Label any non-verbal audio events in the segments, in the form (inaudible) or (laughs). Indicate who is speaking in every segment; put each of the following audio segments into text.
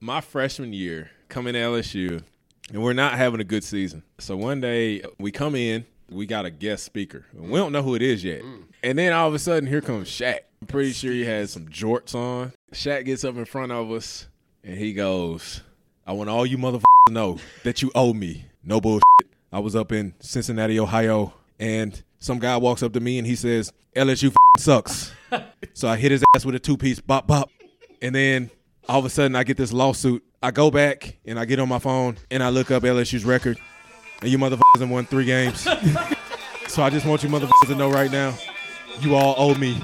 Speaker 1: my freshman year coming to LSU, and we're not having a good season. So one day we come in, we got a guest speaker. And we don't know who it is yet. And then all of a sudden, here comes Shaq. I'm pretty sure he had some jorts on. Shaq gets up in front of us and he goes, I want all you motherfuckers to know that you owe me. No bullshit. I was up in Cincinnati, Ohio, and some guy walks up to me and he says, LSU f- sucks. so I hit his ass with a two piece bop bop. And then all of a sudden I get this lawsuit. I go back and I get on my phone and I look up LSU's record. And you motherfuckers done won three games. (laughs) so I just want you motherfuckers to know right now, you all owe me.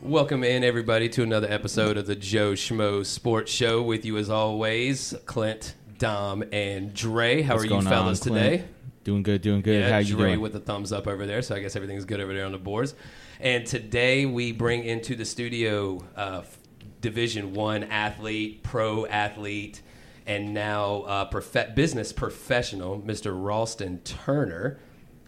Speaker 2: Welcome in everybody to another episode of the Joe Schmo Sports Show. With you as always, Clint, Dom, and Dre. How are you
Speaker 3: going on,
Speaker 2: fellas
Speaker 3: Clint?
Speaker 2: today?
Speaker 3: Doing good, doing good. How you
Speaker 2: Dre
Speaker 3: doing?
Speaker 2: with a thumbs up over there. So I guess everything's good over there on the boards. And today we bring into the studio uh, f- Division One athlete, pro athlete, and now uh, profe- business professional, Mr. Ralston Turner.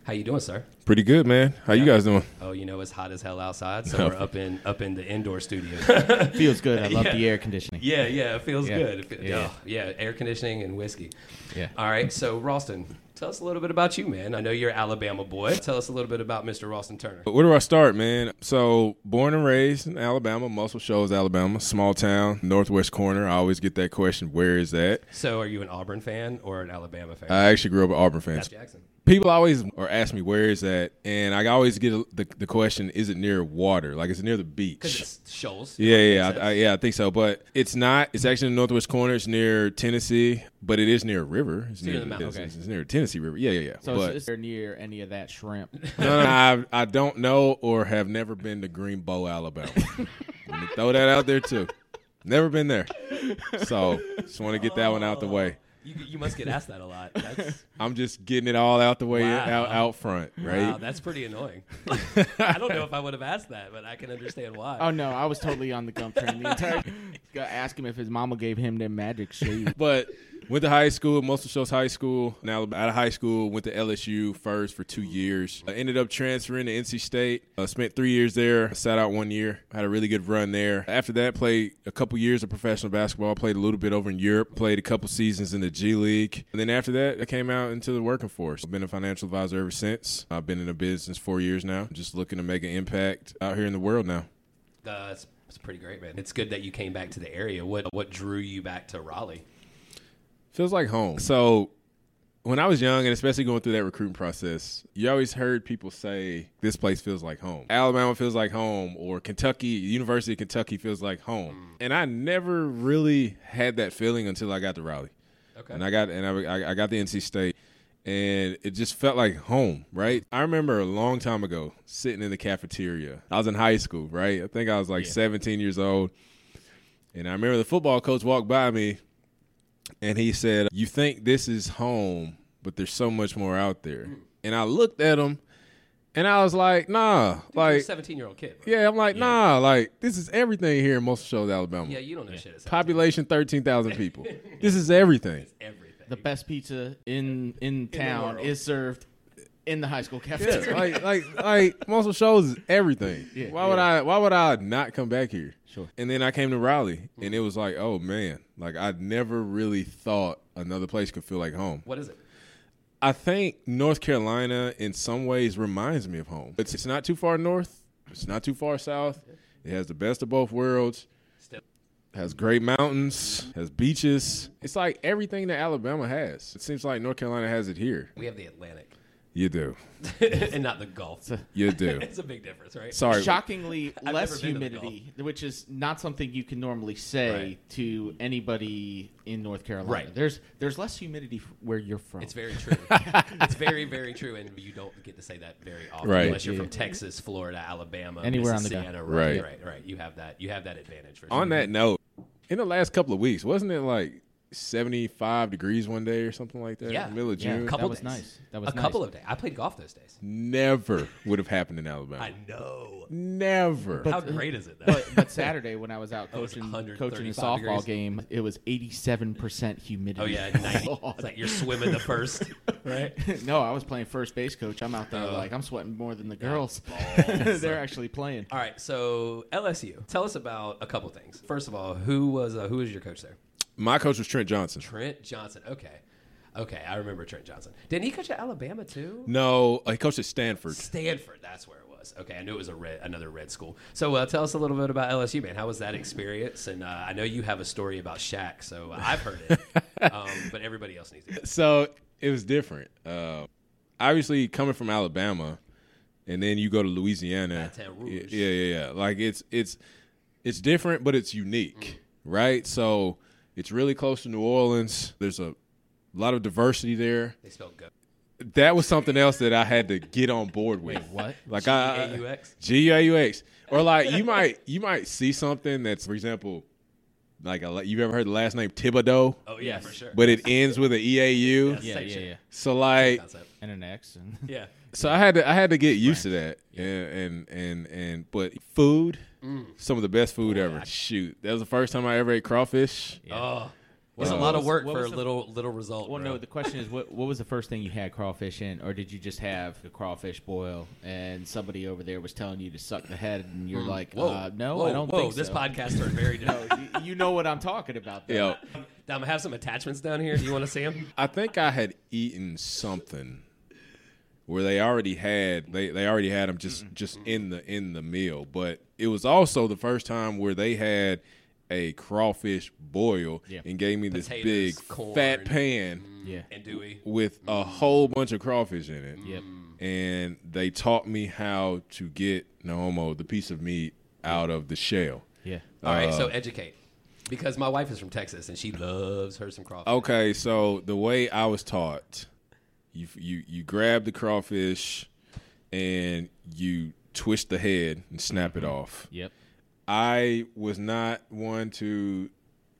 Speaker 2: How you doing, sir?
Speaker 1: Pretty good, man. How you guys doing?
Speaker 2: Oh, you know it's hot as hell outside, so
Speaker 3: (laughs)
Speaker 2: we're up in up in the indoor studio.
Speaker 3: (laughs) Feels
Speaker 2: (laughs)
Speaker 3: good. I love
Speaker 2: Yeah.
Speaker 3: the air conditioning.
Speaker 2: Yeah, yeah, it feels
Speaker 3: Yeah.
Speaker 2: good. It fe-
Speaker 3: Yeah,
Speaker 2: oh, yeah, air conditioning and whiskey.
Speaker 3: Yeah.
Speaker 2: All right, so Ralston, tell us a little bit about you, man. I know you're an Alabama boy. Tell us a little bit about Mr. Ralston Turner.
Speaker 1: Where do I start, man? So, born and raised in Alabama, Muscle Shoals, Alabama, small town, northwest corner. I always get that question, where is that?
Speaker 2: So, are you an Auburn fan or an Alabama fan?
Speaker 1: I actually grew up an Auburn fan.
Speaker 2: Jackson.
Speaker 1: People always or ask me, where is that? And I always get the, the question, is it near water? Like, is it near the
Speaker 2: Because
Speaker 1: beach?
Speaker 2: it's Shoals.
Speaker 1: Yeah, yeah,
Speaker 2: Makes
Speaker 1: I, I,
Speaker 2: sense.
Speaker 1: yeah, I think so. But it's not. It's actually in the northwest corner. It's near Tennessee, but it is near a river. It's
Speaker 2: near the mountain.
Speaker 1: it's,
Speaker 2: Okay.
Speaker 1: it's near Tennessee River. Yeah, yeah, yeah.
Speaker 3: So
Speaker 1: but
Speaker 3: it's, it's near any of that shrimp. (laughs)
Speaker 1: no, no, I, I don't know or have never been to Greenbow,
Speaker 2: (laughs)
Speaker 1: Alabama. Let me throw that out there too. Never been there, so just want to get that one out the way.
Speaker 2: You, you must get asked that a lot. That's,
Speaker 1: I'm just getting it all out the way
Speaker 2: Wow.
Speaker 1: out out front, (laughs) right?
Speaker 2: wow, that's pretty annoying. I don't know if I would have asked that, but I can understand why.
Speaker 3: oh no, I was totally on the gum train the (laughs) entire. Gotta ask him if his mama gave him them magic shades.
Speaker 1: But went to high school, Muscle Shoals High School. Now out of high school, went to LSU first for two years. I ended up transferring to NC State. Uh, spent three years there. Sat out one year. Had a really good run there. After that, played a couple years of professional basketball. Played a little bit over in Europe. Played a couple seasons in the G League. And then after that, I came out into the working force. I've been a financial advisor ever since. I've been in the business four years now. Just looking to make an impact out here in the world now.
Speaker 2: Uh, it's, it's pretty great, man. It's good that you came back to the area. What what drew you back to Raleigh?
Speaker 1: Feels like home. So when I was young, and especially going through that recruiting process, you always heard people say, "This place feels like home." Alabama feels like home, or Kentucky University of Kentucky feels like home. And I never really had that feeling until I got to Raleigh,
Speaker 2: Okay.
Speaker 1: and I got and I, I- I got the NC State, and it just felt like home. Right? I remember a long time ago sitting in the cafeteria. I was in high school, right? I think I was like 17 years old, and I remember the football coach walked by me and he said, "You think this is home, but there's so much more out there."
Speaker 2: Mm.
Speaker 1: And I looked at him, and I was like, "Nah,
Speaker 2: You're a
Speaker 1: like,
Speaker 2: 17 year old kid. right?
Speaker 1: yeah, I'm like, nah, like, this is everything here in most shows, Alabama.
Speaker 2: Yeah, you don't know shit. It's
Speaker 1: Population thirteen thousand people.
Speaker 2: (laughs)
Speaker 1: this is everything.
Speaker 2: everything.
Speaker 3: The best pizza in in town
Speaker 2: world.
Speaker 3: is served in the high school
Speaker 1: Yeah,
Speaker 2: (laughs)
Speaker 3: cafeteria.
Speaker 1: like like like muscle shows is everything.
Speaker 3: Yeah,
Speaker 1: why would
Speaker 3: yeah.
Speaker 1: I why would I not come back here?
Speaker 3: Sure. Mm.
Speaker 1: And then I came to Raleigh, and it was like, oh man, like I never really thought another place could feel like home.
Speaker 2: What is it?
Speaker 1: I think North Carolina in some ways reminds me of home. It's it's not too far north, it's not too far south. It has the best of both worlds.
Speaker 2: Still.
Speaker 1: Has great mountains, has beaches. It's like everything that Alabama has. It seems like North Carolina has it here.
Speaker 2: We have the Atlantic
Speaker 1: You do.
Speaker 2: and not the Gulf.
Speaker 1: You
Speaker 3: (laughs)
Speaker 1: do.
Speaker 2: It's a big difference, right?
Speaker 1: Sorry.
Speaker 3: Shockingly
Speaker 2: I've
Speaker 3: less
Speaker 2: never been to the
Speaker 3: humidity, which is not something you can normally say
Speaker 2: Right.
Speaker 3: to anybody in North Carolina.
Speaker 2: Right.
Speaker 3: There's there's less humidity f- where you're from.
Speaker 2: It's very true. it's very, very true, and you don't get to say that very often
Speaker 1: Right.
Speaker 2: unless you're
Speaker 3: Yeah.
Speaker 2: from Texas, Florida, Alabama,
Speaker 3: Anywhere on the
Speaker 2: Mississippi,
Speaker 1: Right.
Speaker 2: right, right, right. You have that. You have that advantage. For sure.
Speaker 1: On that note, in the last couple of weeks, wasn't it like 75 degrees one day or something like that.
Speaker 2: Yeah.
Speaker 1: Middle of
Speaker 3: Yeah.
Speaker 1: June.
Speaker 2: couple
Speaker 3: was
Speaker 2: days.
Speaker 3: nice. That was
Speaker 2: a couple
Speaker 3: nice.
Speaker 2: of days. I played golf those days.
Speaker 1: Never would have happened in Alabama.
Speaker 2: I know.
Speaker 1: Never.
Speaker 2: How great is it? Though?
Speaker 3: But, (laughs) but Saturday when I was out
Speaker 2: Oh, it's
Speaker 3: coaching,
Speaker 2: 135
Speaker 3: coaching the softball
Speaker 2: degrees.
Speaker 3: game, it was 87% humidity.
Speaker 2: oh yeah,
Speaker 3: (laughs)
Speaker 2: ninety. It's like you're swimming the first, right?
Speaker 3: no, I was playing first base coach. I'm out there like I'm sweating more than the girls. (laughs) They're actually playing.
Speaker 2: All right, so LSU. Tell us about a couple things. First of all, who was uh, who was your coach there?
Speaker 1: My coach was Trent Johnson.
Speaker 2: Trent Johnson. Okay, okay, I remember Trent Johnson. Didn't he coach at Alabama too?
Speaker 1: No, he coached at Stanford.
Speaker 2: Stanford. That's where it was. Okay, I knew it was a red, another red school. So uh, tell us a little bit about LSU, man. How was that experience? And uh, I know you have a story about Shaq, so uh, I've heard
Speaker 3: (laughs)
Speaker 2: it, um, but everybody else needs to. hear it.
Speaker 1: So it was different. Uh, obviously, coming from Alabama, and then you go to Louisiana.
Speaker 2: Baton
Speaker 1: Yeah,
Speaker 2: Rouge.
Speaker 1: yeah, yeah. Like it's it's it's different, but it's
Speaker 2: Mm.
Speaker 1: unique, right? So it's really close to New Orleans. There's a lot of diversity there.
Speaker 2: They spelled go.
Speaker 1: That was something else that I had to get on board with.
Speaker 3: What?
Speaker 1: Like I
Speaker 2: G-A-U-X?
Speaker 1: G-A-U-X. Or like you might you might see something that's, for example, like a, you've ever heard the last name Thibodeau,
Speaker 2: Oh yeah,
Speaker 3: Yes.
Speaker 2: for sure.
Speaker 1: but it ends with an EAU.
Speaker 2: Yes.
Speaker 3: Yeah, yeah,
Speaker 2: Section.
Speaker 3: yeah.
Speaker 1: So like
Speaker 2: Concept.
Speaker 3: And an X. And (laughs)
Speaker 2: yeah.
Speaker 1: so I had to I had to get used to that. And, and and and but food, some of the best food ever. Shoot. That was the first time I ever ate crawfish.
Speaker 2: Oh, it's
Speaker 1: Wow.
Speaker 2: a lot of work
Speaker 3: What
Speaker 2: for a
Speaker 3: was the-
Speaker 2: little little result.
Speaker 3: well,
Speaker 2: bro.
Speaker 3: no. The question is, what what was the first thing you had crawfish in, or did you just have a crawfish boil? And somebody over there was telling you to suck the head, and you're like,
Speaker 2: Whoa,
Speaker 3: uh, no,
Speaker 2: whoa,
Speaker 3: I don't
Speaker 2: whoa,
Speaker 3: think
Speaker 2: this
Speaker 3: so.
Speaker 2: podcast turned
Speaker 3: (laughs)
Speaker 2: very dark.
Speaker 3: Y- you know what I'm talking about. Though.
Speaker 1: Yeah.
Speaker 2: (laughs) Dom, I have some attachments down here. Do you want to see
Speaker 3: (laughs)
Speaker 2: them?
Speaker 1: I think I had eaten something where they already had they, they already had them just just in the in the meal, but it was also the first time where they had a crawfish boil
Speaker 3: Yeah. Mm-hmm.
Speaker 1: and gave me this
Speaker 2: Potatoes,
Speaker 1: big
Speaker 2: corn.
Speaker 1: fat pan
Speaker 3: Yeah.
Speaker 2: And Dewey.
Speaker 1: with a whole bunch of crawfish in it.
Speaker 3: Yep.
Speaker 1: And they taught me how to get no homo the piece of meat out of the shell.
Speaker 3: Yeah.
Speaker 2: All right,
Speaker 3: Uh,
Speaker 2: so educate. Because my wife is from Texas and she loves her some crawfish.
Speaker 1: Okay, so the way I was taught, you you you grab the crawfish and you twist the head and snap it off.
Speaker 3: Yep.
Speaker 1: I was not one to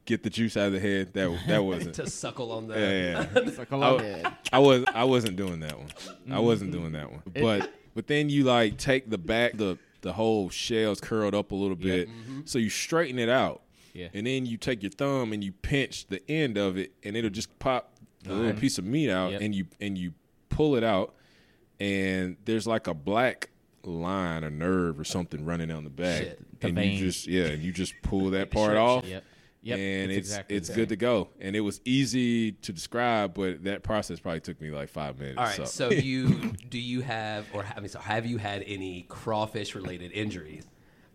Speaker 1: get the juice out of the head. That that wasn't.
Speaker 2: To suckle on the.
Speaker 1: Yeah, yeah.
Speaker 3: Suck
Speaker 1: I, (laughs) I was I wasn't doing that one. I wasn't doing that one. But but then you like take the back the the whole shell's curled up a little bit, so you straighten it out.
Speaker 3: Mm-hmm. Yeah.
Speaker 1: And then you take your thumb and you pinch the end of it, and it'll just pop the little piece of meat out,
Speaker 3: Yep.
Speaker 1: and you and you pull it out, and there's like a black line or nerve or something running down the back,
Speaker 2: Shit.
Speaker 3: The
Speaker 1: and
Speaker 3: vein.
Speaker 1: you just yeah, and you just
Speaker 3: (laughs)
Speaker 1: pull that part off.
Speaker 3: Yep. Yep.
Speaker 1: and it's it's,
Speaker 3: exactly the
Speaker 1: good
Speaker 3: same.
Speaker 1: to go. And it was easy to describe, but that process probably took me like five minutes.
Speaker 2: All right, so you do you have or ha- I mean, so have you had any crawfish related injuries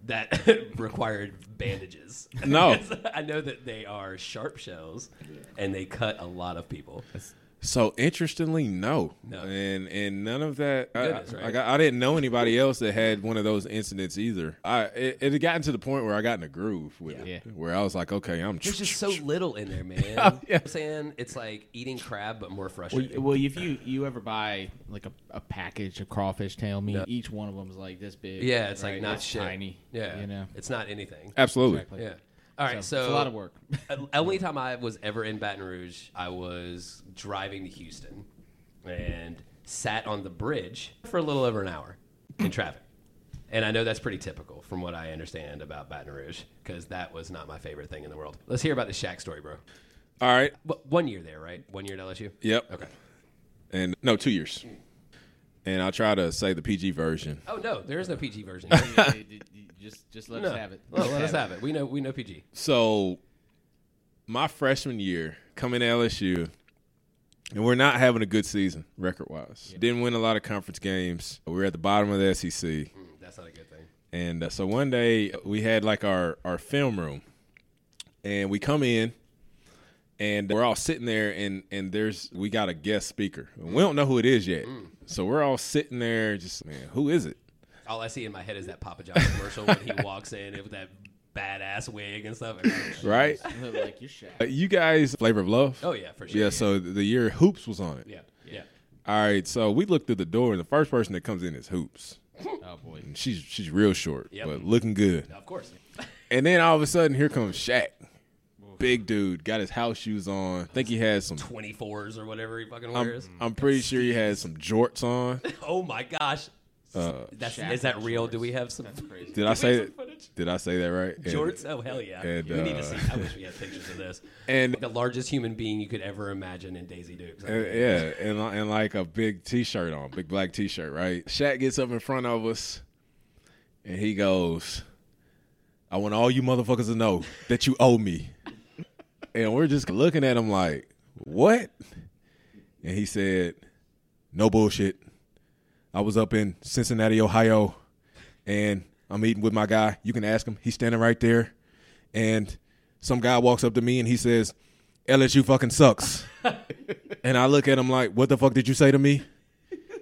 Speaker 2: that (laughs) required bandages? (laughs)
Speaker 1: No.
Speaker 2: Because I know that they are sharp shells and they cut a lot of people.
Speaker 1: So interestingly, no,
Speaker 2: No.
Speaker 1: and and none of that. I-
Speaker 2: Goodness,
Speaker 1: I,
Speaker 2: right?
Speaker 1: like, I, I didn't know anybody else that had one of those incidents either. I it, it had gotten to the point where I got in a groove with
Speaker 3: Yeah.
Speaker 1: it, where I was like, okay, I'm
Speaker 2: There's just
Speaker 3: (laughs)
Speaker 2: so little in there, man. You know what I'm saying it's like eating crab, but more
Speaker 3: Well,
Speaker 2: frustrating.
Speaker 3: y- well, if you you ever buy like a, a package of crawfish tail meat,
Speaker 2: No.
Speaker 3: each one of them's like this big.
Speaker 2: yeah, it's
Speaker 3: right?
Speaker 2: like not
Speaker 3: It's
Speaker 2: shit.
Speaker 3: tiny.
Speaker 2: Yeah,
Speaker 3: you know.
Speaker 2: it's not anything.
Speaker 1: absolutely.
Speaker 3: Exactly.
Speaker 2: Yeah. All right, so,
Speaker 3: it's a lot
Speaker 2: (laughs)
Speaker 3: of work. (laughs)
Speaker 2: Uh, only time I was ever in Baton Rouge, I was driving to Houston and sat on the bridge for a little over an hour in traffic. And I know that's pretty typical from what I understand about Baton Rouge because that was not my favorite thing in the world. Let's hear about the Shaq story, bro.
Speaker 1: All right.
Speaker 2: But one year there, right? One year at LSU?
Speaker 1: Yep.
Speaker 2: Okay.
Speaker 1: And no, two years. And I'll try to say the PG version.
Speaker 2: Oh, no, there is no PG version.
Speaker 3: Yeah, you- you just just let
Speaker 2: No.
Speaker 3: us have it.
Speaker 2: Well, let us have it. We know, we know PG.
Speaker 1: So, my freshman year coming to LSU, and we're not having a good season record wise. Didn't win a lot of conference games. We were at the bottom of the SEC.
Speaker 2: Mm, That's not a good thing.
Speaker 1: And uh, so one day we had like our our film room, and we come in, and we're all sitting there, and and there's we got a guest speaker. And we don't know who it is yet,
Speaker 2: Mm.
Speaker 1: so we're all sitting there, just man, who is it?
Speaker 2: All I see in my head is that Papa John commercial when he walks in with that badass wig and stuff.
Speaker 1: Right?
Speaker 3: it. like you're Shaq.
Speaker 1: Uh, you guys, Flavor of Love.
Speaker 2: Oh, yeah, for sure.
Speaker 1: Yeah, so the year Hoops was on it.
Speaker 2: (laughs) Yeah, yeah.
Speaker 1: All right, so we look through the door, and the first person that comes in is Hoops.
Speaker 3: Oh boy.
Speaker 1: And she's she's real short,
Speaker 2: Yep. (laughs)
Speaker 1: but looking good.
Speaker 2: Of course.
Speaker 1: And then all of a sudden, here comes Shaq. big dude, got his house shoes on. I think he had some.
Speaker 2: 24s or whatever he fucking
Speaker 1: I'm,
Speaker 2: wears.
Speaker 1: I'm pretty sure he had some jorts on.
Speaker 2: oh my gosh. That's, is that
Speaker 3: Shackled
Speaker 2: real?
Speaker 3: shorts.
Speaker 2: Do we have some (laughs)
Speaker 3: Crazy.
Speaker 1: Did I say
Speaker 2: some
Speaker 1: that?
Speaker 2: footage?
Speaker 1: Did I say that right? And-
Speaker 2: jorts? Oh hell yeah!
Speaker 1: and,
Speaker 2: we need
Speaker 1: uh,
Speaker 2: to see. I wish we had pictures of this.
Speaker 1: and-
Speaker 2: the largest human being you could ever imagine in Daisy Dukes.
Speaker 1: And, Uh, yeah, and li- and like a big T-shirt on, big black T-shirt, right? Shaq gets up in front of us, and he goes, "I want all you motherfuckers to know that you owe me." (laughs) and we're just looking at him like, "What?" And he said, "No bullshit. I was up in Cincinnati, Ohio, and I'm eating with my guy. You can ask him. He's standing right there, and." Some guy walks up to me and he says, LSU fucking sucks. And I look at him like, what the fuck did you say to me?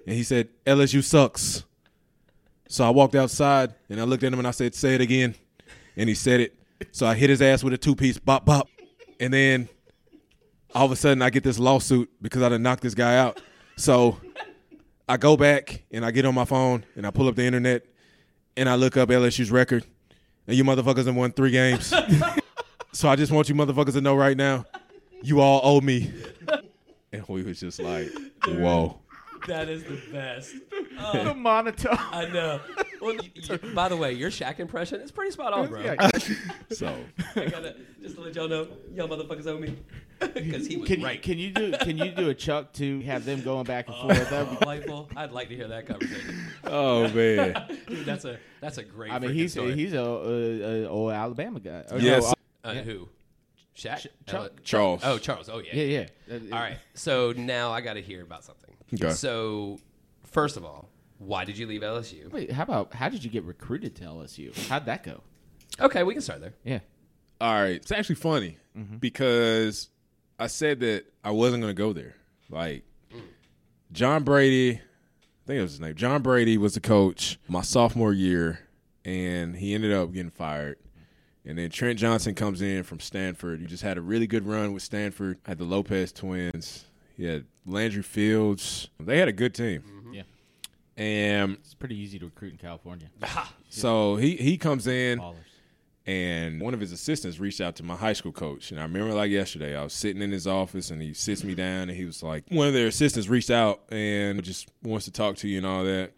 Speaker 1: And he said, LSU sucks. So I walked outside and I looked at him and I said, say it again. And he said it. So I hit his ass with a two piece bop bop. And then all of a sudden I get this lawsuit because I done knocked this guy out. So I go back and I get on my phone and I pull up the internet and I look up LSU's record. And you motherfuckers have won three games. (laughs) so I just want you motherfuckers to know right now, you all owe me. And we was just like, whoa.
Speaker 2: that is the best.
Speaker 4: the monotone.
Speaker 2: I know. Well, y- y- by the way, your Shaq impression is pretty spot on, bro.
Speaker 4: Yeah.
Speaker 1: So
Speaker 2: I gotta just to let y'all know, y'all motherfuckers owe me (laughs) because he was
Speaker 3: Can you,
Speaker 2: right.
Speaker 3: can you do can you do a Chuck to have them going back and forth?
Speaker 2: (laughs) Oh
Speaker 3: That'd be-
Speaker 2: Delightful. I'd like to hear that conversation.
Speaker 1: Oh man.
Speaker 2: Dude, that's a that's a great.
Speaker 3: I mean,
Speaker 2: freaking
Speaker 3: he's
Speaker 2: story.
Speaker 3: he's a, a, a old Alabama guy. Or no,
Speaker 1: Yes.
Speaker 2: uh, who? Shaq.
Speaker 3: Chuck.
Speaker 2: Ele-
Speaker 1: Charles.
Speaker 2: Oh, Charles. Oh yeah.
Speaker 3: yeah, yeah.
Speaker 2: All right. So now I got to hear about something.
Speaker 1: Okay.
Speaker 2: So first of all, why did you leave LSU?
Speaker 3: Wait, how about how did you get recruited to LSU? How'd that go?
Speaker 2: Okay, we can start there.
Speaker 3: Yeah.
Speaker 1: All right. It's actually funny because I said that I wasn't going to go there. Like John Brady, I think it was his name. John Brady was the coach my sophomore year, and he ended up getting fired. And then Trent Johnson comes in from Stanford. He just had a really good run with Stanford. Had the Lopez twins. He had Landry Fields. They had a good team.
Speaker 3: Yeah.
Speaker 1: And
Speaker 3: It's pretty easy to recruit in (laughs) California.
Speaker 1: so he he comes in.
Speaker 3: Ballers.
Speaker 1: and one of his assistants reached out to my high school coach and i remember like yesterday i was sitting in his office and he sits me down and he was like one of their assistants reached out and just wants to talk to you and all that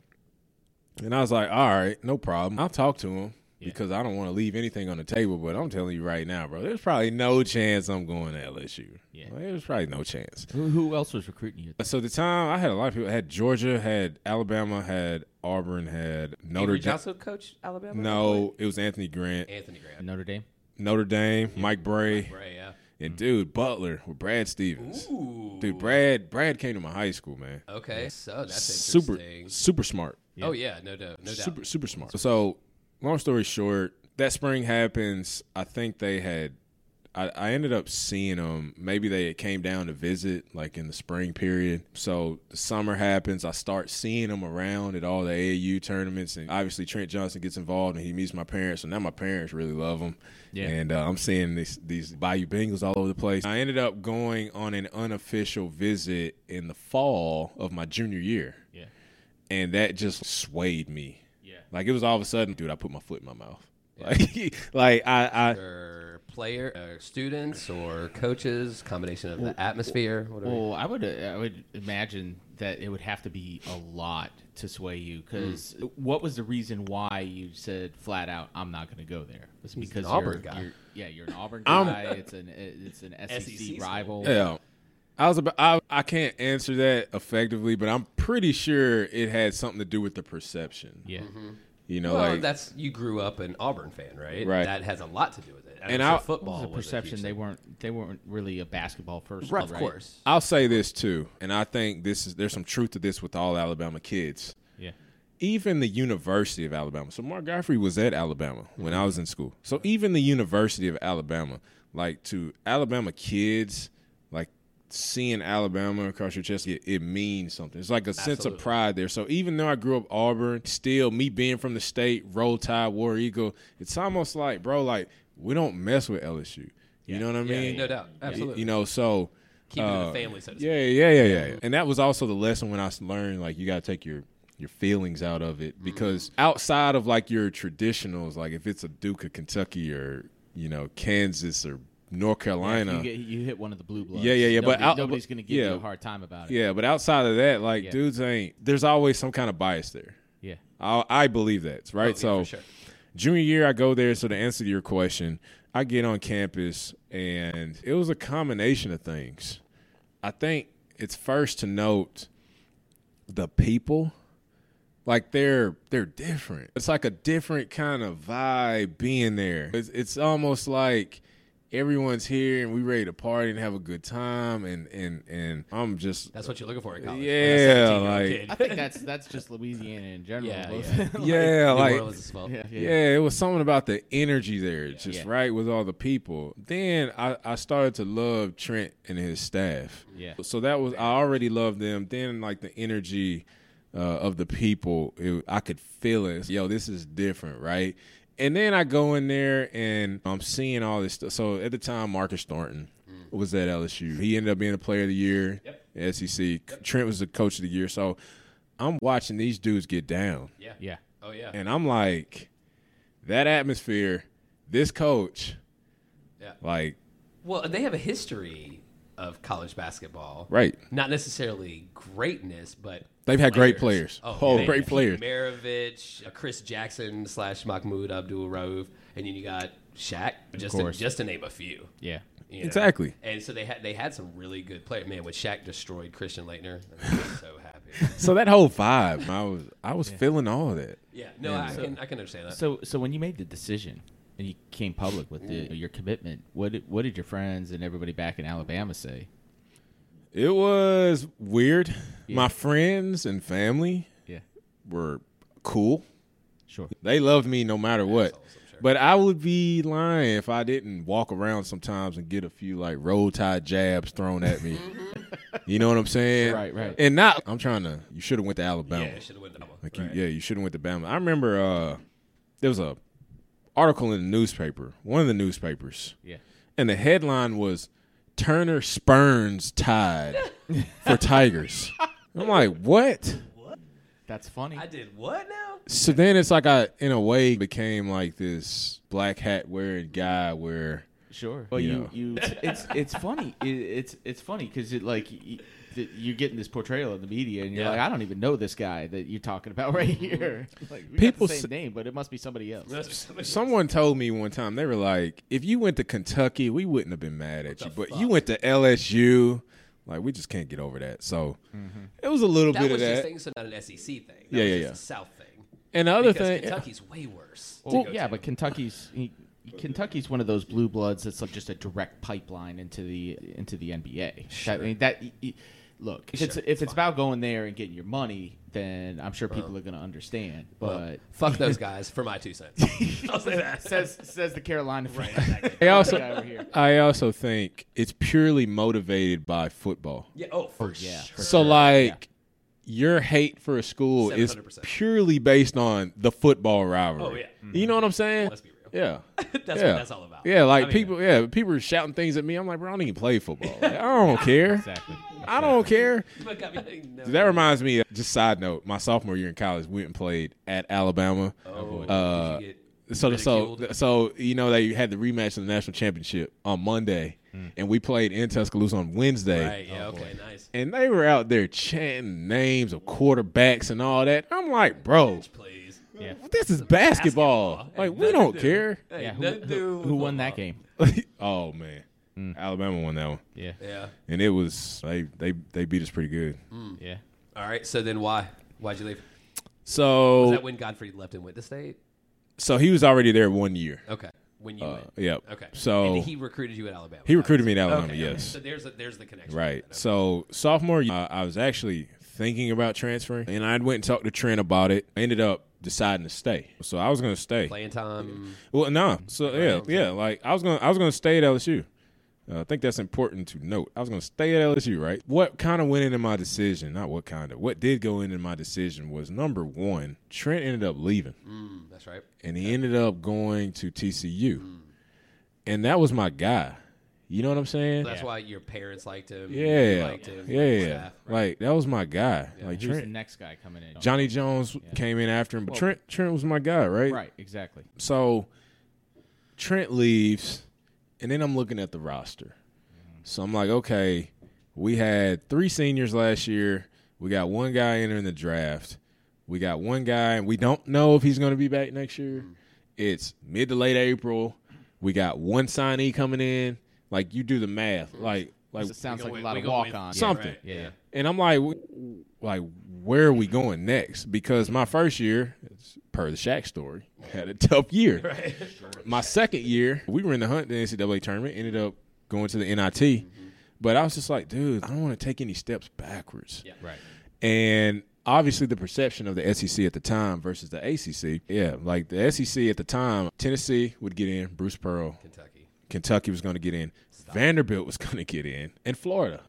Speaker 1: and i was like all right no problem i'll talk to him because i don't want to leave anything on the table but i'm telling you right now bro there's probably no chance i'm going to lsu
Speaker 3: Yeah.
Speaker 1: Like, there's probably no chance
Speaker 3: Who, who else was recruiting you?
Speaker 1: so at the time i had a lot of people had georgia had alabama had auburn had notre
Speaker 2: Avery
Speaker 1: dame
Speaker 2: Johnson coach Alabama.
Speaker 1: no it was anthony grant
Speaker 2: Anthony Graham.
Speaker 3: Notre Dame.
Speaker 1: notre dame mike bray
Speaker 2: Right. Yeah.
Speaker 1: and dude, Butler with Brad Stevens.
Speaker 2: Ooh.
Speaker 1: Dude, Brad Brad came to my high school, man.
Speaker 2: Okay. So that's
Speaker 1: super
Speaker 2: interesting.
Speaker 1: super smart.
Speaker 2: Oh yeah. No doubt. No doubt.
Speaker 1: Super super smart. So, long story short, that spring happens. I think they had I, I ended up seeing them. Maybe they had came down to visit, like in the spring period. So the summer happens. I start seeing them around at all the AAU tournaments, and obviously Trent Johnson gets involved, and he meets my parents. So now my parents really love him.
Speaker 3: Yeah.
Speaker 1: And uh, I'm seeing these these Bayou Bengals all over the place. I ended up going on an unofficial visit in the fall of my junior year,
Speaker 3: Yeah.
Speaker 1: and that just swayed me.
Speaker 3: Yeah.
Speaker 1: Like it was all of a sudden, dude. I put my foot in my mouth. Like, (laughs) like I, I,
Speaker 2: Or player, or students, or coaches, combination of the atmosphere. Whatever.
Speaker 3: Well, I would uh, I would imagine that it would have to be a lot to sway you because what was the reason why you said flat out I'm not going to go there? Was
Speaker 2: He's
Speaker 3: it
Speaker 2: an
Speaker 3: because
Speaker 2: Auburn
Speaker 3: you're,
Speaker 2: guy.
Speaker 3: you're- yeah, you're
Speaker 1: (laughs)
Speaker 3: an Auburn
Speaker 1: I'm- E
Speaker 3: guy. it's an it's
Speaker 1: (laughs)
Speaker 3: an SEC,
Speaker 2: SEC.
Speaker 3: rival.
Speaker 1: Yeah. I was about I, I can't answer that effectively, but I'm pretty sure it had something to do with the perception.
Speaker 3: Yeah.
Speaker 1: You know,
Speaker 2: Well,
Speaker 1: like
Speaker 2: that's you grew up an Auburn fan, right?
Speaker 1: Right.
Speaker 2: That has a lot to do with it. And,
Speaker 1: And
Speaker 2: I'm sure
Speaker 1: I-
Speaker 2: football
Speaker 3: What was the
Speaker 2: was a huge
Speaker 3: perception they
Speaker 2: thing.
Speaker 3: weren't they weren't really a basketball first.
Speaker 2: Right, of course.
Speaker 1: I'll say this too, and I think this is there's some truth to this with all Alabama kids.
Speaker 3: Yeah.
Speaker 1: Even the University of Alabama. So Mark Godfrey was at Alabama when I was in school. So even the University of Alabama, like to Alabama kids, like seeing Alabama across your chest, it, it means something. It's like a sense of
Speaker 2: Absolutely.
Speaker 1: pride there. So even though I grew up Auburn, still me being from the state, roll tide, war eagle, it's almost like, bro, like we don't mess with LSU. You know what I
Speaker 2: Yeah,
Speaker 1: mean?
Speaker 2: no doubt. Absolutely.
Speaker 1: You know, so
Speaker 2: Keep it in
Speaker 1: uh,
Speaker 2: the family, so to speak.
Speaker 1: yeah, yeah, yeah, yeah, yeah. And that was also the lesson when I s- learned like you got to take your your feelings out of it because outside of like your traditionals, like if it's a Duke of Kentucky or you know Kansas or North
Speaker 3: If
Speaker 1: Carolina.
Speaker 3: you, get, you hit one of the blue bloods.
Speaker 1: Yeah, yeah, yeah, but
Speaker 3: nobody-
Speaker 1: out-
Speaker 3: nobody's going to give you
Speaker 1: yeah.
Speaker 3: a hard time about it.
Speaker 1: yeah, but outside of that, like
Speaker 3: Yeah.
Speaker 1: dudes ain't. There's always some kind of bias there.
Speaker 3: yeah.
Speaker 1: I, I believe that, right?
Speaker 2: Oh, yeah,
Speaker 1: so,
Speaker 2: for sure.
Speaker 1: junior year, I go there. So, to answer your question, I get on campus, and it was a combination of things. I think it's first to note the people, like they're they're different. It's like a different kind of vibe being there. It's it's almost like everyone's here and we ready to party and have a good time, and and and I'm just
Speaker 2: That's what you're looking for in college.
Speaker 1: Yeah, like-
Speaker 3: I think that's that's just Louisiana in general.
Speaker 2: Yeah,
Speaker 3: Both-
Speaker 2: yeah.
Speaker 1: yeah,
Speaker 2: like,
Speaker 1: like
Speaker 2: as well.
Speaker 3: (laughs) yeah, yeah.
Speaker 1: Yeah, it was something about the energy there, just
Speaker 3: Yeah.
Speaker 1: right with all the people. Then I, I started to love Trent and his staff.
Speaker 3: Yeah.
Speaker 1: So that was I already loved them. Then like the energy uh, of the people, it, I could feel it. Yo, this is different, right? And then I go in there and I'm seeing all this stuff. So at the time, Marcus Thornton
Speaker 3: Mm.
Speaker 1: was at LSU. He ended up being a player of the year, at SEC. Trent was the coach of the year. So I'm watching these dudes get down.
Speaker 2: Yeah.
Speaker 3: Yeah.
Speaker 2: Oh yeah.
Speaker 1: And I'm like, that atmosphere, this coach,
Speaker 2: Yeah.
Speaker 1: like,
Speaker 2: Well, and they have a history of college basketball.
Speaker 1: right.
Speaker 2: Not necessarily greatness, but
Speaker 1: They've had great players. Oh,
Speaker 2: yeah.
Speaker 1: great players.
Speaker 2: Maravich, uh, Chris Jackson slash Mahmoud Abdul Rauf, and then you got Shaq. Just to,
Speaker 3: course.
Speaker 2: just to name a few.
Speaker 3: Yeah.
Speaker 2: you know?
Speaker 1: Exactly.
Speaker 2: And so they had they had some really good players. Man, when Shaq destroyed Christian Leitner,
Speaker 1: (laughs)
Speaker 2: I was so happy.
Speaker 1: So that whole vibe, I was I was feeling all of that.
Speaker 2: Yeah. No, I, can, I can understand that.
Speaker 3: So so when you made the decision and you came public with the, your commitment, what did, what did your friends and everybody back in Alabama say?
Speaker 1: It was weird. My friends and family
Speaker 3: Yeah.
Speaker 1: were cool.
Speaker 3: Sure.
Speaker 1: They loved me no matter what.
Speaker 2: Assholes, I'm sure.
Speaker 1: But I would be lying if I didn't walk around sometimes and get a few like roll tie jabs thrown at me.
Speaker 2: Mm-hmm.
Speaker 1: you know what I'm
Speaker 2: (laughs)
Speaker 1: saying?
Speaker 3: Right, right.
Speaker 1: And not I'm trying to you should have went to Alabama.
Speaker 2: yeah, should have went that one.
Speaker 1: Like you, yeah, you shouldn't went to Bama. I remember uh, there was a article in the newspaper, one of the newspapers,
Speaker 3: Yeah.
Speaker 1: and the headline was Turner Spurns tied for
Speaker 2: (laughs)
Speaker 1: Tigers. I'm like, what?
Speaker 3: That's funny.
Speaker 2: I did what now?
Speaker 1: So then it's like I, in a way, became like this black hat wearing guy where
Speaker 3: Sure. Well,
Speaker 1: You
Speaker 3: you
Speaker 1: know.
Speaker 3: you it's it's funny. It, it's it's funny because it like y- y- you're getting this portrayal in the media, and you're
Speaker 2: Yeah.
Speaker 3: like, I don't even know this guy that you're talking about right here. (laughs) Like we
Speaker 1: People
Speaker 3: got the same
Speaker 1: s-
Speaker 3: name, but it must be somebody else.
Speaker 1: someone told me one time they were like, if you went to Kentucky, we wouldn't have been mad at you,
Speaker 2: the
Speaker 1: but
Speaker 2: fuck?
Speaker 1: you went to LSU. Like we just can't get over that. So
Speaker 2: Mm-hmm.
Speaker 1: it was a little
Speaker 2: that
Speaker 1: bit
Speaker 2: was
Speaker 1: of that.
Speaker 2: just thing, so not an SEC thing. That
Speaker 1: Yeah,
Speaker 2: was
Speaker 1: yeah,
Speaker 2: just
Speaker 1: yeah.
Speaker 2: A South thing.
Speaker 1: And the other
Speaker 2: because
Speaker 1: thing,
Speaker 2: Kentucky's way worse. to
Speaker 3: Well,
Speaker 2: go
Speaker 3: yeah,
Speaker 2: to.
Speaker 3: but Kentucky's he, Kentucky's one of those blue bloods that's like just a direct pipeline into the into the NBA. That, I mean, that y- y- look if it's
Speaker 2: Sure,
Speaker 3: if it's about going there and getting your money, then I'm sure people are going to understand. But
Speaker 1: (laughs)
Speaker 2: fuck those guys for my two cents.
Speaker 1: Oh,
Speaker 2: (laughs) I'll say that.
Speaker 3: says says the Carolina fan.
Speaker 2: (laughs)
Speaker 1: I
Speaker 3: Guy over
Speaker 1: also,
Speaker 3: here.
Speaker 1: I also think it's purely motivated by football.
Speaker 2: Yeah. Oh, for
Speaker 3: yeah.
Speaker 2: sure.
Speaker 1: So like, your hate for a school is
Speaker 2: 700%.
Speaker 1: purely based on the football rivalry.
Speaker 2: Oh, yeah.
Speaker 1: You know what I'm saying?
Speaker 2: Let's be real.
Speaker 1: Yeah.
Speaker 2: (laughs) (laughs) That's
Speaker 1: yeah.
Speaker 2: what that's all about.
Speaker 1: Yeah, like
Speaker 2: I mean,
Speaker 1: people, yeah, people are shouting things at me. I'm like, bro, I don't even play football. Like, I
Speaker 2: (laughs)
Speaker 1: don't care.
Speaker 3: exactly.
Speaker 1: I don't care.
Speaker 2: (laughs) but I mean, no,
Speaker 1: That reminds me. uh, Just side note, my sophomore year in college, we went and played at Alabama.
Speaker 2: oh,
Speaker 1: uh,
Speaker 2: did you get
Speaker 1: So so
Speaker 2: ridiculed?
Speaker 1: so you know they had the rematch of the national championship on Monday, and we played in Tuscaloosa on Wednesday.
Speaker 2: Mm. right. Yeah. okay. Nice.
Speaker 1: Oh, And they were out there chanting names of quarterbacks and all that. I'm like, bro,
Speaker 2: Please.
Speaker 1: this is basketball.
Speaker 2: Basketball.
Speaker 1: Like
Speaker 2: Ain't
Speaker 1: we
Speaker 2: nothing
Speaker 1: don't
Speaker 2: to do. (laughs)
Speaker 1: care.
Speaker 2: Hey,
Speaker 3: Yeah, who,
Speaker 2: nothing to do
Speaker 3: who,
Speaker 2: with
Speaker 3: who won
Speaker 2: football.
Speaker 3: that game?
Speaker 1: oh man,
Speaker 2: Mm.
Speaker 1: Alabama won that one,
Speaker 3: Yeah,
Speaker 2: Yeah.
Speaker 1: and it was they they they beat us pretty good.
Speaker 2: Mm.
Speaker 3: yeah.
Speaker 2: All right. So then why? Why'd you leave? Was
Speaker 1: So
Speaker 2: that when Godfrey left and went to state?
Speaker 1: so he was already there one year.
Speaker 2: Okay. When you
Speaker 1: Uh,
Speaker 2: went.
Speaker 1: yep.
Speaker 2: Okay.
Speaker 1: So
Speaker 2: and he recruited you at Alabama.
Speaker 1: he recruited me at
Speaker 2: Okay,
Speaker 1: Alabama.
Speaker 2: okay.
Speaker 1: Yes.
Speaker 2: So there's a, there's the connection.
Speaker 1: Right. So sophomore, year, uh, I was actually thinking about transferring, and I went and talked to Trent about it. I ended up deciding to stay. So I was going to stay.
Speaker 2: Playing time.
Speaker 1: Well, no. So yeah, yeah. Like I was going, to I was going to stay at LSU. Uh, I think that's important to note. I was going to stay at LSU, right? What kind of went into my decision? Not what kind of. What did go into my decision was number one. Trent ended up leaving,
Speaker 2: Mm, that's right.
Speaker 1: and he ended up going to TCU, and that was my guy. You know what I'm saying?
Speaker 2: That's why your parents liked him. you
Speaker 1: Yeah,
Speaker 2: liked him,
Speaker 1: yeah,
Speaker 2: your
Speaker 1: yeah.
Speaker 2: staff, right?
Speaker 1: Like that was my guy. Like
Speaker 3: Who's the
Speaker 1: Trent,
Speaker 3: next guy coming in?
Speaker 1: Johnny Jones came in after him, but Trent Trent was my guy, right?
Speaker 3: Right. Exactly.
Speaker 1: So Trent leaves, And then I'm looking at the roster. So I'm like, okay, we had three seniors last year. We got one guy entering the draft. We got one guy, and we don't know if he's going to be back next year. It's mid to late April. We got one signee coming in. Like you do the math, like like
Speaker 3: It sounds
Speaker 2: We
Speaker 3: like a
Speaker 2: go
Speaker 3: lot
Speaker 2: with- we go with
Speaker 3: of walk on.
Speaker 1: something.
Speaker 3: Yeah. yeah.
Speaker 1: And I'm like, w- like, where are we going next? Because my first year, it's per the Shaq story, (laughs) had a tough year. (laughs) My second year, we were in the hunt the NCAA tournament, ended up going to the NIT. But I was just like, dude, I don't want to take any steps backwards.
Speaker 2: Yeah.
Speaker 3: Right.
Speaker 1: And obviously, the perception of the SEC at the time versus the ACC, yeah, like the SEC at the time, Tennessee would get in, Bruce Pearl,
Speaker 2: Kentucky.
Speaker 1: Kentucky was going to get in, Vanderbilt was (laughs) going to get in, and Florida.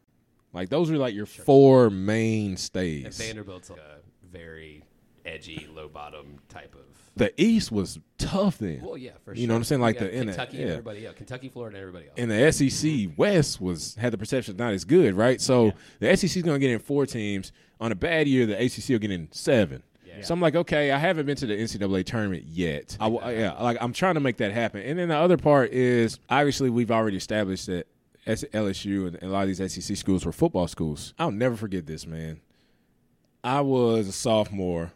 Speaker 1: Like those are like your four mainstays.
Speaker 2: And Vanderbilt's like a very edgy, low bottom type of.
Speaker 1: the East was tough then.
Speaker 2: Well, yeah, for sure.
Speaker 1: You know what I'm saying? Like
Speaker 2: We
Speaker 1: the
Speaker 2: got
Speaker 1: in
Speaker 2: Kentucky
Speaker 1: yeah.
Speaker 2: and everybody. Yeah, Kentucky, Florida, and everybody else.
Speaker 1: and the SEC West was had the perception not as good, right? So the SEC is going to get in four teams. On a bad year, the ACC will get in seven.
Speaker 2: Yeah.
Speaker 1: So I'm like, okay, I haven't been to the NCAA tournament yet. I, w- yeah, like I'm trying to make that happen. And then the other part is obviously we've already established that S- LSU and a lot of these SEC schools were football schools. I'll never forget this, man. I was a sophomore,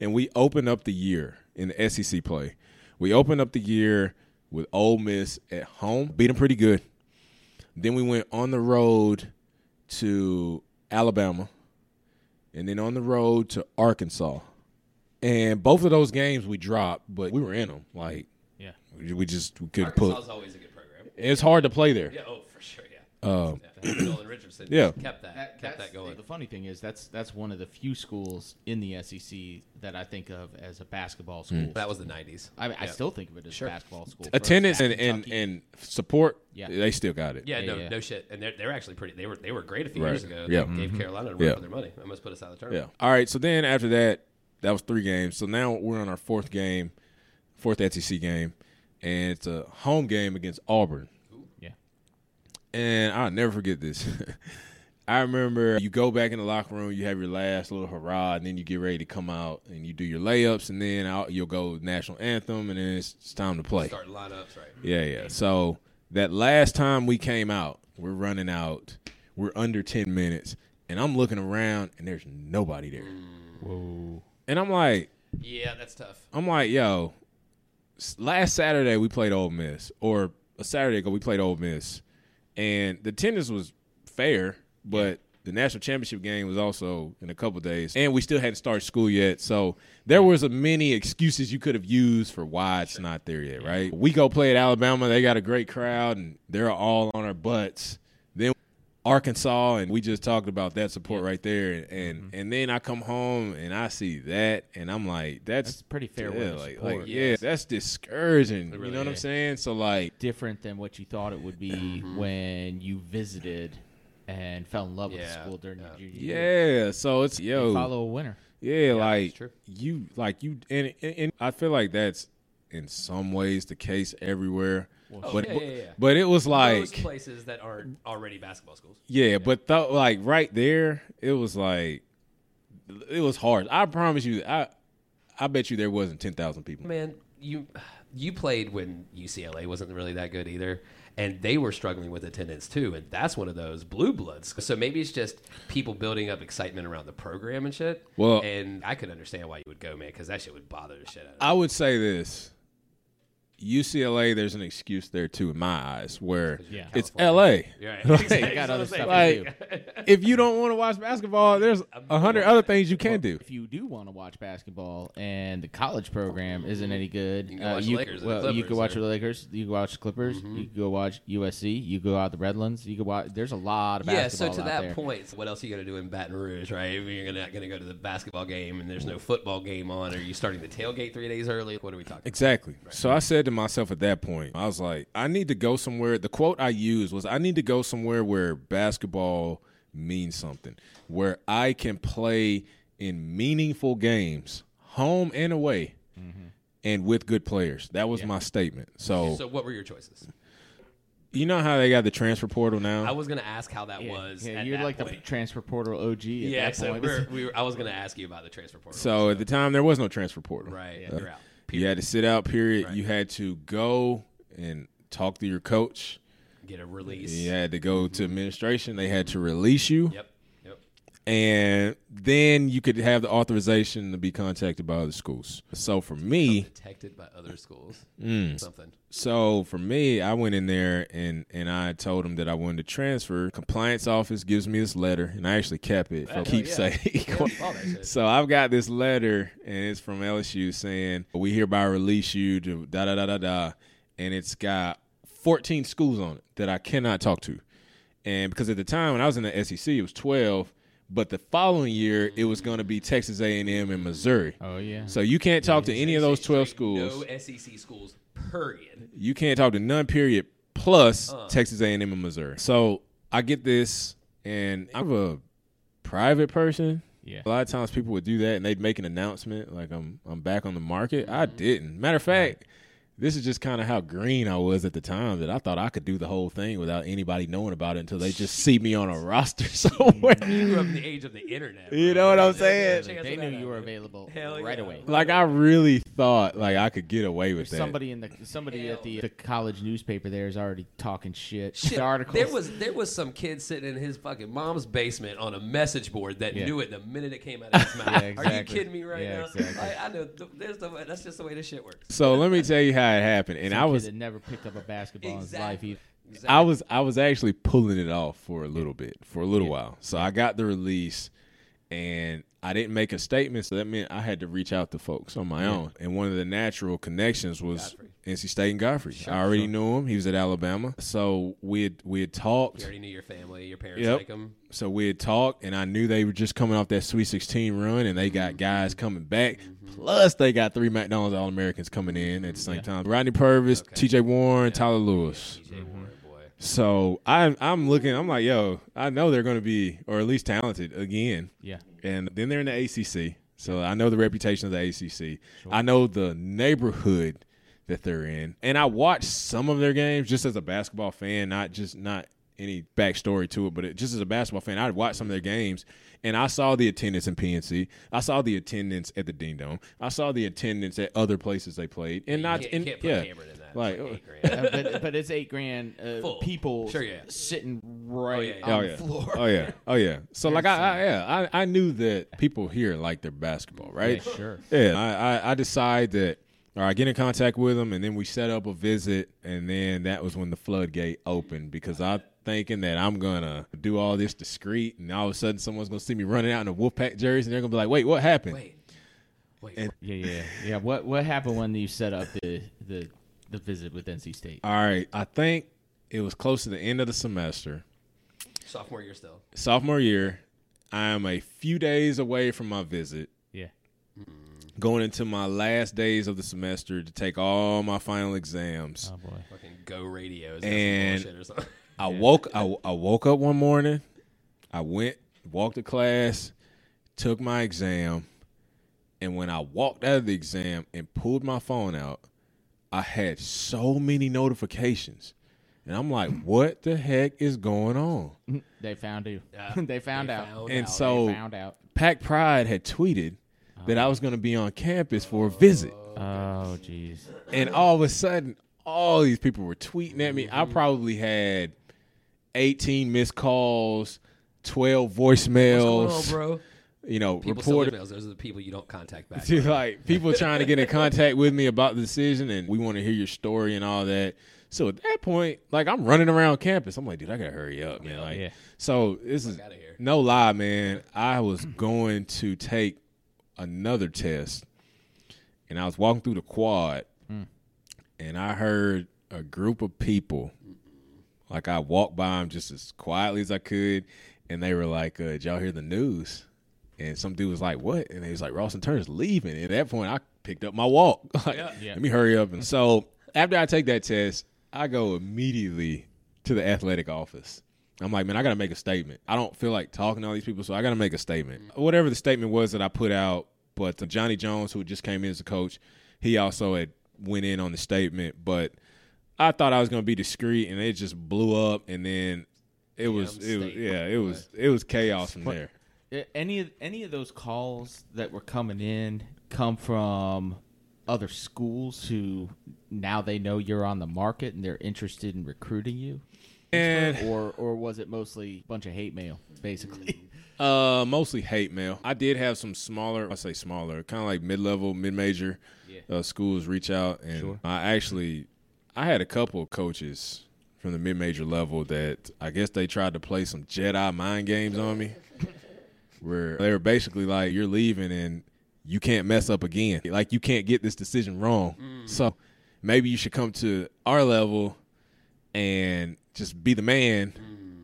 Speaker 1: and we opened up the year in the SEC play. We opened up the year with Ole Miss at home, beat them pretty good. Then we went on the road to Alabama, and then on the road to Arkansas. And both of those games we dropped, but we were in them. Like
Speaker 3: Yeah.
Speaker 1: we we just we couldn't
Speaker 2: Arkansas
Speaker 1: put.
Speaker 2: is always a good program.
Speaker 1: It's hard to play there.
Speaker 2: Yeah, oh, for sure, yeah. Um, yeah. Nolan Richardson
Speaker 1: Uh, yeah.
Speaker 2: kept that, kept
Speaker 3: that's
Speaker 2: that going.
Speaker 3: The funny thing is that's that's one of the few schools in the SEC that I think of as a basketball school.
Speaker 1: Hmm.
Speaker 2: That was the 90s.
Speaker 3: I, mean, I
Speaker 2: Yeah.
Speaker 3: still think of it as
Speaker 2: Sure.
Speaker 3: a basketball school.
Speaker 1: Attendance
Speaker 3: First,
Speaker 1: and, and,
Speaker 3: Kentucky.
Speaker 1: and support,
Speaker 3: Yeah.
Speaker 1: they still got it.
Speaker 2: Yeah,
Speaker 3: Yeah,
Speaker 2: no,
Speaker 3: yeah.
Speaker 2: no shit. And they're, they're actually pretty. They were they were great a few
Speaker 1: Right.
Speaker 2: years ago.
Speaker 1: Yeah. Mm-hmm.
Speaker 2: They gave Carolina a run
Speaker 1: Yeah.
Speaker 2: for their money. I must put us out of the
Speaker 1: Yeah.
Speaker 2: tournament.
Speaker 1: All right. So then after that, that was three games. So now we're on our fourth game, fourth SEC game, and it's a home game against Auburn.
Speaker 3: Yeah.
Speaker 1: And I'll never forget this. (laughs) I remember you go back in the locker room, you have your last little hurrah, and then you get ready to come out and you do your layups, and then out, you'll go national anthem, and then it's, it's time to play.
Speaker 2: Starting lineups, right?
Speaker 1: Yeah, yeah. So that last time we came out, we're running out. We're under ten minutes, and I'm looking around, and there's nobody there.
Speaker 3: Whoa.
Speaker 1: And I'm like,
Speaker 2: Yeah, that's tough.
Speaker 1: I'm like, yo, s- last Saturday we played Ole Miss, or a Saturday ago we played Ole Miss, and the attendance was fair, but the national championship game was also in a couple days, and we still hadn't started school yet, so there was a many excuses you could have used for why it's not there yet, right? We go play at Alabama, they got a great crowd, and they're all on our butts. Then Arkansas, and we just talked about that support right there, and and,
Speaker 3: Mm-hmm.
Speaker 1: and then I come home and I see that, and I'm like, that's,
Speaker 3: That's pretty fair
Speaker 1: Yeah,
Speaker 3: weather
Speaker 1: like,
Speaker 3: support.
Speaker 1: like, yeah, that's discouraging. you
Speaker 2: really
Speaker 1: know what I'm
Speaker 2: is.
Speaker 1: saying? So like,
Speaker 3: Different than what you thought it would be
Speaker 1: Mm-hmm.
Speaker 3: when you visited and fell in love with the
Speaker 2: Yeah,
Speaker 3: school during
Speaker 2: yeah.
Speaker 3: your junior year.
Speaker 1: yeah. So it's
Speaker 3: You
Speaker 1: yo,
Speaker 3: Follow a winner.
Speaker 1: yeah, like
Speaker 2: true.
Speaker 1: you, like you, and, and and I feel like that's in some ways the case everywhere. but
Speaker 2: yeah,
Speaker 1: but,
Speaker 2: yeah, yeah.
Speaker 1: but it was like
Speaker 2: Those places that aren't already basketball schools.
Speaker 1: Yeah, but th- like right there, it was like it was hard. I promise you, I I bet you there wasn't ten thousand people.
Speaker 2: Man, you you played when UCLA wasn't really that good either, and they were struggling with attendance too, and that's one of those blue bloods. So maybe it's just people building up excitement around the program and shit.
Speaker 1: Well-
Speaker 2: and I could understand why you would go, man, because that shit would bother the shit out of me.
Speaker 1: I would say this: UCLA, there's an excuse there too in my eyes, where
Speaker 3: Yeah.
Speaker 1: it's
Speaker 2: California.
Speaker 1: LA.
Speaker 3: (laughs)
Speaker 2: You're right. (laughs)
Speaker 1: Like,
Speaker 3: They got other stuff to do.
Speaker 1: Like, if you don't want to watch basketball, there's a hundred other things you can do.
Speaker 3: If you do want to watch basketball and the college program isn't any good, uh,
Speaker 2: You can watch
Speaker 3: you,
Speaker 2: Lakers and
Speaker 3: well, you
Speaker 2: Clippers,
Speaker 3: could watch
Speaker 2: or- Mm-hmm.
Speaker 3: the Lakers, you could watch the Clippers, you could go watch USC, you go out the Redlands, you could watch. There's a lot of
Speaker 2: Yeah,
Speaker 3: basketball
Speaker 2: so to
Speaker 3: out
Speaker 2: that
Speaker 3: there.
Speaker 2: point, what else are you going to do in Baton Rouge, right? If You're not going to go to the basketball game and there's no football game on. Are you starting the tailgate three days early? What are we talking
Speaker 1: Exactly. So I said to myself at that point, I was like, I need to go somewhere. The quote I used was, I need to go somewhere where basketball means something, where I can play in meaningful games, home and away,
Speaker 2: Mm-hmm.
Speaker 1: and with good players. That was my statement. So,
Speaker 2: about? So what were your choices?
Speaker 1: you know how they got the transfer portal now?
Speaker 2: I was going to ask how that was.
Speaker 3: yeah,
Speaker 2: at
Speaker 3: you're
Speaker 2: that
Speaker 3: like the
Speaker 2: point.
Speaker 3: (laughs) transfer portal OG. At
Speaker 2: yeah.
Speaker 3: that
Speaker 2: So
Speaker 3: (laughs) point.
Speaker 2: we're, we were, I was going to ask you about the transfer portal.
Speaker 1: so at the time, there was no transfer portal.
Speaker 2: right,
Speaker 1: Uh,
Speaker 2: you're out.
Speaker 1: You had to sit out, period. You had to go and talk to your coach.
Speaker 2: Get a release.
Speaker 1: You had to go
Speaker 2: Mm-hmm.
Speaker 1: to administration. They had to release you,
Speaker 2: Yep. Yep.
Speaker 1: and then you could have the authorization to be contacted by other schools. So for me,
Speaker 2: Detected by other schools.
Speaker 1: Mm.
Speaker 2: Something.
Speaker 1: so for me, I went in there and and I told them that I wanted to transfer. Compliance office gives me this letter, and I actually kept it for (laughs)
Speaker 2: Yeah.
Speaker 1: keepsake.
Speaker 2: Yeah, all that shit.
Speaker 1: So I've got this letter, and it's from LSU saying we hereby release you to da da da da da, and it's got 14 schools on it that I cannot talk to, and because at the time when I was in the SEC, it was 12, but the following year it was going to be Texas A&M and Missouri.
Speaker 3: Oh yeah.
Speaker 1: So you can't talk to any of those 12 schools.
Speaker 2: No SEC schools. Period.
Speaker 1: You can't talk to none. Period. Plus Texas A&M and Missouri. So I get this, and I'm a private person.
Speaker 3: Yeah.
Speaker 1: A lot of times people would do that, and they'd make an announcement like I'm I'm back on the market. I
Speaker 3: Mm-hmm.
Speaker 1: didn't. Matter of fact, this is just kind of how green I was at the time that I thought I could do the whole thing without anybody knowing about it until they just see me on a roster (laughs) somewhere.
Speaker 2: You were from the age of the internet.
Speaker 1: You
Speaker 2: bro.
Speaker 1: know what I'm
Speaker 2: Yeah,
Speaker 1: saying?
Speaker 2: check us
Speaker 3: they
Speaker 2: out
Speaker 3: knew
Speaker 2: out
Speaker 3: you were
Speaker 2: there.
Speaker 3: available
Speaker 2: Hell
Speaker 3: right
Speaker 2: yeah.
Speaker 3: away.
Speaker 1: Like I really thought like I could get away with that.
Speaker 3: Somebody
Speaker 2: (laughs)
Speaker 3: in the somebody
Speaker 2: Hell.
Speaker 3: at the, the college newspaper there is already talking shit.
Speaker 2: Shit,
Speaker 3: The articles.
Speaker 2: There was there was some kid sitting in his fucking mom's basement on a message board that
Speaker 3: Yeah.
Speaker 2: knew it the minute it came
Speaker 1: (laughs)
Speaker 2: out of his mouth. Are you
Speaker 3: exactly.
Speaker 2: kidding me right
Speaker 3: Yeah,
Speaker 2: now?
Speaker 3: exactly.
Speaker 2: Like, I know th- there's the way, that's just the way this shit works.
Speaker 1: So let me tell you how it happened. And
Speaker 3: Some
Speaker 1: I
Speaker 3: kid
Speaker 1: was
Speaker 3: that never picked up a basketball in his life.
Speaker 2: Exactly.
Speaker 3: Either.
Speaker 2: Exactly.
Speaker 1: I was I was actually pulling it off for a little bit, for a little while. So I got the release and I didn't make a statement, so that meant I had to reach out to folks on my own. And one of the natural connections was NC State and Godfrey. I already knew him. He was at Alabama. So we had we had
Speaker 2: You
Speaker 1: talked.
Speaker 2: already knew your family. Your parents
Speaker 1: Yep.
Speaker 2: like them.
Speaker 1: So we had talked and I knew they were just coming off that Sweet Sixteen run and they
Speaker 2: Mm-hmm.
Speaker 1: got guys coming back. Plus they got three McDonald's All Americans coming in at the same time. Rodney Purvis, TJ Warren, Tyler Lewis.
Speaker 2: DJ Warren, boy.
Speaker 1: So I'm I'm looking. I'm like, yo, I know they're going to be or at least talented again.
Speaker 3: Yeah.
Speaker 1: And then they're in the ACC, so I know the reputation of the ACC. I know the neighborhood that they're in, and I watch some of their games just as a basketball fan, not just not any backstory to it, but it, just as a basketball fan, I'd watch some of their games, and I saw the attendance in PNC. I saw the attendance at the Dean Dome. I saw the attendance at other places they played, and not
Speaker 2: You can't,
Speaker 1: and-
Speaker 2: can't put
Speaker 1: yeah,
Speaker 2: Cameron in that.
Speaker 1: like.
Speaker 2: Like,
Speaker 1: uh, (laughs)
Speaker 2: eight grand.
Speaker 3: Uh, but, but it's eight grand uh,
Speaker 2: Full.
Speaker 3: people
Speaker 2: Sure, yeah.
Speaker 3: sitting right
Speaker 2: Oh, yeah, yeah.
Speaker 3: on
Speaker 1: oh
Speaker 3: the
Speaker 1: yeah.
Speaker 3: floor.
Speaker 1: Oh yeah. Oh yeah. So
Speaker 2: (laughs)
Speaker 1: like I, I yeah, I, I knew that people here like their basketball, right?
Speaker 3: Yeah, sure.
Speaker 1: Yeah. I, I, I decide that all right, get in contact with them and then we set up a visit and then that was when the floodgate opened because I thinking that I'm gonna do all this discreet and all of a sudden someone's gonna see me running out in a Wolfpack jersey and they're gonna be like, Wait, what happened?
Speaker 2: Wait, wait.
Speaker 1: And-
Speaker 3: Yeah, yeah, yeah. What what happened when you set up the the, the visit with NC
Speaker 2: Uh,
Speaker 3: State?
Speaker 1: All right, I think it was close to the end of the semester.
Speaker 2: sophomore year still.
Speaker 1: Sophomore year, I am a few days away from my visit.
Speaker 3: Yeah,
Speaker 1: going into my last days of the semester to take all my final exams.
Speaker 3: boy.
Speaker 2: Fucking go radios
Speaker 1: And-
Speaker 2: and bullshit or something.
Speaker 1: I woke I, I woke up one morning, I went, walked to class, took my exam, and when I walked out of the exam and pulled my phone out, I had so many notifications. And I'm
Speaker 3: (laughs)
Speaker 1: like, what the heck is going on?
Speaker 3: They found you.
Speaker 2: Yeah.
Speaker 3: (laughs) they found out.
Speaker 1: And
Speaker 2: out.
Speaker 1: so
Speaker 3: they found Uh-huh. out.
Speaker 1: Pack Pride had tweeted that I was going to be on campus for a visit.
Speaker 3: Oh, jeez.
Speaker 1: and all of a sudden, all these people were tweeting at me. I
Speaker 2: Mm-hmm.
Speaker 1: probably had 18 missed calls, 12
Speaker 2: (laughs) What's
Speaker 1: voicemails,
Speaker 2: going on, bro?
Speaker 1: you know,
Speaker 2: People still
Speaker 1: reported
Speaker 2: emails. Those are the people you don't contact
Speaker 1: (laughs)
Speaker 2: back.
Speaker 1: to like people trying to get in contact with me about the decision and we want to hear your story and all that. So at that point, like I'm running around campus. I'm like, dude, I gotta hurry up, man. Like
Speaker 3: Yeah.
Speaker 1: so this is
Speaker 2: outta here.
Speaker 1: no lie, man. I was going to take another test and I was walking through the quad and I heard a group of people like I walked by them just as quietly as I could, and they were like, uh, "Did y'all hear the news?" And some dude was like, "What?" And they was like, "Rawson Turner's leaving." And at that point, I picked up my walk. (laughs) like,
Speaker 3: Yeah.
Speaker 1: let me hurry up. And so after I take that test, I go immediately to the athletic office. I'm like, man, I gotta make a statement. I don't feel like talking to all these people, so I gotta make a statement. Whatever the statement was that I put out, but uh, Johnny Jones, who just came in as a coach, he also had went in on the statement, but I thought I was gonna be discreet, and it just blew up, and then it was it was
Speaker 2: state.
Speaker 1: yeah it was it was chaos from there.
Speaker 3: Uh, Any of any of those calls that were coming in come from other schools who now they know you're on the market and they're interested in recruiting you?
Speaker 1: And-
Speaker 3: or or was it mostly a bunch of hate mail,
Speaker 2: (laughs)
Speaker 3: basically?
Speaker 1: Uh, mostly hate mail. I did have some smaller, I say smaller, kind of like mid-level, mid-major uh, schools reach out, and I actually, I had a couple coaches from the mid-major level that I guess they tried to play some Jedi mind games on me, where they were basically like, "You're leaving, and you can't mess up again. Like you can't get this decision wrong. So maybe you should come to our level." and just be the man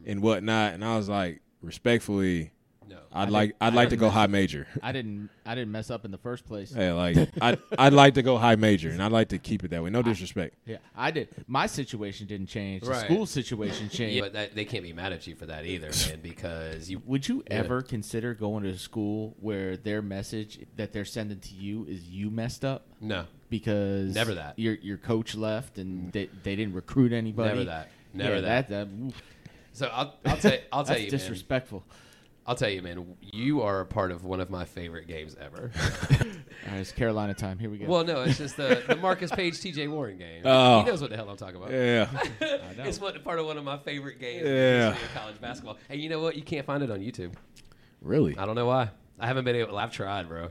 Speaker 1: and whatnot. And I was like, respectfully,
Speaker 2: No.
Speaker 1: I'd like I'd like to go high major.
Speaker 3: I didn't I didn't mess up in the first place.
Speaker 1: (laughs) Yeah, like I'd I'd like to go high major, and I'd like to keep it that way. No disrespect.
Speaker 3: Yeah, I did. My situation didn't change. The
Speaker 2: Right. (laughs)
Speaker 3: school situation changed.
Speaker 2: Yeah, but that, they can't be mad at you for that either, man, because you.
Speaker 3: Would you ever consider going to a school where their message that they're sending to you is you messed up?
Speaker 2: No.
Speaker 3: Because
Speaker 2: Never that. Mm.
Speaker 3: your your coach left and they, they didn't recruit anybody.
Speaker 2: Never that. Never
Speaker 3: Yeah,
Speaker 2: that.
Speaker 3: that, oof,
Speaker 2: So I'll, I'll, tell
Speaker 1: (laughs)
Speaker 2: I'll tell
Speaker 3: that's
Speaker 2: you, man.
Speaker 3: disrespectful.
Speaker 2: I'll tell you, man. You are a part of one of my favorite games
Speaker 1: (laughs)
Speaker 2: ever.
Speaker 3: All right, it's Carolina time. Here we go.
Speaker 2: well, no, it's just the, the Marcus Page, T.J. Warren game.
Speaker 1: Oh.
Speaker 2: He knows what the hell I'm talking about. (laughs)
Speaker 1: Yeah,
Speaker 2: It's one, part of one of my favorite games in the
Speaker 1: Yeah.
Speaker 2: history of college basketball. And you know what? You can't find it on YouTube.
Speaker 1: really.
Speaker 2: I don't know why. I haven't been able. I've tried, bro,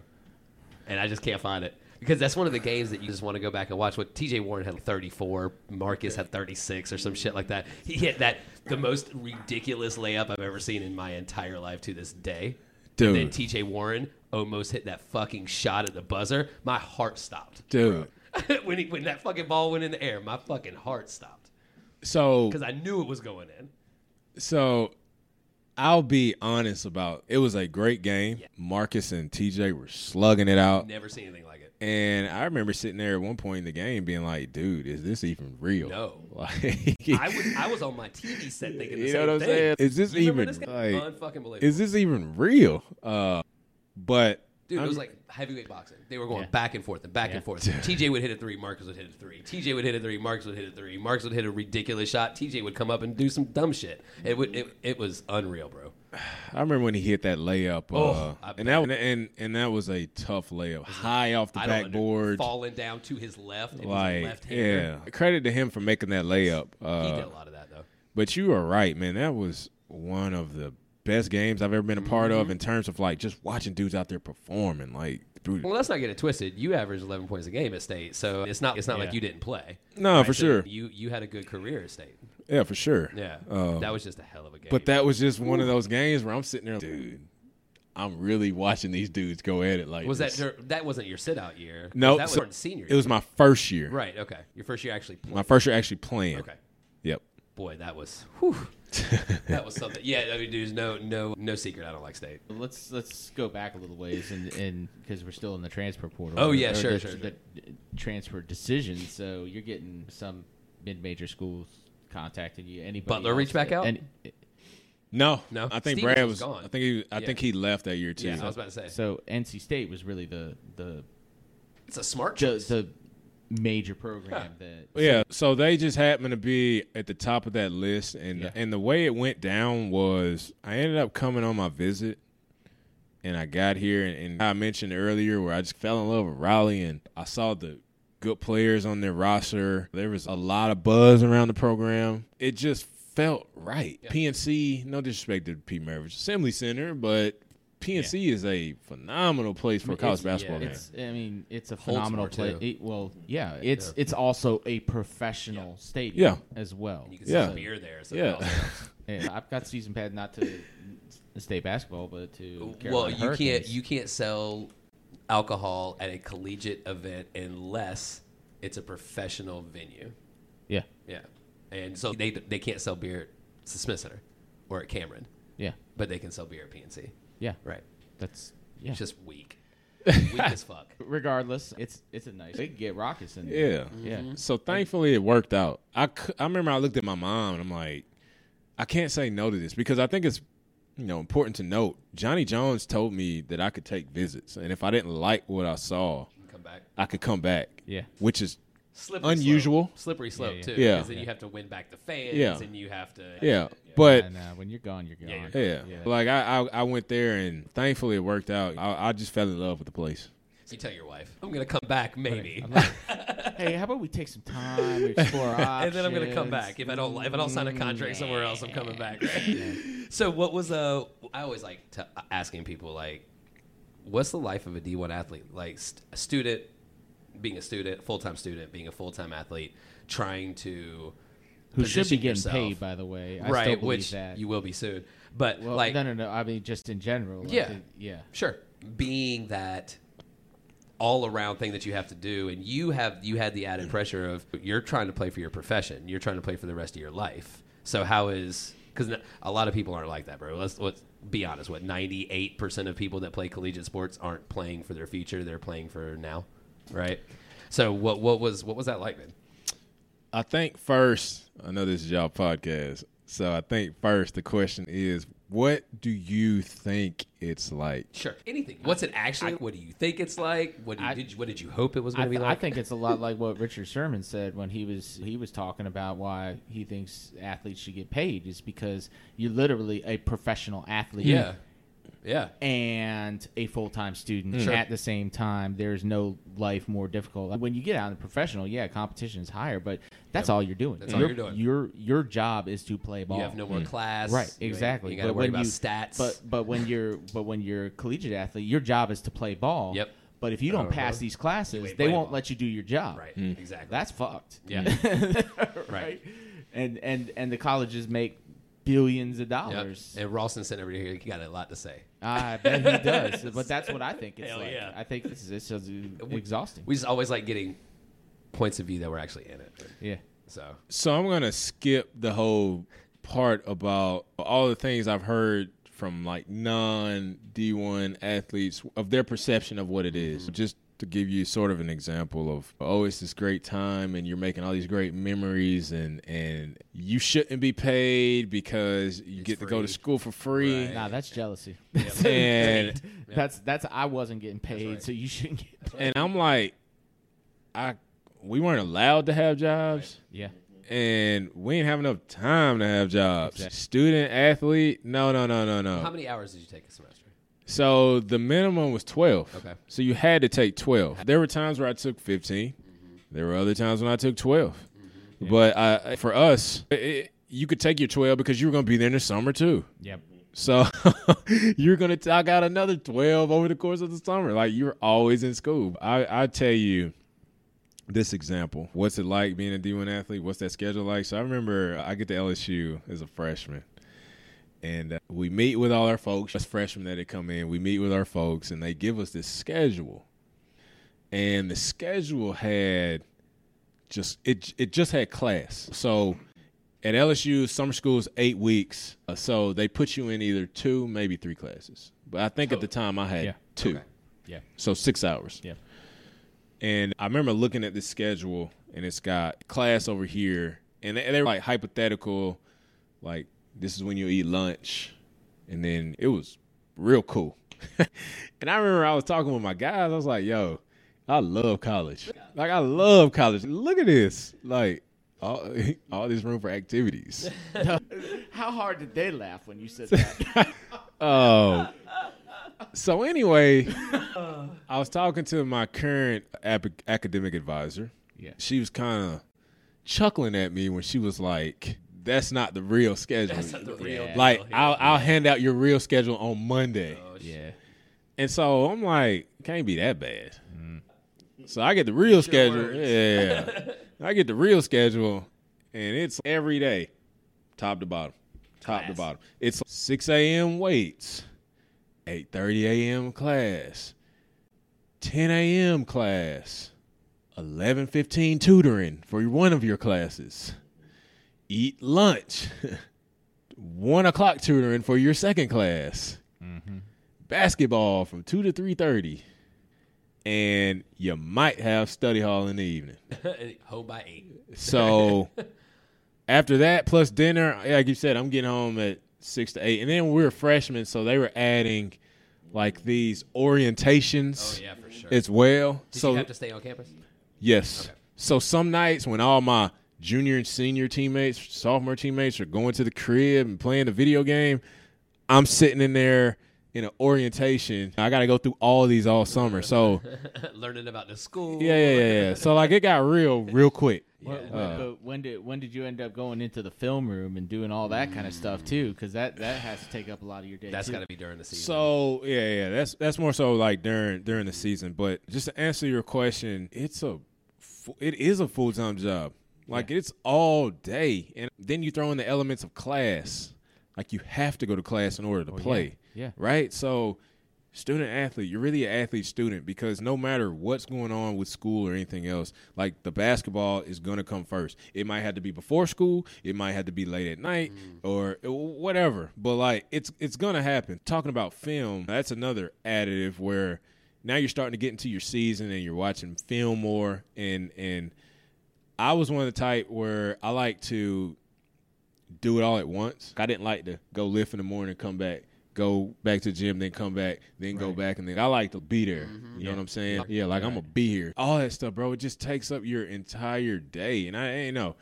Speaker 2: and I just can't find it because that's one of the games that you just want to go back and watch. What T.J. Warren had 34, Marcus had 36, or some shit like that. He hit that the most ridiculous layup I've ever seen in my entire life to this day. And then
Speaker 1: Dude.
Speaker 2: T.J. Warren almost hit that fucking shot at the buzzer. My heart stopped (laughs)
Speaker 1: Dude,
Speaker 2: when he, when that fucking ball went in the air. My fucking heart stopped
Speaker 1: so
Speaker 2: because I knew it was going in.
Speaker 1: so I'll be honest about it was a great game. Marcus and TJ were slugging it out.
Speaker 2: Never seen
Speaker 1: (laughs)
Speaker 2: anything like it.
Speaker 1: And I remember sitting there at one point in the game being like, dude, is this even real? (laughs)
Speaker 2: No.
Speaker 1: Like,
Speaker 2: I was I was on my TV set thinking the
Speaker 1: You know
Speaker 2: same
Speaker 1: what I'm
Speaker 2: thing.
Speaker 1: saying? Is this
Speaker 2: You remember
Speaker 1: even,
Speaker 2: this game?
Speaker 1: like,
Speaker 2: unfucking believable?
Speaker 1: is this even real? Uh, but
Speaker 2: Dude, it
Speaker 1: I'm-
Speaker 2: was like heavyweight boxing. They were going
Speaker 3: Yeah.
Speaker 2: back and forth and back
Speaker 3: Yeah.
Speaker 2: and forth.
Speaker 1: (laughs)
Speaker 2: TJ would hit a three, Marcus would hit a three. TJ would hit a three, Marcus would hit a three. Marcus would hit a ridiculous shot. TJ would come up and do some dumb shit. It would it, it was unreal, bro.
Speaker 1: I remember when he hit that layup, uh,
Speaker 2: Oh, I
Speaker 1: and that and and that was a tough layup, high off the
Speaker 2: I don't under-
Speaker 1: backboard,
Speaker 2: falling down to his left. It was
Speaker 1: like
Speaker 2: left
Speaker 1: yeah.
Speaker 2: hander.
Speaker 1: Credit to him for making that layup.
Speaker 2: He
Speaker 1: Uh,
Speaker 2: did a lot of that though.
Speaker 1: but you are right, man. That was one of the best games I've ever been a part
Speaker 2: Mm-hmm.
Speaker 1: of in terms of like just watching dudes out there performing, like through.
Speaker 2: Well, let's not get it twisted. You averaged 11 points a game at State, so it's not it's not like you didn't play.
Speaker 1: No, for
Speaker 2: So
Speaker 1: sure.
Speaker 2: You you had a good career at State.
Speaker 1: Yeah, for sure.
Speaker 2: Yeah,
Speaker 1: Uh,
Speaker 2: that was just a hell of a game.
Speaker 1: But that was just one of those games where I'm sitting there, dude. I'm really watching these dudes go at it. Like
Speaker 2: was that
Speaker 1: this.
Speaker 2: dur- that wasn't your sit out year? 'Cause
Speaker 1: No,
Speaker 2: that
Speaker 1: so-
Speaker 2: was senior.
Speaker 1: It was my first year.
Speaker 2: right. Okay, your first year actually. Played.
Speaker 1: My first year actually playing.
Speaker 2: Okay,
Speaker 1: Yep.
Speaker 2: boy, that was whew,
Speaker 1: (laughs)
Speaker 2: that was something. Yeah, I mean, there's no no no secret. I don't like state.
Speaker 3: Let's let's go back a little ways and and because we're still in the transfer portal.
Speaker 2: Oh, yeah,
Speaker 3: Or
Speaker 2: sure,
Speaker 3: the,
Speaker 2: sure, sure.
Speaker 3: the transfer decision. So you're getting some mid-major schools contacting you. Anybody
Speaker 2: Butler
Speaker 3: else
Speaker 2: reached back
Speaker 3: that-
Speaker 2: out?
Speaker 3: and-
Speaker 1: No,
Speaker 2: No?
Speaker 1: I think
Speaker 2: Stevens
Speaker 1: Brad
Speaker 2: was
Speaker 1: was,
Speaker 2: gone.
Speaker 1: I think he. I
Speaker 2: Yeah.
Speaker 1: think he left that year too.
Speaker 2: Yeah, I was about to say
Speaker 3: so NC State was really the the
Speaker 2: it's a smart
Speaker 3: the,
Speaker 2: choice.
Speaker 3: the major program that
Speaker 1: Well, yeah, so they just happened to be at the top of that list, and
Speaker 3: Yeah.
Speaker 1: and the way it went down was I ended up coming on my visit, and I got here, and, and I mentioned earlier where I just fell in love with Raleigh, and I saw the good players on their roster. There was a lot of buzz around the program. It just felt right. PNC, no disrespect to Pete Maravich Assembly Center, but PNC is a phenomenal place for a college
Speaker 2: it's- yeah,
Speaker 1: basketball game.
Speaker 3: It's, I mean, it's a phenomenal
Speaker 2: Holtzman,
Speaker 3: play.
Speaker 2: too.
Speaker 3: it- well, yeah, it's it's also a professional stadium
Speaker 1: Yeah.
Speaker 3: as well.
Speaker 2: you can
Speaker 1: yeah.
Speaker 2: sell beer there. So
Speaker 1: Yeah. (laughs)
Speaker 3: Yeah, I've got season pad not to (laughs) state basketball, but to Carolina
Speaker 2: well, you can't
Speaker 3: Hurricanes.
Speaker 2: you can't sell alcohol at a collegiate event unless it's a professional venue.
Speaker 3: yeah,
Speaker 2: Yeah, and so they they can't sell beer at the Smith Center or at Cameron,
Speaker 3: yeah,
Speaker 2: but they can sell beer at PNC.
Speaker 3: yeah.
Speaker 2: Right.
Speaker 3: That's yeah.
Speaker 2: It's just
Speaker 3: (laughs)
Speaker 2: weak. weak as fuck.
Speaker 3: Regardless, it's it's a nice. They can get rockets in. there.
Speaker 1: Yeah.
Speaker 3: Yeah.
Speaker 2: Mm-hmm.
Speaker 1: So thankfully it worked out. I, cou- I remember I looked at my mom and I'm like, I can't say no to this because I think it's you know important to note. Johnny Jones told me that I could take visits and if I didn't like what I saw,
Speaker 2: Come back.
Speaker 1: I could come back.
Speaker 3: Yeah.
Speaker 1: Which is
Speaker 2: Slippery
Speaker 1: Unusual.
Speaker 2: slope. slippery slope
Speaker 3: yeah.
Speaker 2: too.
Speaker 1: Yeah.
Speaker 2: because then you have to win back the fans,
Speaker 1: Yeah.
Speaker 2: and you have to
Speaker 1: yeah. But
Speaker 3: and uh, when you're gone, you're gone.
Speaker 2: Yeah,
Speaker 1: yeah. Like I, I I went there and thankfully it worked out. I, I just fell in love with the place.
Speaker 2: You tell your wife, I'm going to come back maybe.
Speaker 3: I'm like, hey, how about we take
Speaker 1: (laughs)
Speaker 3: some time, we explore options,
Speaker 2: (laughs)
Speaker 3: Mm,
Speaker 2: and then I'm gonna come back if I don't if I don't sign a contract somewhere else. I'm coming back. Right? (laughs) so what was uh I always like to uh, asking people like, what's the life of a D1 athlete? Like st- a student, being a student, full time student, being a full time athlete, trying to
Speaker 3: Who should
Speaker 2: position
Speaker 3: be getting
Speaker 2: yourself,
Speaker 3: paid, by the way. I
Speaker 2: right?
Speaker 3: still believe
Speaker 2: which
Speaker 3: that.
Speaker 2: you will be soon, but
Speaker 3: well,
Speaker 2: like
Speaker 3: no, no, no. I mean, just in general. like,
Speaker 2: Yeah.
Speaker 3: it- yeah.
Speaker 2: Sure. Being that all around thing that you have to do and you have you had the added pressure of you're trying to play for your profession. You're trying to play for the rest of your life. So how is cuz a lot of people aren't like that, bro. Let's let's be honest. What 98% of people that play collegiate sports aren't playing for their future. They're playing for now, right? So what what was what was that like then?
Speaker 1: I think first, I know this is y'all podcast, so I think first the question is, what do you think it's like?
Speaker 2: Sure. Anything. What's it actually? what do you think it's like? What do you,
Speaker 3: I-
Speaker 2: did you, what did you hope it was
Speaker 3: I,
Speaker 2: going to be
Speaker 3: th-
Speaker 2: like?
Speaker 3: I think it's a lot like what Richard Sherman said when he was he was talking about why he thinks athletes should get paid is because you're literally a professional athlete
Speaker 2: yeah. Yeah.
Speaker 3: and a full time student
Speaker 2: Sure.
Speaker 3: at the same time. There's no life more difficult. When you get out in the professional, yeah, competition is higher, but that's all you're doing.
Speaker 2: That's all
Speaker 3: Your-
Speaker 2: you're doing.
Speaker 3: Your your job is to play ball.
Speaker 2: You have no more class.
Speaker 3: Right,
Speaker 2: You ain't-
Speaker 3: exactly.
Speaker 2: You, got to
Speaker 3: But
Speaker 2: worry
Speaker 3: when
Speaker 2: about
Speaker 3: you-
Speaker 2: stats.
Speaker 3: But but when you're but when you're a collegiate athlete, your job is to play ball.
Speaker 2: Yep.
Speaker 3: But if you don't
Speaker 2: Uh-huh.
Speaker 3: pass these classes,
Speaker 2: ain't
Speaker 3: they
Speaker 2: playing
Speaker 3: won't
Speaker 2: ball.
Speaker 3: let you do your job.
Speaker 2: right, exactly.
Speaker 3: That's fucked.
Speaker 2: yeah,
Speaker 3: (laughs) right. And and and the colleges make billions of dollars. Ah,
Speaker 2: Yep. And Ralston sent over here. He got a lot to say.
Speaker 3: I bet he
Speaker 2: (laughs)
Speaker 3: does. But that's what I think it's
Speaker 2: Hell
Speaker 3: like.
Speaker 2: yeah.
Speaker 3: I think this is it's just exhausting.
Speaker 2: We just always like getting points of view that we're actually in it.
Speaker 3: yeah.
Speaker 2: So
Speaker 1: So I'm gonna skip the whole part about all the things I've heard from like non D1 athletes of their perception of what it
Speaker 2: Mm-hmm.
Speaker 1: is. Just to give you sort of an example of oh it's this great time and you're making all these great memories and and you shouldn't be paid because you
Speaker 2: It's
Speaker 1: get to go to
Speaker 2: free.
Speaker 1: school for free
Speaker 2: Right.
Speaker 3: Nah, that's jealousy. (laughs)
Speaker 1: and
Speaker 3: That's that's I wasn't getting paid,
Speaker 2: right.
Speaker 3: so you shouldn't
Speaker 2: (laughs)
Speaker 3: get.
Speaker 1: and I'm like I we weren't allowed to have jobs
Speaker 3: Yeah.
Speaker 1: and we ain't have enough time to have jobs. Student athlete, no, no, no, no,
Speaker 2: how
Speaker 1: no.
Speaker 2: many hours did you take a semester?
Speaker 1: So the minimum was twelve.
Speaker 2: Okay.
Speaker 1: So you had to take twelve. There were times where I took 15
Speaker 2: Mm-hmm.
Speaker 1: There were other times when I took 12 But I, for us, it, you could take your twelve because you were going to be there in the summer too.
Speaker 3: Yep.
Speaker 1: So (laughs) you're gonna talk out another twelve over the course of the summer. Like you're always in school. I, I tell you this example. What's it like being a D one athlete? What's that schedule like? So I remember I get to LSU as a freshman. And uh, we meet with all our folks, just freshmen that had come in. We meet with our folks, and they give us this schedule. And the schedule had just it it just had class. So at LSU, summer school is eight weeks, uh, so they put you in either two, maybe three classes. But I think at the time I had
Speaker 3: Yeah.
Speaker 1: two,
Speaker 3: Yeah.
Speaker 1: so six hours.
Speaker 3: Yeah.
Speaker 1: And I remember looking at this schedule, and it's got class over here, and they, they were like hypothetical, like this is when you eat lunch, and then it was real cool. (laughs) and I remember I was talking with my guys. I was like, "Yo, I love college. Like I love college. Look at this, like." All, (laughs) all this room for activities. (laughs)
Speaker 3: How hard did they laugh when you (laughs) said that?
Speaker 1: Oh. So
Speaker 2: (laughs)
Speaker 1: anyway, I was talking to my current ap- academic advisor.
Speaker 3: Yeah.
Speaker 1: She was kind of chuckling at me when she was like, "That's not the real schedule.
Speaker 2: That's not the real.
Speaker 3: Yeah.
Speaker 2: deal
Speaker 1: like,
Speaker 2: here.
Speaker 1: I'll I'll hand out your real schedule on Monday."
Speaker 2: Oh, shit.
Speaker 3: yeah.
Speaker 1: And so I'm like, can't be that bad. So I get the real schedule.
Speaker 2: Mm-hmm. words.
Speaker 1: Yeah. I get the real schedule, and it's every day, top to bottom, top to
Speaker 2: Class.
Speaker 1: bottom. It's 6 a.m. weights, 8.30 a.m. class, 10 a.m. class, 11.15 tutoring for one of your classes, eat lunch, (laughs) 1 o'clock tutoring for your second class basketball from two to three thirty, and you might have study hall in the evening.
Speaker 2: home by eight. (laughs)
Speaker 1: So after that, plus dinner, like you said, I'm getting home at six to eight, and then we were freshmen, so they were adding like these
Speaker 2: Oh
Speaker 1: orientations
Speaker 2: yeah, for sure.
Speaker 1: as well.
Speaker 2: did
Speaker 1: so
Speaker 2: you have to stay on campus?
Speaker 1: Yes.
Speaker 2: Okay.
Speaker 1: So some nights when all my junior and senior teammates, sophomore teammates are going to the crib and playing the video game, I'm sitting in there in an orientation. I got to go through all these all summer. So
Speaker 2: learning about the school.
Speaker 1: yeah, yeah, yeah, yeah. So like it got real, real quick.
Speaker 3: What,
Speaker 2: Uh.
Speaker 3: what- but when did when did you end up going into the film room and doing all that kind of stuff too? Because that that has to take up a lot of your day.
Speaker 2: That's
Speaker 3: too.
Speaker 2: got to be during the season.
Speaker 1: So yeah, yeah, that's that's more so like during during the season. But just to answer your question, it's a fu- it is a full time job. Like it's all day, and then you throw in the elements of class. Like you have to go to class in order
Speaker 2: Oh,
Speaker 1: to play.
Speaker 3: yeah.
Speaker 1: Right. So student athlete, you're really an athlete student because no matter what's going on with school or anything else, like the basketball is going to come first. It might have to be before school, it might have to be late at night or uh, whatever. But like it's it's going to happen. Talking about film, that's another additive where now you're starting to get into your season and you're watching film more and and I was one of the type where I like to do it all at once. I didn't like to go lift in the morning, come back, go back to the gym, then come back, then go back, and then I like to be there. You know what I'm saying? Mm-hmm. Yeah, like I'm gonna be here. All that stuff, bro. It just takes up your entire day, and I ain't know.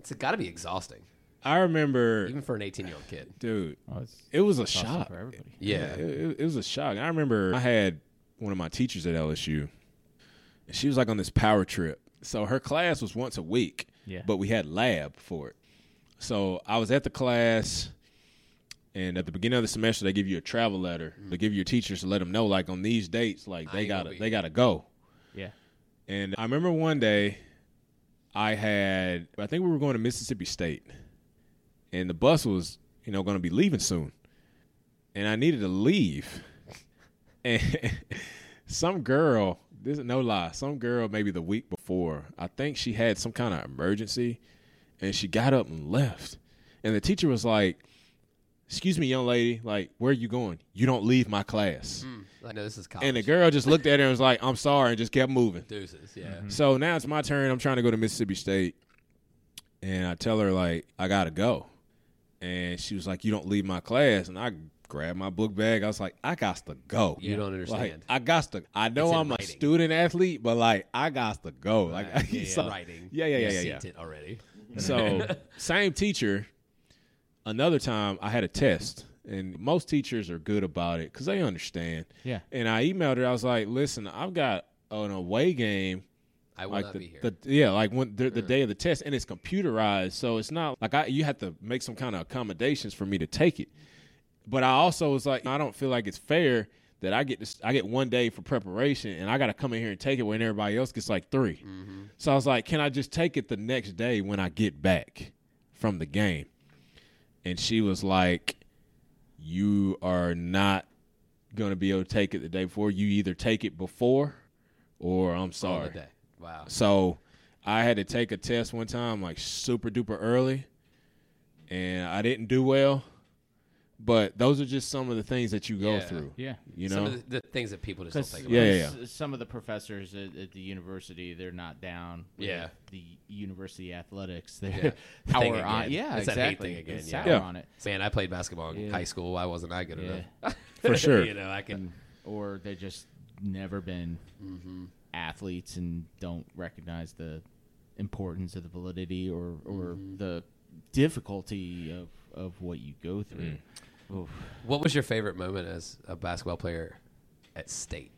Speaker 2: it's got to be exhausting,
Speaker 1: I remember,
Speaker 2: even for an 18 year old kid.
Speaker 1: dude,
Speaker 3: Oh, it's
Speaker 1: it was a
Speaker 3: awesome
Speaker 1: shock.
Speaker 3: for everybody.
Speaker 2: Yeah.
Speaker 1: It, it- it was a shock. I remember I had one of my teachers at LSU, and she was like on this power trip. So her class was once a week,
Speaker 3: Yeah.
Speaker 1: but we had lab for it. So I was at the class, and at the beginning of the semester, they give you a travel letter. They give your teachers to let them know, like on these dates, like
Speaker 2: Mm. I
Speaker 1: they
Speaker 2: ain't gonna
Speaker 1: gotta
Speaker 2: be
Speaker 1: they gotta go.
Speaker 3: Yeah.
Speaker 1: And I remember one day I had I think we were going to Mississippi State and the bus was, you know, going to be leaving soon. And I needed to leave. (laughs) And some girl, this is no lie, some girl maybe the week before, I think she had some kind of emergency and she got up and left. And the teacher was like, "Excuse me, young lady, like where are you going? You don't leave my class."
Speaker 2: Hmm. I know this is college.
Speaker 1: And the girl just looked at her and was like, "I'm sorry," and just kept moving.
Speaker 2: Deuces, yeah.
Speaker 1: So now it's my turn. I'm trying to go to Mississippi State, and I tell her like I gotta go, and she was like, "You don't leave my class," and I grabbed my book bag. I was like, "I got to go."
Speaker 2: You don't understand.
Speaker 1: Like, I got to. I know
Speaker 2: It's in
Speaker 1: I'm
Speaker 2: writing.
Speaker 1: a student athlete, but like I got to go. Like (laughs)
Speaker 2: Right, yeah, yeah,
Speaker 1: so-
Speaker 2: writing.
Speaker 1: Yeah, yeah,
Speaker 2: You
Speaker 1: yeah, yeah.
Speaker 2: seen
Speaker 1: yeah.
Speaker 2: it already.
Speaker 1: So
Speaker 2: (laughs)
Speaker 1: same teacher. Another time I had a test, and most teachers are good about it because they understand.
Speaker 3: Yeah.
Speaker 1: And I emailed her. I was like, "Listen, I've got an away game."
Speaker 2: I will
Speaker 1: like
Speaker 2: not
Speaker 1: the,
Speaker 2: be here. Mm.
Speaker 1: the- yeah, like when the, the day of the test, and it's computerized, so it's not like I you have to make some kind of accommodations for me to take it. But I also was like, I don't feel like it's fair that I get this. I get one day for preparation, and I got to come in here and take it when everybody else gets like 3
Speaker 2: Mm-hmm.
Speaker 1: So I was like, can I just take it the next day when I get back from the game? And she was like, you are not going to be able to take it the day before. You either take it before, or I'm
Speaker 2: On the
Speaker 1: sorry.
Speaker 2: day. Wow.
Speaker 1: So I had to take a test one time, like super duper early, and I didn't do well. But those are just some of the things that you go
Speaker 2: Yeah.
Speaker 1: through.
Speaker 3: Yeah.
Speaker 1: You
Speaker 2: Some
Speaker 1: know,
Speaker 2: of the, the things that people just don't
Speaker 3: Because
Speaker 2: think about.
Speaker 1: Yeah, yeah,
Speaker 3: some of the professors at, at the university, they're not down. with
Speaker 2: Yeah.
Speaker 3: the university athletics, they're (laughs)
Speaker 2: Yeah.
Speaker 3: power
Speaker 2: Thing
Speaker 3: on.
Speaker 2: again.
Speaker 3: Yeah,
Speaker 2: It's that hate
Speaker 3: exactly.
Speaker 2: thing again,
Speaker 3: It's
Speaker 2: yeah.
Speaker 3: sour
Speaker 1: Yeah.
Speaker 3: on it.
Speaker 2: Man, I played basketball in
Speaker 3: Yeah.
Speaker 2: high school. Why wasn't I good enough? (laughs)
Speaker 1: for sure.
Speaker 2: you know, I can.
Speaker 3: or they just never been athletes and don't recognize the importance of the validity or or the difficulty of of what you go
Speaker 2: Mm.
Speaker 3: through. Oof.
Speaker 2: What was your favorite moment as a basketball player at state?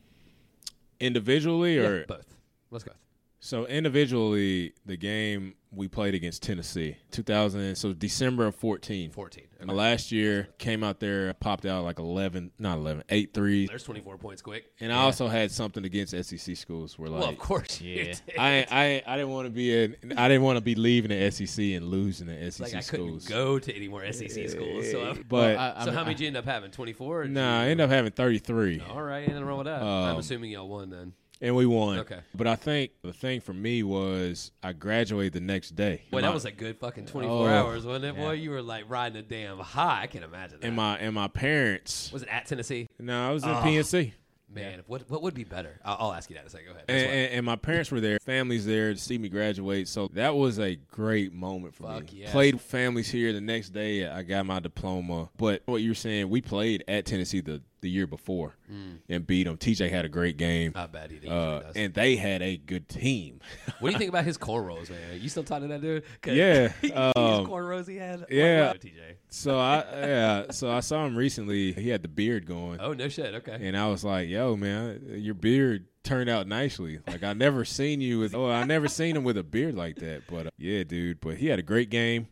Speaker 1: Individually or
Speaker 2: Yeah, both. Let's go.
Speaker 1: so individually, the game we played against Tennessee, 2000. So December of 14.
Speaker 2: 14. Okay.
Speaker 1: My last year came out there, popped out like 11, not 11, eight threes.
Speaker 2: There's 24 points quick.
Speaker 1: And I also had something against SEC schools where like
Speaker 2: Well, of course. you
Speaker 3: Yeah.
Speaker 2: did.
Speaker 1: I I I didn't want to be in. I didn't want to be leaving the SEC and losing the SEC
Speaker 2: Like, I couldn't
Speaker 1: schools.
Speaker 2: go to any more SEC schools. So, I'm,
Speaker 1: But
Speaker 3: I-
Speaker 2: so
Speaker 3: mean,
Speaker 2: how many did you end up having? 24? Or did
Speaker 1: nah, I
Speaker 2: you-
Speaker 1: ended up Um, having thirty three,
Speaker 2: All right, ain't nothing wrong with that. I'm assuming y'all won then.
Speaker 1: and we won.
Speaker 2: Okay.
Speaker 1: But I think the thing for me was I graduated the next day.
Speaker 2: Boy,
Speaker 1: My-
Speaker 2: that was a good fucking 24
Speaker 1: Oh.
Speaker 2: hours, wasn't it? Boy, you were like riding a damn high. I can imagine that.
Speaker 1: and my and my parents.
Speaker 2: was it at Tennessee?
Speaker 1: No, I was
Speaker 2: Oh.
Speaker 1: in PNC,
Speaker 2: Man, what what would be better? I'll, I'll ask you that in a second. Go ahead.
Speaker 1: and,
Speaker 2: That's
Speaker 1: and, and my parents were there. Families there to see me graduate. So that was a great moment for
Speaker 2: Fuck
Speaker 1: me.
Speaker 2: yes.
Speaker 1: Played with families here the next day. I got my diploma. But what you were saying, we played at Tennessee the the year before
Speaker 2: Hmm.
Speaker 1: and beat them. TJ had a great game.
Speaker 2: I bet he usually
Speaker 1: Uh,
Speaker 2: Oh, does.
Speaker 1: and they had a good team.
Speaker 2: what do you think about
Speaker 1: (laughs)
Speaker 2: his cornrows, man? You still talking to that dude? 'Cause
Speaker 1: Yeah, (laughs)
Speaker 2: (laughs) his
Speaker 1: um,
Speaker 2: cornrows he had.
Speaker 1: yeah.
Speaker 2: Oh, TJ.
Speaker 1: So I yeah, so I saw him recently. He had the beard going,
Speaker 2: Oh no shit. Okay.
Speaker 1: and I was like, "Yo, man, your beard turned out nicely. Like I never seen you with. Oh, I never seen him with a beard like that. But uh, yeah, dude. But he had a great game.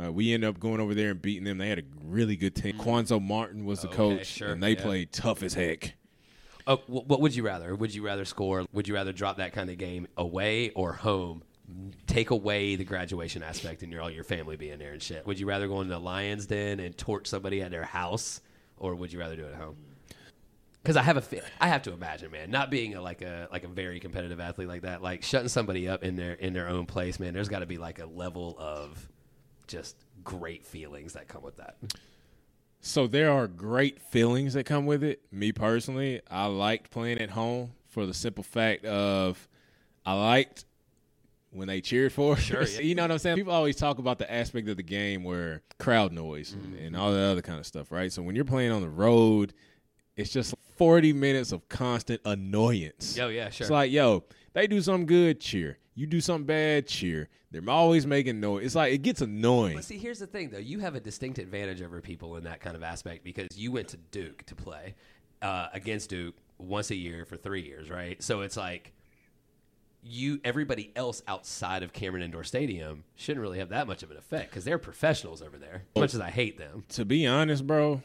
Speaker 1: Uh, we ended up going over there and beating them. They had a really good team. Quanzo Martin was the
Speaker 2: Mm. Okay,
Speaker 1: coach,
Speaker 2: sure,
Speaker 1: and they
Speaker 2: yeah.
Speaker 1: played tough as heck.
Speaker 2: Oh, wh- what would you rather? Would you rather score? Would you rather drop that kind of game away or home? Take away the graduation aspect and your all your family being there and shit. Would you rather go into the lion's den and torch somebody at their house, or would you rather do it at home? Because I have a, fe- I have to imagine, man, not being a, like a like a very competitive athlete like that, like shutting somebody up in their in their own place, man. There's got to be like a level of just great feelings that come with that.
Speaker 1: So there are great feelings that come with it. Me personally, I liked playing at home for the simple fact of I liked when they cheered for us. (laughs)
Speaker 2: Sure, yeah.
Speaker 1: you know what I'm saying? People always talk about the aspect of the game where crowd noise and,
Speaker 2: Mm-hmm.
Speaker 1: and all that other kind of stuff, right? So when you're playing on the road, it's just 40 minutes of constant annoyance.
Speaker 2: Oh, yeah, sure.
Speaker 1: It's like, yo, they do something good, cheer. You do something bad, cheer. They're always making noise. It's like it gets annoying.
Speaker 2: But see, here's the thing, though. You have a distinct advantage over people in that kind of aspect because you went to Duke to play uh, against Duke once a year for three years, right? So it's like you, everybody else outside of Cameron Indoor Stadium shouldn't really have that much of an effect because they're professionals over there. As much as I hate them,
Speaker 1: To be honest, bro,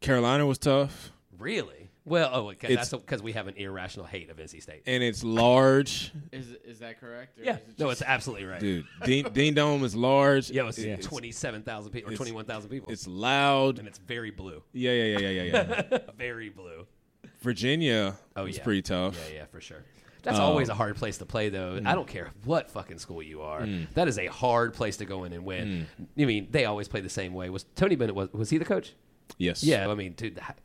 Speaker 1: Carolina was tough.
Speaker 2: really. Well, oh, okay,
Speaker 1: It's-
Speaker 2: that's because we have an irrational hate of NC State.
Speaker 1: and it's large,
Speaker 3: Is is that correct? Or
Speaker 2: yeah,
Speaker 3: is it
Speaker 2: no,
Speaker 3: just-
Speaker 2: it's absolutely right.
Speaker 1: dude. Dean, Dean Dome is large.
Speaker 2: Yo, it's
Speaker 1: It-
Speaker 2: twenty-seven thousand people or
Speaker 1: it's-
Speaker 2: twenty-one thousand people,
Speaker 1: It's
Speaker 2: and
Speaker 1: loud.
Speaker 2: it's very blue,
Speaker 1: Yeah, yeah, yeah, yeah, yeah.
Speaker 2: (laughs)
Speaker 1: yeah.
Speaker 2: very blue.
Speaker 1: Virginia
Speaker 2: Oh,
Speaker 1: was
Speaker 2: yeah.
Speaker 1: pretty tough.
Speaker 2: Yeah, yeah, for sure. Um, That's always a hard place to play, though. I don't care what fucking school you are. That is a hard place to go in and win. I mean, they always play the same way. Was Tony Bennett was was he the coach?
Speaker 1: Yes.
Speaker 2: Yeah. I mean, dude, that,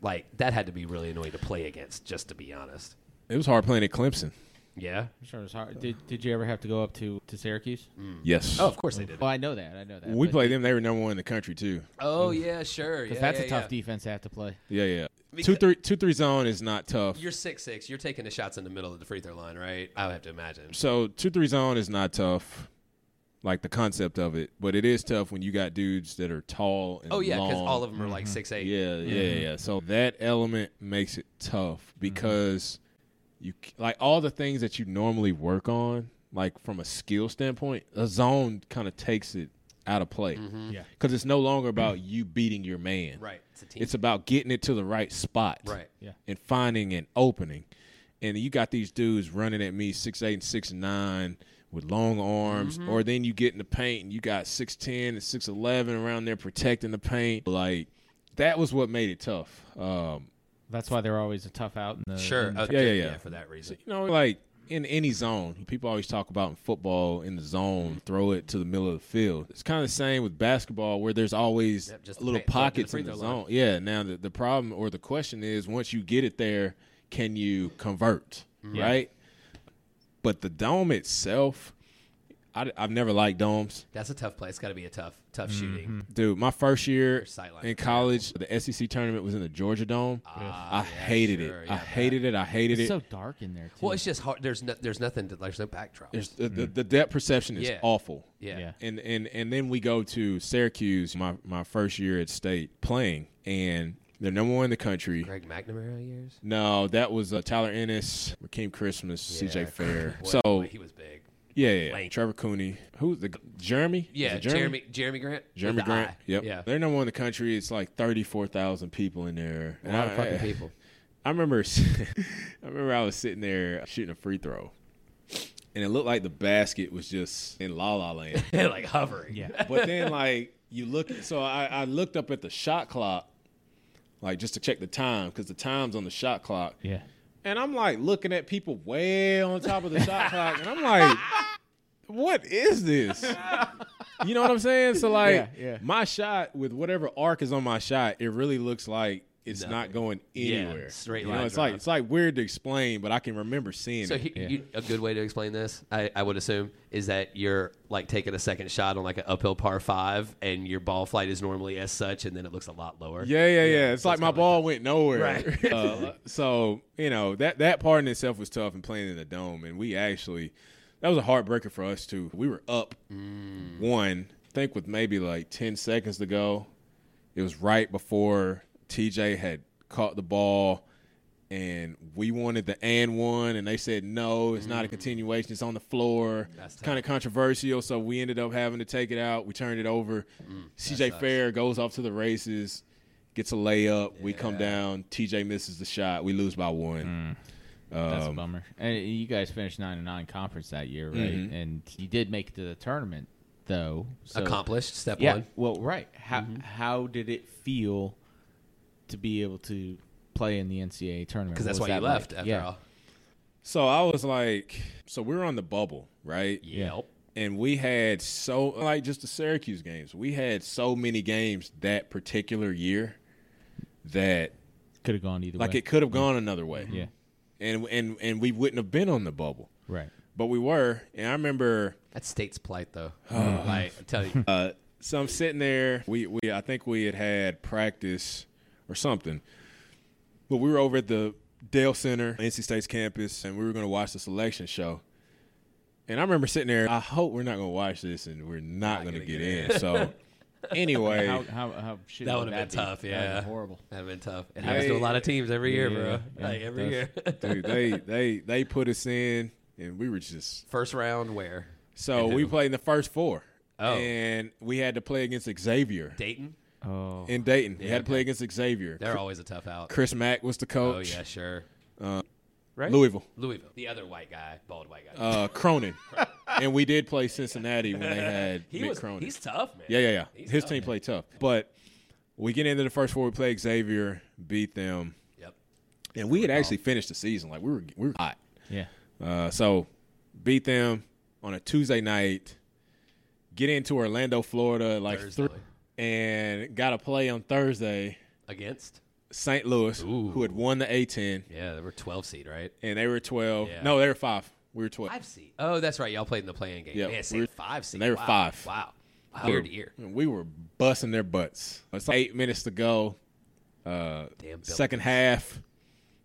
Speaker 2: like that had to be really annoying to play against. Just to be honest.
Speaker 1: It was hard playing at Clemson.
Speaker 2: Yeah.
Speaker 3: I'm sure it's hard. Did Did you ever have to go up to to Syracuse?
Speaker 1: Yes.
Speaker 2: Oh, of course they did.
Speaker 3: Well, I know that. I know that.
Speaker 1: we
Speaker 3: but-
Speaker 1: played them. They were number one in the country too.
Speaker 2: Oh yeah, sure.
Speaker 3: 'cause
Speaker 2: Yeah,
Speaker 3: that's
Speaker 2: yeah,
Speaker 3: a tough
Speaker 2: yeah.
Speaker 3: defense to have to play.
Speaker 1: Yeah, yeah.
Speaker 2: Because-
Speaker 1: Two three two three zone is not tough.
Speaker 2: You're six six. You're taking the shots in the middle of the free throw line, right? I would have to imagine.
Speaker 1: So two three zone is not tough, like the concept of it, but it is tough when you got dudes that are tall and
Speaker 2: Oh yeah, because
Speaker 1: long.
Speaker 2: all of them are like six eight.
Speaker 1: Yeah, yeah, yeah. So that element makes it tough because you c- like all the things that you normally work on, like from a skill standpoint, a zone kind of takes it out of play because
Speaker 3: Yeah.
Speaker 1: it's no longer about you beating your man.
Speaker 2: Right. It's a team.
Speaker 1: It's about getting it to the right spot.
Speaker 2: right.
Speaker 3: Yeah.
Speaker 1: And finding an opening, and you got these dudes running at me six eight and six nine. With long arms,
Speaker 2: Mm-hmm.
Speaker 1: or then you get in the paint and you got six ten and six eleven around there protecting the paint. Like that was what made it tough. Um,
Speaker 3: That's why they're always a tough out. In the,
Speaker 2: Sure. uh,
Speaker 3: in the-
Speaker 2: Okay.
Speaker 1: Yeah, yeah, yeah.
Speaker 2: For that reason.
Speaker 1: you know, like in any zone, people always talk about in football in the
Speaker 2: Mm-hmm.
Speaker 1: zone, throw it to the middle of the field. It's kind of the same with basketball where there's always
Speaker 2: Yep, just
Speaker 1: little
Speaker 2: pa- throw it to the
Speaker 1: pockets
Speaker 2: free
Speaker 1: in the
Speaker 2: throw line.
Speaker 1: zone. Yeah. Now the, the problem or the question is once you get it there, can you convert?
Speaker 2: Mm-hmm.
Speaker 3: Yeah.
Speaker 1: Right. But the dome itself, I, have never liked domes.
Speaker 2: That's a tough play. It's got to be a tough, tough shooting.
Speaker 1: Dude, my first year
Speaker 2: sightlines are
Speaker 1: in college, the SEC tournament was in the Georgia Dome.
Speaker 2: Ah,
Speaker 1: I
Speaker 2: yeah,
Speaker 1: hated
Speaker 2: sure.
Speaker 1: it.
Speaker 2: Yeah,
Speaker 1: I
Speaker 2: I bet.
Speaker 1: hated it. I hated
Speaker 3: It's
Speaker 1: it.
Speaker 3: so dark in there. Too.
Speaker 2: Well, it's just hard. There's no, there's nothing. To, there's no backdrop.
Speaker 1: There's- the, the, the depth perception is
Speaker 2: Mm. Yeah.
Speaker 1: awful.
Speaker 2: yeah.
Speaker 3: Yeah.
Speaker 1: And and and then we go to Syracuse, my my first year at state playing, and they're number one in the country.
Speaker 2: Greg McNamara years.
Speaker 1: No, that was uh, Tyler Ennis, Rakeem Christmas,
Speaker 2: Yeah.
Speaker 1: CJ Fair.
Speaker 2: (laughs) Boy,
Speaker 1: so
Speaker 2: boy, he was big.
Speaker 1: yeah, yeah, yeah.
Speaker 2: Lane.
Speaker 1: Trevor Cooney, who's the Jeremy? Is
Speaker 2: Yeah,
Speaker 1: it Jeremy.
Speaker 2: Jeremy Jeremy Grant. with
Speaker 1: Jeremy
Speaker 2: the
Speaker 1: Grant.
Speaker 2: eye.
Speaker 1: Yep.
Speaker 2: Yeah.
Speaker 1: They're number one in the country. It's like thirty four thousand people in there.
Speaker 2: A lot of
Speaker 1: I-
Speaker 2: fucking
Speaker 1: (laughs) I-
Speaker 2: people. (laughs)
Speaker 1: I remember, (laughs) I remember I was sitting there shooting a free throw, and it looked like the basket was just in la la land.
Speaker 2: like hovering. (laughs)
Speaker 3: Yeah.
Speaker 1: But then like you look, so I, I looked up at the shot clock, like just to check the time because the time's on the shot clock,
Speaker 3: yeah.
Speaker 1: and I'm like looking at people way on top of the
Speaker 3: (laughs)
Speaker 1: shot clock, and I'm like, what is this? You know what I'm saying? So like
Speaker 3: Yeah, yeah.
Speaker 1: my shot with whatever arc is on my shot, it really looks like it's
Speaker 2: Nothing.
Speaker 1: not going
Speaker 2: Yeah,
Speaker 1: anywhere.
Speaker 2: straight
Speaker 1: you know,
Speaker 2: line
Speaker 1: it's like
Speaker 2: drive.
Speaker 1: it's like weird to explain, but I can remember seeing
Speaker 2: So
Speaker 1: it.
Speaker 2: he, you, a good way to explain this, I, I would assume, is that you're like taking a second shot on like an uphill par five, and your ball flight is normally as such, and then it looks a lot lower.
Speaker 1: Yeah, yeah, yeah. It's like my ball went nowhere. (laughs)
Speaker 2: Right.
Speaker 1: uh, so you know that that part in itself was tough, and playing in the dome, and we actually that was a heartbreaker for us too. We were up
Speaker 2: Mm.
Speaker 1: one, I think with maybe like ten seconds to go. It was right before TJ had caught the ball. And we wanted the and one, and they said no, it's not a continuation. It's on the floor.
Speaker 2: Mm. That's tough.
Speaker 1: Kind of controversial, so we ended up having to take it out. We turned it over. CJ
Speaker 2: Mm, sucks.
Speaker 1: Fair goes off to the races, gets a layup. We come
Speaker 2: Yeah.
Speaker 1: down. TJ misses the shot. We lose by one.
Speaker 3: That's a bummer. And you guys finished nine and nine conference that year, right? And you did make it to the tournament, though. So,
Speaker 2: Accomplished step
Speaker 3: Yeah.
Speaker 2: one.
Speaker 3: Well, right. How how did it feel to be able to play in the NCAA tournament?
Speaker 2: Because that's
Speaker 3: What
Speaker 2: why
Speaker 3: was
Speaker 2: you
Speaker 3: that
Speaker 2: left
Speaker 3: like?
Speaker 2: after
Speaker 3: yeah.
Speaker 2: all.
Speaker 1: So I was like, so we were on the bubble, right?
Speaker 2: Yep.
Speaker 1: And we had so like just the Syracuse games. We had so many games that particular year that
Speaker 3: Could have gone either
Speaker 1: like
Speaker 3: way.
Speaker 1: it could have gone another way.
Speaker 3: yeah.
Speaker 1: And and and we wouldn't have been on the bubble,
Speaker 3: Right.
Speaker 1: but we were. And I remember
Speaker 2: That's state's plight, though.
Speaker 1: Oh.
Speaker 2: like, I tell you,
Speaker 1: Uh, so I'm sitting there. We, we I think we had had practice or something, but we were over at the Dale Center, NC State's campus, and we were going to watch the selection show. And I remember sitting there. I hope we're not going to watch this, and we're not, going to
Speaker 2: gonna
Speaker 1: get,
Speaker 2: get
Speaker 1: in. So anyway,
Speaker 3: How how how shitty
Speaker 2: that would
Speaker 3: would
Speaker 2: have been
Speaker 3: be?
Speaker 2: tough.
Speaker 3: That would've
Speaker 2: Yeah.
Speaker 3: been horrible.
Speaker 2: That'd have been tough. It happens to a
Speaker 1: Hey.
Speaker 2: lot of teams every year,
Speaker 3: Yeah,
Speaker 2: bro.
Speaker 3: yeah,
Speaker 2: like
Speaker 3: yeah.
Speaker 2: every year.
Speaker 1: (laughs)
Speaker 3: That's-
Speaker 1: dude, they they they put us in, and we were just
Speaker 2: First round where?
Speaker 1: so
Speaker 2: And
Speaker 1: we
Speaker 2: who?
Speaker 1: played in the first four.
Speaker 2: Oh.
Speaker 1: and we had to play against Xavier
Speaker 2: Dayton.
Speaker 3: Oh.
Speaker 1: in Dayton. we had to play against Xavier.
Speaker 2: They're always a tough out.
Speaker 1: Chris Mack was the
Speaker 2: Oh
Speaker 1: coach.
Speaker 2: yeah, sure.
Speaker 4: Right?
Speaker 1: Louisville.
Speaker 2: Louisville. The other white guy, bald white guy.
Speaker 1: uh,
Speaker 2: (laughs)
Speaker 1: Cronin, and we did play Cincinnati when they had
Speaker 2: he
Speaker 1: Mick
Speaker 2: was.
Speaker 1: Cronin.
Speaker 2: He's tough, man.
Speaker 1: yeah, yeah, yeah.
Speaker 2: he's
Speaker 1: His
Speaker 2: tough,
Speaker 1: team
Speaker 2: man.
Speaker 1: played tough, but we get into the first four. We play Xavier, beat them,
Speaker 2: Yep.
Speaker 1: and we had actually finished the season. Like we were, we were hot.
Speaker 3: Yeah.
Speaker 1: Uh, so beat them on a Tuesday night. Get into Orlando, Florida, like
Speaker 2: Thursday.
Speaker 1: thr- and got a play on Thursday.
Speaker 2: Against.
Speaker 1: St. Louis,
Speaker 2: Ooh.
Speaker 1: who had won the A10,
Speaker 2: Yeah, they were 12 seed, right?
Speaker 1: and they were 12.
Speaker 2: Yeah.
Speaker 1: No, they were five. We were 12.
Speaker 2: Five seed. Oh, that's right. Y'all played in the playing game.
Speaker 1: Yeah,
Speaker 2: Yeah,
Speaker 1: we were-
Speaker 2: seed five seed.
Speaker 1: they were
Speaker 2: wow.
Speaker 1: five.
Speaker 2: Wow. Weird year.
Speaker 1: We were busting their butts. It's like eight minutes to go.
Speaker 2: Damn. Bill.
Speaker 1: Second half,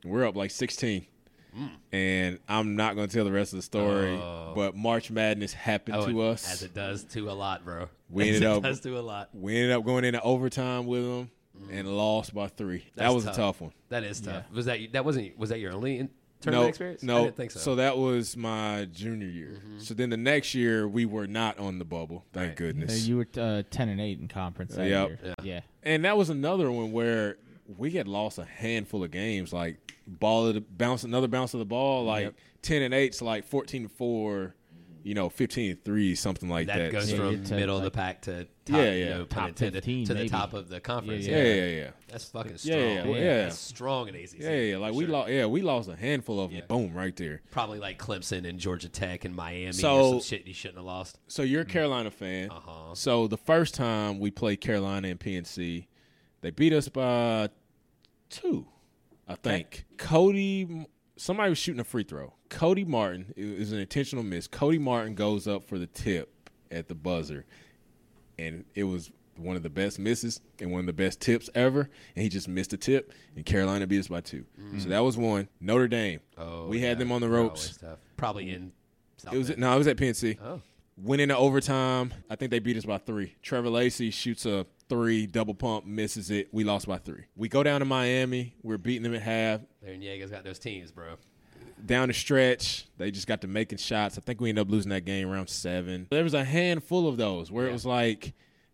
Speaker 1: we're up like 16.
Speaker 2: Mm.
Speaker 1: And I'm not going to tell the rest of the story, but March Madness happened
Speaker 2: Oh, and
Speaker 1: to us.
Speaker 2: As it does to a lot, bro.
Speaker 1: We
Speaker 2: as
Speaker 1: ended
Speaker 2: it
Speaker 1: up-
Speaker 2: does to a lot.
Speaker 1: we ended up going into overtime with them and lost by three. that
Speaker 2: Mm. That's
Speaker 1: was
Speaker 2: tough.
Speaker 1: a tough one.
Speaker 2: That is tough. Was that that wasn't was that your only in- tournament
Speaker 1: no,
Speaker 2: experience?
Speaker 1: no.
Speaker 2: I didn't think so. Mm-hmm.
Speaker 1: that was my junior year. So then the next year, we were not on the bubble. Thank
Speaker 3: So
Speaker 1: goodness.
Speaker 3: you were uh, ten and eight in conference that
Speaker 1: Yep.
Speaker 3: year.
Speaker 2: Yeah.
Speaker 3: Yeah.
Speaker 1: and that was another one where we had lost a handful of games, like ball of the bounce, another bounce of the ball, like ten and eight to like fourteen to four, you know, fifteen to three, something like
Speaker 2: that
Speaker 1: that.
Speaker 2: goes
Speaker 1: So-
Speaker 3: Yeah,
Speaker 2: from
Speaker 3: you take,
Speaker 2: middle of the
Speaker 3: like-
Speaker 2: pack to top,
Speaker 1: Yeah,
Speaker 2: you
Speaker 1: yeah.
Speaker 2: know, pun
Speaker 3: Top
Speaker 2: intended,
Speaker 3: 15
Speaker 2: to the
Speaker 3: maybe.
Speaker 2: top of the conference.
Speaker 1: yeah, yeah, yeah,
Speaker 2: That's fucking
Speaker 1: Yeah,
Speaker 2: strong.
Speaker 1: yeah, yeah. Yeah.
Speaker 3: Yeah.
Speaker 2: That's strong and easy.
Speaker 1: yeah, yeah, yeah. Like we lost, yeah, we lost a handful of them.
Speaker 2: Yeah.
Speaker 1: Boom, right there.
Speaker 2: probably like Clemson and Georgia Tech and Miami or
Speaker 1: So-
Speaker 2: some shit you shouldn't have lost.
Speaker 1: So you're a Carolina fan.
Speaker 2: Mm. Uh-huh.
Speaker 1: So the first time we played Carolina and PNC, they beat us by two, I think. Cody, somebody was shooting a free throw. Cody Martin it was an intentional miss. Cody Martin goes up for the tip at the buzzer, and it was one of the best misses and one of the best tips ever. And he just missed a tip, and Carolina beat us by two. So that was one. Notre Dame.
Speaker 2: Mm. Oh,
Speaker 1: we had
Speaker 2: yeah.
Speaker 1: them on the
Speaker 2: They're
Speaker 1: ropes.
Speaker 2: always tough. Probably in. South
Speaker 1: It was
Speaker 2: Bend.
Speaker 1: no, it was at PNC.
Speaker 2: Oh.
Speaker 1: Went into overtime. I think they beat us by three. Trevor Lacey shoots a three, double pump, misses it. We lost by three. We go down to Miami. We're beating them at half.
Speaker 2: There and Yeager's got those teams, bro.
Speaker 1: Down the stretch, they just got to making shots. I think we ended up losing that game round seven. There was a handful of those where it was like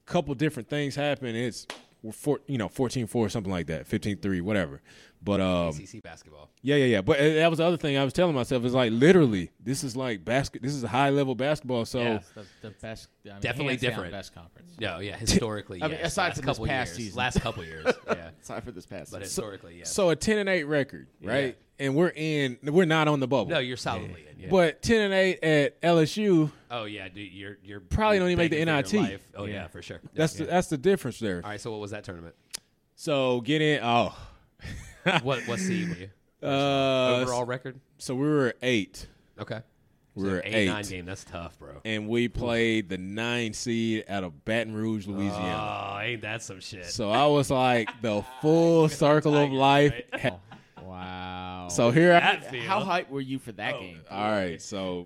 Speaker 1: a couple different things happen. It's we're four, you know, 14-4 or something like that, 15-3, whatever. But um,
Speaker 2: ACC basketball.
Speaker 1: yeah, yeah, yeah. But uh, that was the other thing I was telling myself is like literally, this is like basket. This is high level basketball. So
Speaker 2: Yeah.
Speaker 3: That's the, the best. I mean,
Speaker 2: Definitely
Speaker 3: hands down
Speaker 2: different.
Speaker 3: Best conference.
Speaker 1: (laughs)
Speaker 2: No, yeah, historically.
Speaker 3: I mean,
Speaker 2: yes.
Speaker 3: aside
Speaker 2: last
Speaker 3: from this
Speaker 2: couple
Speaker 3: past
Speaker 2: years,
Speaker 3: season.
Speaker 2: last couple years, yeah.
Speaker 4: Time for this pass.
Speaker 2: But historically, yes.
Speaker 1: So a ten and eight record, right? And we're in. We're not on the bubble.
Speaker 2: no, you're solidly in. Yeah.
Speaker 1: But ten and eight at LSU.
Speaker 2: oh yeah, dude, you're you're
Speaker 1: Probably don't even make the
Speaker 2: begging for your
Speaker 1: NIT.
Speaker 2: life. Oh yeah, for sure.
Speaker 1: That's the that's the difference there.
Speaker 2: All right, so what was that tournament?
Speaker 1: So get in. Oh,
Speaker 2: What what seed were you?
Speaker 1: Uh,
Speaker 2: Overall record?
Speaker 1: So we were eight.
Speaker 2: Okay.
Speaker 1: We
Speaker 2: So
Speaker 1: were
Speaker 2: eight,
Speaker 1: eight.
Speaker 2: nine game. That's tough, bro.
Speaker 1: And we played the nine seed out of Baton Rouge, Louisiana.
Speaker 2: Oh, ain't that some shit?
Speaker 1: so I was like the
Speaker 2: (laughs)
Speaker 1: full circle of life.
Speaker 3: Wow.
Speaker 1: (laughs) So here I.
Speaker 2: that feel.
Speaker 3: how hyped were you for that
Speaker 2: Oh,
Speaker 3: game?
Speaker 1: All right,
Speaker 2: (laughs)
Speaker 1: so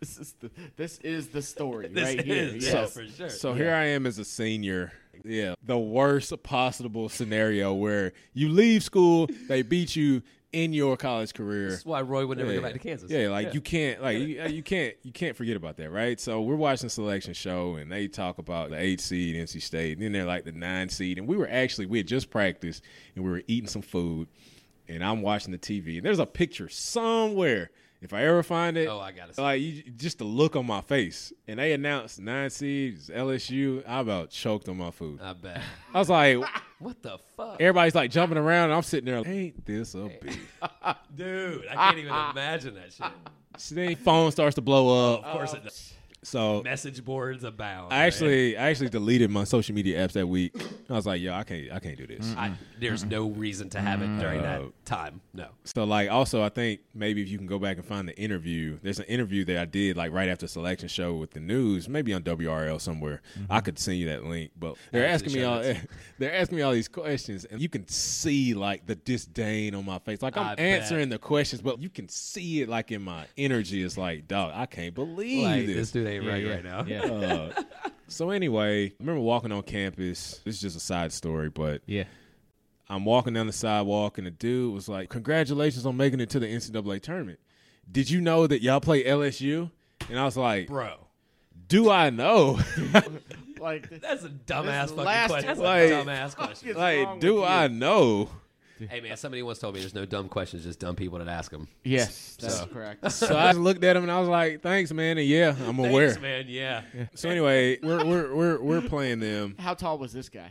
Speaker 3: this is the (laughs) this is the story
Speaker 2: (laughs) this
Speaker 3: right here.
Speaker 2: is, yeah,
Speaker 3: Yes.
Speaker 2: for sure.
Speaker 1: So here I am as a senior. Yeah, the worst possible scenario where you leave school, they beat you in your college career.
Speaker 2: That's why Roy would never
Speaker 1: yeah.
Speaker 2: go back to Kansas.
Speaker 1: Yeah, like you can't, like you, uh, you can't, you can't forget about that, right? So we're watching selection show, and they talk about the eight seed NC State, and then they're like the nine seed, and we were actually we had just practiced, and we were eating some food, and I'm watching the TV, and there's a picture somewhere. If I ever find it,
Speaker 2: Oh, I gotta see.
Speaker 1: like you, just the look on my face, and they announced nine seeds LSU. I about choked on my food.
Speaker 2: I bet. (laughs)
Speaker 1: I was like,
Speaker 2: What the fuck,
Speaker 1: everybody's like jumping around, and I'm sitting there, like, ain't this a bitch?
Speaker 2: dude? I
Speaker 1: (laughs)
Speaker 2: can't even imagine that shit.
Speaker 1: So then phone starts to blow up.
Speaker 2: Of course, it does.
Speaker 1: So
Speaker 2: message boards abound.
Speaker 1: I actually I actually deleted my social media apps that week. I was like, yo, I can't I can't do this.
Speaker 2: man. I, there's no reason to have it during that time. No.
Speaker 1: So like also I think maybe if you can go back and find the interview, there's an interview that I did like right after selection show with the news, maybe on WRL somewhere.
Speaker 2: Mm-hmm.
Speaker 1: I could send you that link, but they're
Speaker 2: Add it to
Speaker 1: asking
Speaker 2: the
Speaker 1: me
Speaker 2: show
Speaker 1: all
Speaker 2: notes.
Speaker 1: (laughs) they're asking me all these questions and you can see like the disdain on my face. Like I'm
Speaker 2: I bet.
Speaker 1: answering the questions, but you can see it like in my energy. It's like, dog, I can't believe
Speaker 2: Like,
Speaker 1: this.
Speaker 2: this dude ain't right
Speaker 3: yeah,
Speaker 2: right now. Oh.
Speaker 3: Yeah.
Speaker 1: Uh, (laughs) so anyway, I remember walking on campus. This is just a side story, but
Speaker 3: yeah.
Speaker 1: I'm walking down the sidewalk and a dude was like, "Congratulations on making it to the NCAA tournament. Did you know that y'all play LSU?" And I was like,
Speaker 2: Bro,
Speaker 1: "Do I
Speaker 2: (laughs)
Speaker 1: know? (laughs)
Speaker 3: Like this,
Speaker 2: that's a dumbass
Speaker 3: That's the
Speaker 2: fucking
Speaker 3: last
Speaker 2: question. That's
Speaker 1: Like-
Speaker 2: a dumbass question.
Speaker 1: like,
Speaker 3: wrong
Speaker 1: do
Speaker 3: with
Speaker 1: I know?"
Speaker 2: hey, man, somebody once told me there's no dumb questions, just dumb people that ask them.
Speaker 3: yes, that's
Speaker 4: (laughs)
Speaker 2: So-
Speaker 3: correct.
Speaker 1: So I looked at him and I was like, "Thanks, man." And yeah, I'm aware.
Speaker 2: Thanks, man. Yeah.
Speaker 1: So anyway, we're we're we're we're playing them.
Speaker 3: How tall was this guy?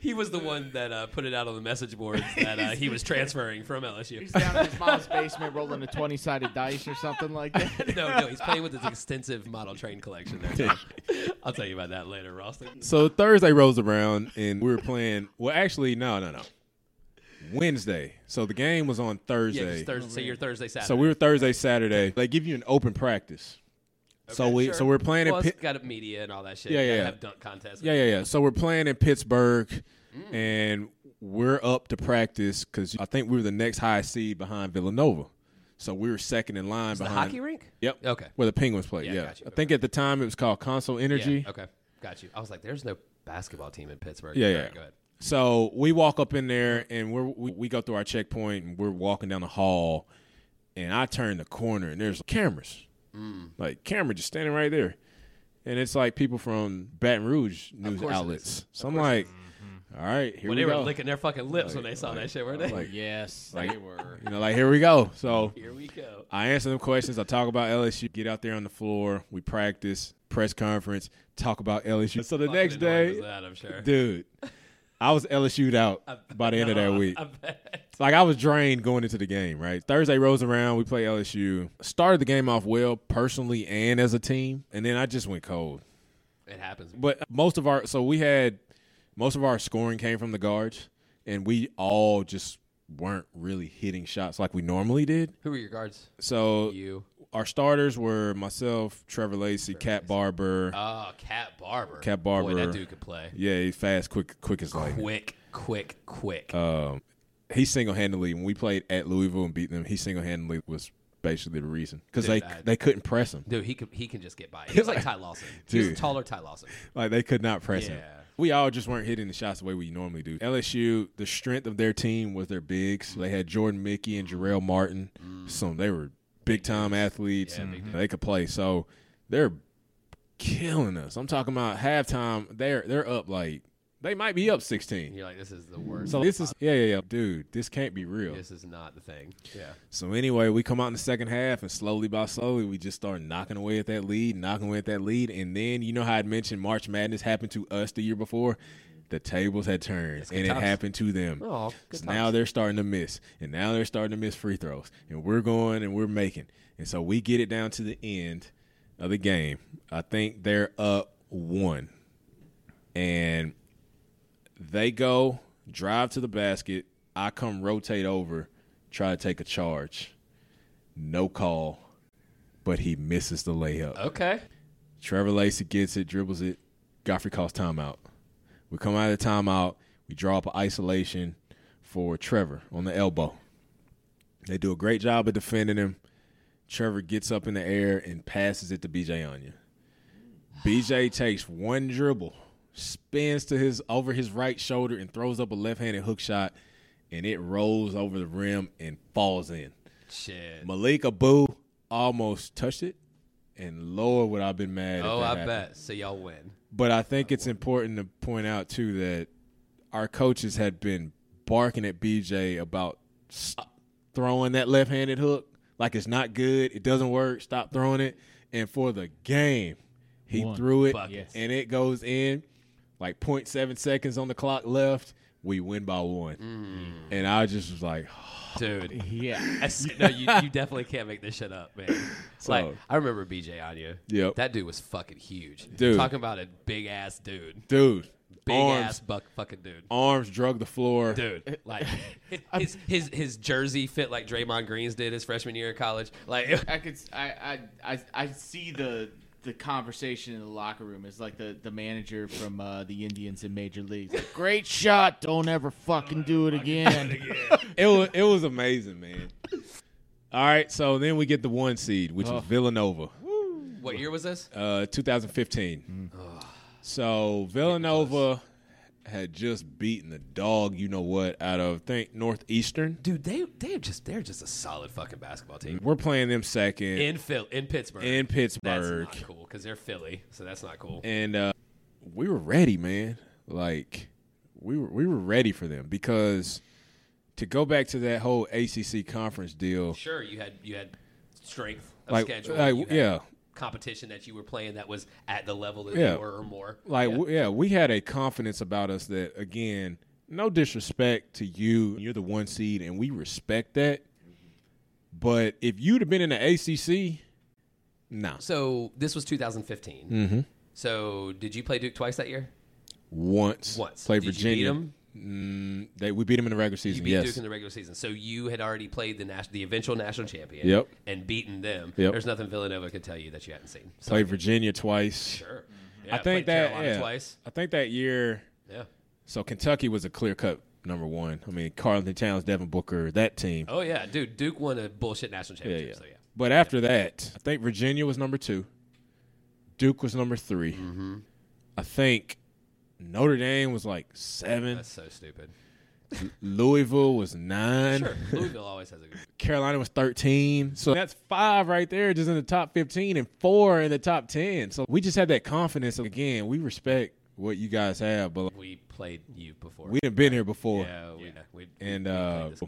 Speaker 2: He was the one that uh, put it out on the
Speaker 1: (laughs)
Speaker 2: message boards that uh, he was transferring from LSU.
Speaker 3: He's (laughs) down in his
Speaker 4: (laughs)
Speaker 3: mom's basement rolling a twenty-sided dice or something like that.
Speaker 2: No, no, he's playing with his extensive model train collection there.
Speaker 1: (laughs)
Speaker 2: too. I'll tell you about that later, Ross.
Speaker 1: So Thursday rolls around and we were playing. Well, actually, no, no, no. Wednesday. So the game was on
Speaker 2: Yeah,
Speaker 1: Thursday. Oh,
Speaker 2: just Thursday. So you're Thursday, Saturday.
Speaker 1: So we were Thursday, Saturday. They give you an open practice. so we so we're playing
Speaker 2: Well,
Speaker 1: in
Speaker 2: it's
Speaker 1: Pit-
Speaker 2: got media and all that shit.
Speaker 1: Yeah,
Speaker 2: You gotta
Speaker 1: yeah.
Speaker 2: Have dunk contests.
Speaker 1: yeah yeah yeah. So we're playing in Pittsburgh, and we're up to practice because I think we were the next highest seed behind Villanova. So we were second in line
Speaker 2: The
Speaker 1: behind
Speaker 2: hockey rink?
Speaker 1: Yep.
Speaker 2: Okay.
Speaker 1: Where the Penguins played.
Speaker 2: Yeah,
Speaker 1: Yeah.
Speaker 2: gotcha.
Speaker 1: I think at the time it was called Console Energy.
Speaker 2: Yeah, okay. Got you. I was like, there's no basketball team in Pittsburgh.
Speaker 1: Yeah,
Speaker 2: All
Speaker 1: yeah.
Speaker 2: right, Go ahead.
Speaker 1: So we walk up in there and we're, we we go through our checkpoint and we're walking down the hall, and I turn the corner and there's cameras,
Speaker 2: Mm.
Speaker 1: like camera just standing right there, and it's like people from Baton Rouge news
Speaker 2: course it
Speaker 1: outlets. So I'm like, all right, here
Speaker 2: Well,
Speaker 1: we
Speaker 2: they were
Speaker 1: go. Oh,
Speaker 2: licking their fucking lips when they saw that shit, weren't they?
Speaker 1: like,
Speaker 3: yes,
Speaker 1: Like-
Speaker 3: they were.
Speaker 1: you know, like here we go. So
Speaker 2: Here we go.
Speaker 1: I answer them questions. I talk about LSU. Get out there on the floor. We practice press conference. Talk about LSU. So the
Speaker 2: Fucking
Speaker 1: next
Speaker 2: annoying was
Speaker 1: day,
Speaker 2: that, I'm sure.
Speaker 1: dude, I was LSU'd out by the end of that week.
Speaker 2: (laughs) I bet.
Speaker 1: Like I was drained going into the game, right? Thursday rolls around, we play LSU. Started the game off well personally and as a team, and then I just went cold.
Speaker 2: It happens.
Speaker 1: But most of our so we had most of our scoring came from the guards and we all just weren't really hitting shots like we normally did.
Speaker 2: Who are your guards?
Speaker 1: So
Speaker 2: You.
Speaker 1: our starters were myself, Trevor Lacey, Uh, Cat Barber.
Speaker 2: Oh, Cat Barber.
Speaker 1: Cat
Speaker 2: Boy, that
Speaker 1: Barber.
Speaker 2: dude could play.
Speaker 1: yeah, he's fast, quick, quick as lightning.
Speaker 2: Quick, quick, quick.
Speaker 1: um, he single handedly when we played at Louisville and beat them, he single handedly was basically the reason because they
Speaker 2: Dude, I-
Speaker 1: they couldn't press him.
Speaker 2: Dude, he could, he can just
Speaker 1: (laughs)
Speaker 2: get by. He's like Ty Lawson. He's a
Speaker 1: Dude.
Speaker 2: taller Ty Lawson.
Speaker 1: Like they could not press him.
Speaker 2: Yeah.
Speaker 1: We all just weren't hitting the shots the way we normally do. LSU, the strength of their team was their bigs. They had Jordan Mickey and Jarrell Martin. Some they were big time athletes
Speaker 2: Mm. Yeah,
Speaker 1: and
Speaker 2: big
Speaker 1: they could play. So they're killing us. I'm talking about halftime. They're they're up like they might be up 16.
Speaker 2: And you're like, this is the worst.
Speaker 1: So this is yeah yeah yeah, dude. This can't be real.
Speaker 2: This is not the thing. Yeah.
Speaker 1: So anyway, we come out in the second half, and slowly by slowly, we just start knocking away at that lead, knocking away at that lead, and then you know how I'd mentioned March Madness happened to us the year before. The tables had turned,
Speaker 2: good
Speaker 1: and it
Speaker 2: times.
Speaker 1: happened to them.
Speaker 2: Oh, good
Speaker 1: so now
Speaker 2: times.
Speaker 1: they're starting to miss, and now they're starting to miss free throws, and we're going and we're making, and so we get it down to the end of the game. I think they're up one, and they go. drive to the basket. I come rotate over, try to take a charge. No call, but he misses the layup.
Speaker 2: Okay.
Speaker 1: Trevor Lacey gets it, dribbles it. Godfrey calls timeout. We come out of the timeout. We draw up an isolation for Trevor on the elbow. They do a great job of defending him. Trevor gets up in the air and passes it to BJ Anya. BJ takes one dribble, spins to his over his right shoulder and throws up a left-handed hook shot, and it rolls over the rim and falls in.
Speaker 2: Shit.
Speaker 1: Malik Abu almost touched it, and Lord, would I've been mad. if
Speaker 2: Oh,
Speaker 1: that
Speaker 2: I
Speaker 1: happened.
Speaker 2: bet. So y'all win.
Speaker 1: But I think it's important to point out too that our coaches had been barking at BJ about stop throwing that left-handed hook, like it's not good, it doesn't work, stop throwing it. And for the game, he
Speaker 3: One
Speaker 1: threw it
Speaker 2: bucket.
Speaker 1: and it goes in, like 0.7 seconds on the clock left. We win by one,
Speaker 2: Mm.
Speaker 1: and I just was like, (sighs) (laughs)
Speaker 2: Dude.
Speaker 3: Yeah.
Speaker 2: That's- no, you, you definitely can't make this shit up, man. It's like
Speaker 1: So-
Speaker 2: I remember BJ Anya.
Speaker 1: Yep.
Speaker 2: That dude was fucking huge.
Speaker 1: Dude.
Speaker 2: Talking about a big ass dude.
Speaker 1: "Dude,
Speaker 2: Big
Speaker 1: arms,
Speaker 2: ass buck fucking dude.
Speaker 1: arms drug the floor."
Speaker 2: (laughs) Dude, like his, his his jersey fit like Draymond Green's did his freshman year of college. Like (laughs)
Speaker 4: I could s- I I I, I see the the conversation in the locker room is like the, the manager from uh, the Indians in Major League. Like, Great shot, don't ever fucking do it again.
Speaker 1: it was it was amazing, man. All right, so then we get the one seed, which
Speaker 2: Oh.
Speaker 1: is Villanova,
Speaker 2: what year was this?
Speaker 1: uh, 2015. So Villanova had just beaten the dog, you know what, out of think Northeastern.
Speaker 2: Dude, they they are just they're just a solid fucking basketball team.
Speaker 1: We're playing them second in,
Speaker 2: In Phil in Pittsburgh. that's
Speaker 1: Pittsburgh,
Speaker 2: not cool because they're Philly, so that's not cool.
Speaker 1: and uh, we were ready, man. Like we were we were ready for them because to go back to that whole ACC conference deal,
Speaker 2: Sure, you had you had strength of
Speaker 1: like,
Speaker 2: schedule.
Speaker 1: like,
Speaker 2: you had
Speaker 1: yeah,
Speaker 2: competition that you were playing that was at the level that
Speaker 1: Yeah.
Speaker 2: you were or more.
Speaker 1: Like,
Speaker 2: Yeah.
Speaker 1: w yeah, we had a confidence about us that, again, no disrespect to you. You're the one seed, and we respect that. But if you'd have been in the ACC, nah.
Speaker 2: so this was 2015.
Speaker 1: Mm-hmm.
Speaker 2: So did you play Duke twice that year?
Speaker 1: Once.
Speaker 2: Once.
Speaker 1: Played
Speaker 2: Did you beat
Speaker 1: Virginia.
Speaker 2: 'em?
Speaker 1: Mm, they, we beat them in the regular
Speaker 2: You
Speaker 1: season,
Speaker 2: beat
Speaker 1: yes.
Speaker 2: Duke in the regular season, so you had already played the nas- the eventual national champion.
Speaker 1: Yep.
Speaker 2: And beaten them.
Speaker 1: Yep.
Speaker 2: There's nothing Villanova could tell you that you hadn't seen. So
Speaker 1: played Virginia twice.
Speaker 2: sure. Yeah,
Speaker 1: I think
Speaker 2: played
Speaker 1: that
Speaker 2: Carolina
Speaker 1: yeah.
Speaker 2: twice.
Speaker 1: I think that year
Speaker 2: Yeah.
Speaker 1: so Kentucky was a clear cut number one. I mean Carlton Towns, Devin Booker, that team.
Speaker 2: Oh yeah, dude. Duke won a bullshit national
Speaker 1: Yeah,
Speaker 2: championship.
Speaker 1: yeah.
Speaker 2: So yeah.
Speaker 1: But after that, I think Virginia was number two. Duke was number 3 I think Notre Dame was like seven.
Speaker 2: That's so stupid.
Speaker 1: Louisville was nine.
Speaker 2: Sure. Louisville always has a good.
Speaker 1: Carolina was 13. So that's five right there, just in the top 15, and four in the top 10. So we just had that confidence. Again, we respect what you guys have, but
Speaker 2: We played you before.
Speaker 1: we didn't been here before.
Speaker 2: yeah, we, we
Speaker 1: And
Speaker 2: we played
Speaker 1: uh,
Speaker 2: this-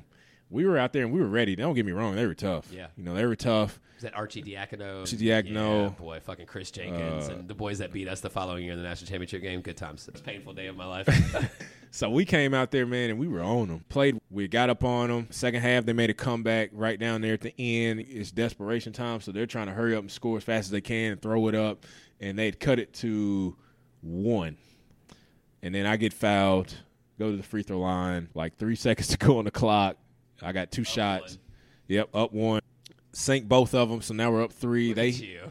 Speaker 1: we were out there and we were ready. Don't get me wrong, they were tough.
Speaker 2: Yeah.
Speaker 1: You know, they were tough.
Speaker 2: Is that Archie Diacono?
Speaker 1: Archie Diacono. Uh,
Speaker 2: Yeah, boy, fucking Chris Jenkins and the boys that beat us the following year in the national championship game. Good times. It's a painful day of
Speaker 1: (laughs)
Speaker 2: my life.
Speaker 1: So we came out there, man, and we were on them. Played, we got up on them. Second half, they made a comeback right down there at the end. It's desperation time, so they're trying to hurry up and score as fast as they can and throw it up. And they'd cut it to one. And then I get fouled, go to the free throw line, like three (laughs) seconds to go on the clock. I got two shots.
Speaker 2: one.
Speaker 1: Yep, up one. Sink both of them, so now we're up three.
Speaker 2: Look
Speaker 1: they (laughs)
Speaker 2: at you.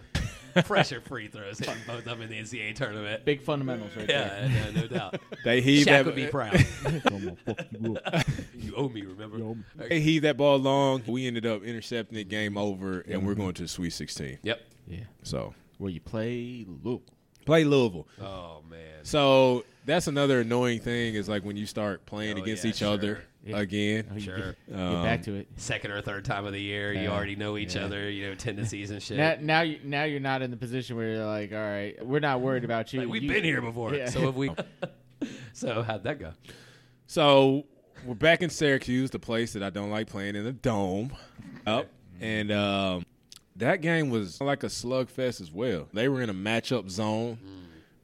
Speaker 2: Pressure free throws hitting both of them in the NCAA tournament.
Speaker 3: (laughs) Big fundamentals right
Speaker 2: Yeah, no, no doubt.
Speaker 1: they heave
Speaker 2: Shaq
Speaker 1: that
Speaker 2: would be proud.
Speaker 3: there. I'ma fuck you up.
Speaker 2: (laughs) you owe me, remember?
Speaker 1: they heave that ball long. We ended up intercepting it, game over, and we're going to the Sweet 16.
Speaker 2: Yep.
Speaker 3: Yeah.
Speaker 1: So
Speaker 3: Where you play Luke.
Speaker 1: play Louisville.
Speaker 2: Oh man.
Speaker 1: Uh, So that's another annoying thing is like when you start playing
Speaker 2: Oh,
Speaker 1: against
Speaker 2: yeah, Oh,
Speaker 1: each other
Speaker 3: Yeah.
Speaker 1: again.
Speaker 3: You
Speaker 2: Sure.
Speaker 3: Get, get back to it.
Speaker 2: Second or third time of the year, you
Speaker 3: Yeah.
Speaker 2: already know each other. You know tendencies and shit.
Speaker 3: Now, now, you, now you're not in the position where you're like, all right, we're not worried about you.
Speaker 2: Like, we've
Speaker 3: You-
Speaker 2: been here before,
Speaker 3: Yeah.
Speaker 2: so have we. so how'd that go?
Speaker 1: So we're back in Syracuse, the place that I don't like playing in the dome. Up and um, that game was like a slugfest as well. They were in a matchup zone,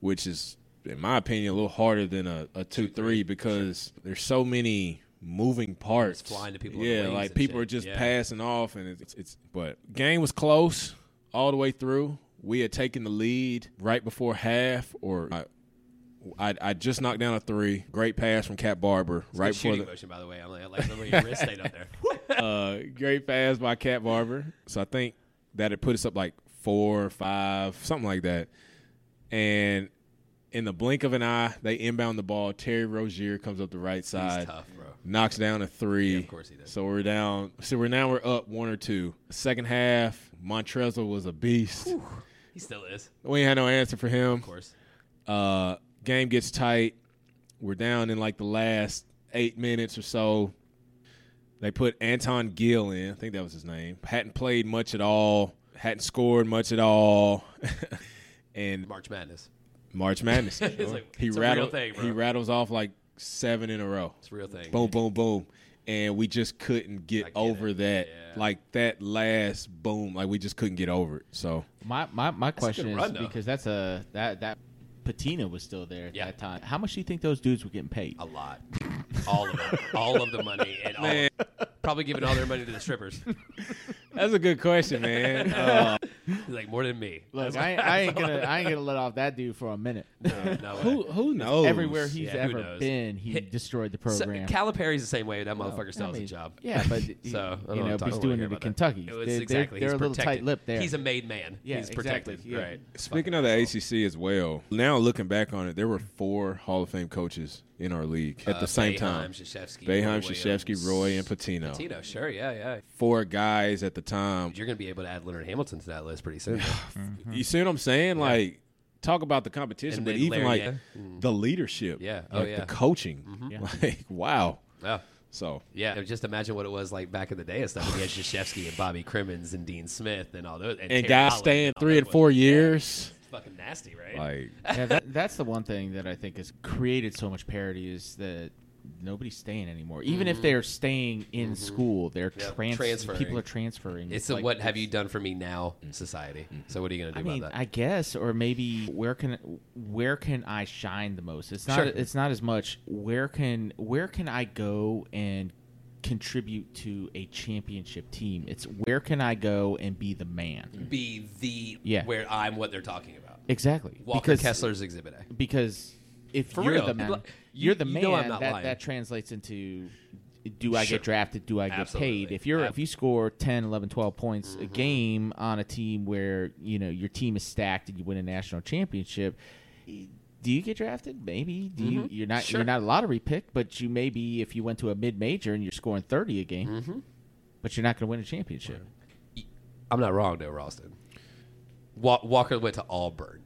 Speaker 1: which is, in my opinion, a little harder than a, a two-three because there's so many moving parts.
Speaker 2: flying to people on the
Speaker 1: Yeah,
Speaker 2: wings
Speaker 1: like
Speaker 2: and
Speaker 1: people
Speaker 2: shit.
Speaker 1: are just
Speaker 2: Yeah.
Speaker 1: passing off, and it's, it's. But game was close all the way through. We had taken the lead right before half, or uh, I, I, I just knocked down a three. Great pass from Cat Barber right
Speaker 2: Good
Speaker 1: before
Speaker 2: shooting
Speaker 1: the
Speaker 2: motion, by the way. I'm like, I like the way your wrist stayed up there.
Speaker 1: uh, great pass by Cat Barber. So I think that it put us up like four, five, something like that. And in the blink of an eye, they inbound the ball. Terry Rozier comes up the right
Speaker 2: He's
Speaker 1: side,
Speaker 2: tough, bro.
Speaker 1: knocks down a three.
Speaker 2: Yeah, of course he does.
Speaker 1: So we're down. So we're now we're up one or two. Second half, Montrezl was a beast.
Speaker 2: He still is,
Speaker 1: We ain't had no answer for him.
Speaker 2: of course.
Speaker 1: Uh, game gets tight. We're down in like the last eight minutes or so. They put Anton Gill in. I think that was his name. Hadn't played much at all. Hadn't scored much at all. (laughs) and
Speaker 2: March Madness.
Speaker 1: March
Speaker 2: (laughs)
Speaker 1: Madness.
Speaker 2: like,
Speaker 1: he
Speaker 2: it's a real
Speaker 1: rattled.
Speaker 2: thing, bro.
Speaker 1: he rattles off like seven in a row.
Speaker 2: It's a real thing.
Speaker 1: Boom, boom, boom. And we just couldn't get,
Speaker 2: I get
Speaker 1: over
Speaker 2: it.
Speaker 1: that.
Speaker 2: Yeah.
Speaker 1: Like that last boom. Like we just couldn't get over it. So
Speaker 3: My my, my
Speaker 2: a good
Speaker 3: question is
Speaker 2: run, though.
Speaker 3: because that's a that that patina was still there at
Speaker 2: Yeah.
Speaker 3: that time. How much do you think those dudes were getting paid?
Speaker 2: A lot. All of it. all of the money. And all
Speaker 1: Man.
Speaker 2: of, probably giving all their money to the strippers. (laughs)
Speaker 1: that's a good question, man. Uh,
Speaker 2: He's like, more than me.
Speaker 3: Look,
Speaker 4: I, I ain't
Speaker 2: (laughs)
Speaker 4: gonna I ain't gonna let off that dude for a minute.
Speaker 3: (laughs)
Speaker 2: No, no way.
Speaker 1: who who knows?
Speaker 3: Everywhere he's
Speaker 2: Yeah, who
Speaker 3: ever
Speaker 2: knows?
Speaker 3: been, he
Speaker 2: Hit-
Speaker 3: destroyed the
Speaker 2: So,
Speaker 3: program.
Speaker 2: Calipari's the same way. That motherfucker
Speaker 3: I
Speaker 2: still has a
Speaker 3: mean,
Speaker 2: job.
Speaker 3: yeah,
Speaker 2: (laughs)
Speaker 3: but he-
Speaker 2: So I don't
Speaker 3: you
Speaker 2: wanna
Speaker 3: know, if
Speaker 2: talk- I
Speaker 3: he's
Speaker 2: don't
Speaker 3: doing
Speaker 2: wanna hear
Speaker 3: it to
Speaker 2: about that.
Speaker 3: Kentucky.
Speaker 2: It was
Speaker 3: they- they're-
Speaker 2: exactly.
Speaker 3: They're,
Speaker 2: He's
Speaker 3: a little
Speaker 2: protected.
Speaker 3: tight lipped there.
Speaker 2: He's a made man.
Speaker 3: Yeah,
Speaker 2: He's
Speaker 3: exactly,
Speaker 2: protected.
Speaker 3: yeah.
Speaker 2: Right.
Speaker 1: Speaking
Speaker 2: Fucking
Speaker 1: of the
Speaker 2: asshole.
Speaker 1: ACC as well, now looking back on it, there were four Hall of Fame coaches in our league at
Speaker 2: Uh,
Speaker 1: the same
Speaker 2: Boeheim,
Speaker 1: time.
Speaker 2: Krzyzewski,
Speaker 1: Beheim,
Speaker 2: Roy
Speaker 1: Shashevsky,
Speaker 2: Williams.
Speaker 1: Roy, and Patino.
Speaker 2: Tito, sure, yeah, yeah.
Speaker 1: Four guys at the time.
Speaker 2: You're gonna be able to add Leonard Hamilton to that list pretty soon.
Speaker 1: You see what I'm saying? Like, talk about the competition,
Speaker 2: And
Speaker 1: but
Speaker 2: then
Speaker 1: even
Speaker 2: Larry,
Speaker 1: like
Speaker 2: yeah.
Speaker 1: the leadership.
Speaker 2: Yeah. Oh,
Speaker 1: Like
Speaker 2: yeah.
Speaker 1: the coaching. (laughs) Like, wow.
Speaker 2: yeah,
Speaker 1: So,
Speaker 2: yeah. Just imagine what it was like back in the day and stuff. We had Krzyzewski and Bobby Crimmins and Dean Smith and all those.
Speaker 1: and
Speaker 2: Terry
Speaker 1: guys
Speaker 2: Holland
Speaker 1: staying
Speaker 2: all
Speaker 1: three
Speaker 2: that
Speaker 1: and
Speaker 2: was-
Speaker 1: four
Speaker 2: yeah,
Speaker 1: years.
Speaker 2: it's fucking nasty, right?
Speaker 1: Like,
Speaker 3: yeah, that, that's the one thing that I think has created so much parity is that nobody's staying anymore. Even if they're staying in school, they're
Speaker 2: Yeah,
Speaker 3: trans-
Speaker 2: Mm-hmm. transferring.
Speaker 3: People are transferring.
Speaker 2: it's a
Speaker 3: like,
Speaker 2: what have you done for me now
Speaker 1: Mm-hmm.
Speaker 2: society. So what are you gonna do
Speaker 3: I
Speaker 2: about
Speaker 3: mean,
Speaker 2: that?
Speaker 3: I guess, or maybe where can where can I shine the most? It's not
Speaker 2: Sure.
Speaker 3: it's not as much where can where can I go and contribute to a championship team. It's where can I go and be the man.
Speaker 2: be the
Speaker 3: Yeah.
Speaker 2: where I'm what they're talking about.
Speaker 3: Exactly.
Speaker 2: Walker
Speaker 3: because
Speaker 2: Kessler's Exhibit A.
Speaker 3: because if
Speaker 2: For
Speaker 3: you're
Speaker 2: real,
Speaker 3: the
Speaker 2: people-
Speaker 3: man,
Speaker 2: you-
Speaker 3: you're the
Speaker 2: you
Speaker 3: man.
Speaker 2: know I'm not
Speaker 3: that,
Speaker 2: lying.
Speaker 3: that translates into do I
Speaker 2: Sure.
Speaker 3: get drafted? Do I get
Speaker 2: Absolutely.
Speaker 3: paid? If you're
Speaker 2: Ab- Mm-hmm.
Speaker 3: if you score 10, 11, 12 points a game on a team where you know your team is stacked and you win a national championship. Do you get drafted? Maybe. Do you? You're not.
Speaker 2: Mm-hmm. Sure.
Speaker 3: You're not a lottery pick, but you may be if you went to a mid major and you're scoring thirty a game.
Speaker 2: Mm-hmm.
Speaker 3: But you're not going to win a championship.
Speaker 2: I'm not wrong though, Ralston. Wa- Walker went to Auburn.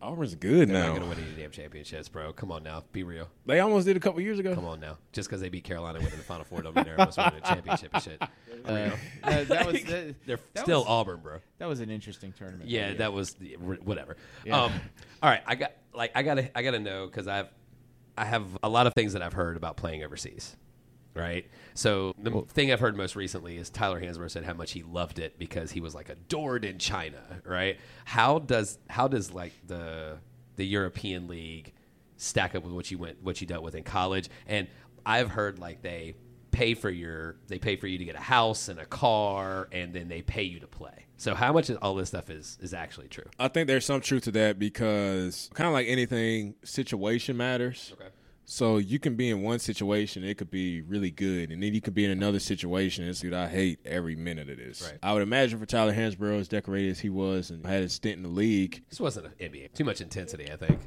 Speaker 1: Auburn's good
Speaker 2: They're not
Speaker 1: now.
Speaker 2: gonna win any damn championships, bro. Come on now, be real.
Speaker 1: They almost did a couple years
Speaker 2: Come
Speaker 1: ago.
Speaker 2: on now. Just because they beat Carolina winning the Final Four don't mean they're almost winning a championship and
Speaker 3: (laughs)
Speaker 2: shit.
Speaker 3: Uh, uh,
Speaker 2: (laughs)
Speaker 3: that was
Speaker 2: Like,
Speaker 3: that,
Speaker 2: They're
Speaker 3: that
Speaker 2: still
Speaker 3: was-
Speaker 2: Auburn, bro.
Speaker 3: that was an interesting tournament.
Speaker 2: Yeah,
Speaker 3: that year.
Speaker 2: that was the, whatever. Um, all right, I got like I gotta I gotta know because I've I have a lot of things that I've heard about playing overseas, right? So the thing I've heard most recently is Tyler Hansbrough said how much he loved it because he was like adored in China, right? How does how does like the the European League stack up with what you went what you dealt with in college? And I've heard like they pay for your they pay for you to get a house and a car and then they pay you to play. So how much of all this stuff is is actually true?
Speaker 1: I think there's some truth to that because, kind of like anything, situation matters.
Speaker 2: Okay.
Speaker 1: So you can be in one situation, it could be really good, and then you could be in another situation. It's dude, I hate every minute of this.
Speaker 2: Right.
Speaker 1: I would imagine for Tyler Hansborough, as decorated as he was, and had a stint in the league.
Speaker 2: This wasn't an NBA. Too much intensity, I
Speaker 1: (laughs)
Speaker 2: think.